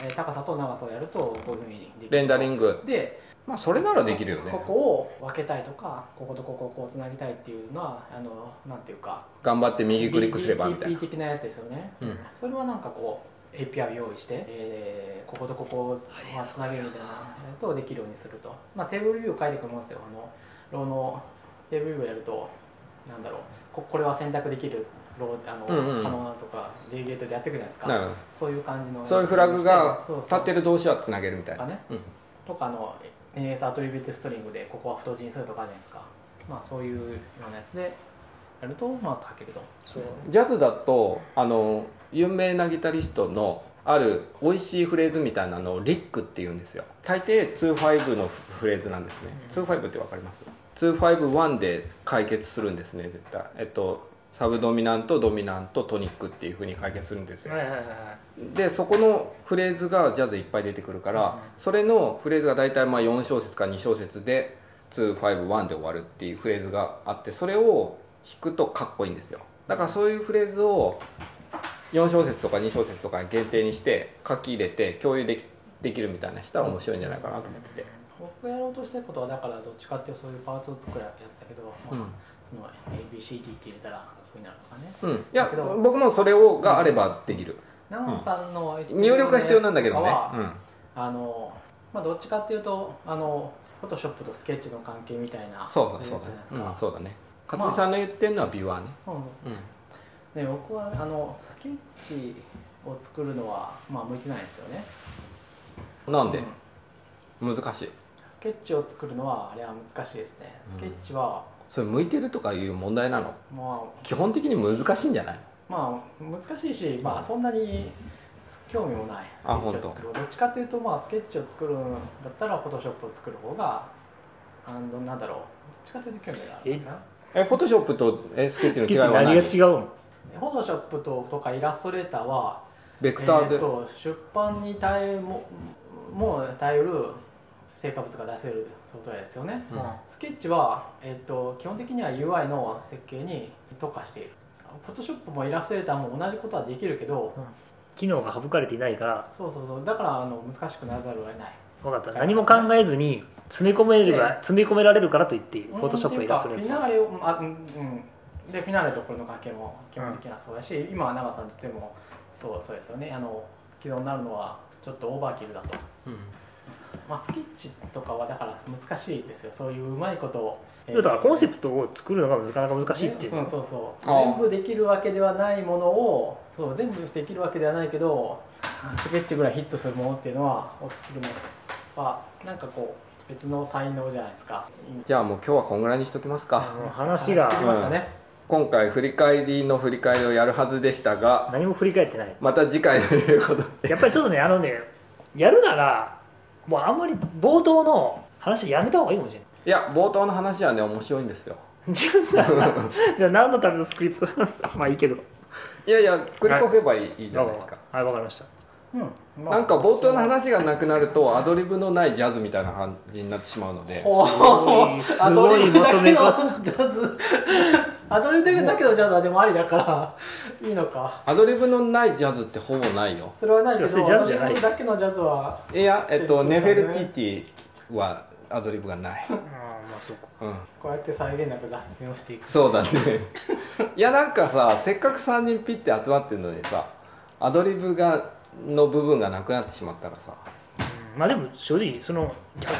えー高さと長さをやるとこういうふうにできる
レンダリング
で
まあそれならできるよね
ここを分けたいとかこことここをこうつなぎたいっていうのはあのなんていうか
頑張って右クリックすればみたい
DTP
な
的なやつですよね、
うん
それはなんかこう API を用意して、えーこことここをまあつなげるみたいなことをできるようにすると、まあ、テーブルビューを書いてくるもんですよあのローのテーブルビューをやるとなんだろうここれは選択できるローあの、
うんうん
可能なとかデリゲートでやっていくじゃないですか
なるほど
そういう感じの
そういうフラグが
そうそう
立ってる同士はつなげるみたいな
とかね
うん
とかあの NS アトリビュートストリングでここは太字にするとかあるじゃないですか、まあ、そういうようなやつでやるとまあ書けると
そう
ジャズだとあの有名なギタリストのある美味しいフレーズみたいなのをリックって言うんですよ大抵2-5のフレーズなんですね2-5って分かります2-5-1で解決するんですね絶対えっとサブドミナントドミナントトニックっていうふうに解決するんですよ
はいはいはいはい
でそこのフレーズがジャズいっぱい出てくるから、それのフレーズが大体まあ4小節か2小節で251で終わるっていうフレーズがあってそれを弾くとかっこいいんですよだからそういうフレーズを4小節とか2小節とか限定にして書き入れて共有できできるみたいな人は面白いんじゃないかなと思ってて、
僕がやろうとしたことはだからどっちかっていうとそういうパーツを作るやつだけど、
う
ま
ん
あ、その ABCD って入れたらこういうふうになるとかね
うん、いや
だけど
僕もそれをがあればできる
長野さんの
入力が必要なんだけどね
やつとかは、
うん
あのまあどっちかっていうとあのフォトショップとスケッチの関係みたいな
そうだそう
いや
だ
つじゃないです
ね、
か
うん、そうだね勝美さんの言ってるのはビュアーね、
うん
うん
で僕はあのスケッチを作るのはまあ向いてないんですよね
なんで
うん、
難しい
スケッチを作るのはあれは難しいですねスケッチは、
それ向いてるとかいう問題なの
まあ
基本的に難しいんじゃない
まあ難しいし、まあ、そんなに興味もないスケ
あ
ッチを作るどっちかっていうと、まあ、スケッチを作るんだったらフォトショップを作る方があのなんだろうどっちかっていうと興味があるかな
えフォトショップとえスケッチの
ス
違
ケ
い
ッチ
は
何が
何
違うの
フォトショップととかイラストレーターは
ベクターで、
えーと出版に耐えももう耐える成果物が出せるソフトウェアですよね、
うん
スケッチは、えっと基本的には UI の設計に特化しているフォトショップもイラストレーターも同じことはできるけど
機能が省かれていないから
そうそうそうだからあの難しくならざるを得ない
分かった何も考えずに詰め込めれば、
え
詰め込められるからといっていいフォトショップやイラスト
う
レ
ん
ー
っていうかフィナーレをう
ター
んあうんうんでフィナーレとこれの関係も基本的にはそうだし、今は長さんとってもそうそうですよねあの軌道になるのはちょっとオーバーキルだと、
うん
まあ、スケッチとかはだから難しいですよそういううまいことを、えー
だからコンセプトを作るのがなかなか難しいっていう
そうそうそう
ああ
全部できるわけではないものをそう全部できるわけではないけどスケッチぐらいヒットするものっていうのはを作るのはなんかこう別の才能じゃないですか。
じゃあもう今日はこんぐらいにしときますか
もう話が
進みましたね。
今回振り返りの振り返りをやるはずでしたが
何も振り返ってない
また次回ということで
やっぱりちょっとねあのねやるならもうあんまり冒頭の話やめた方がいいかもしれない
いや冒頭の話はね面白いんですよ
じゃあ何のためのスクリプトまあいいけど
いやいや繰り越せばいい,、い、いじゃないですか
はいわかりました
うん。
なんか冒頭の話がなくなるとアドリブのないジャズみたいな感じになってしまうので
ほう
すごい
アドリブだけの
ま
ジャズアドリブだけのジャズはでもありだからいいのか
アドリブのないジャズってほぼないよ
それはないけど
それジャズじゃない
アドリブだけのジャズはい
やえっ
そ
と、
うで
ネ
す
フ
ね
ェルティティはアドリブが
*laughs*
ない、
あーまあそうか
うん、
こうやって再現なく脱線をしていく
そうだねいやなんかさせっかく3人ピッて集まってるのにさアドリブがの部分がなくなってしまったらさ
うんまあでも正直その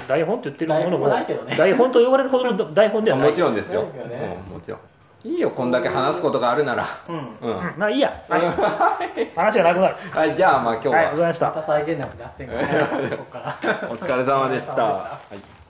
台本って言ってるもの
台本
も
ないけどね
台本と呼ばれるほどの台本で
あ
はない
もちろんですよ
そうですよね
うんもちろんいいよこんだけ話すことがあるなら
うん
うん
うんまあいいや、はい、
*laughs*
話がなくなる
はいじゃあまあ今日
はいありがとうござい
は
ました *laughs*
また再現なく脱線がねここから
お疲れ様でし
お疲れ様でした
たはい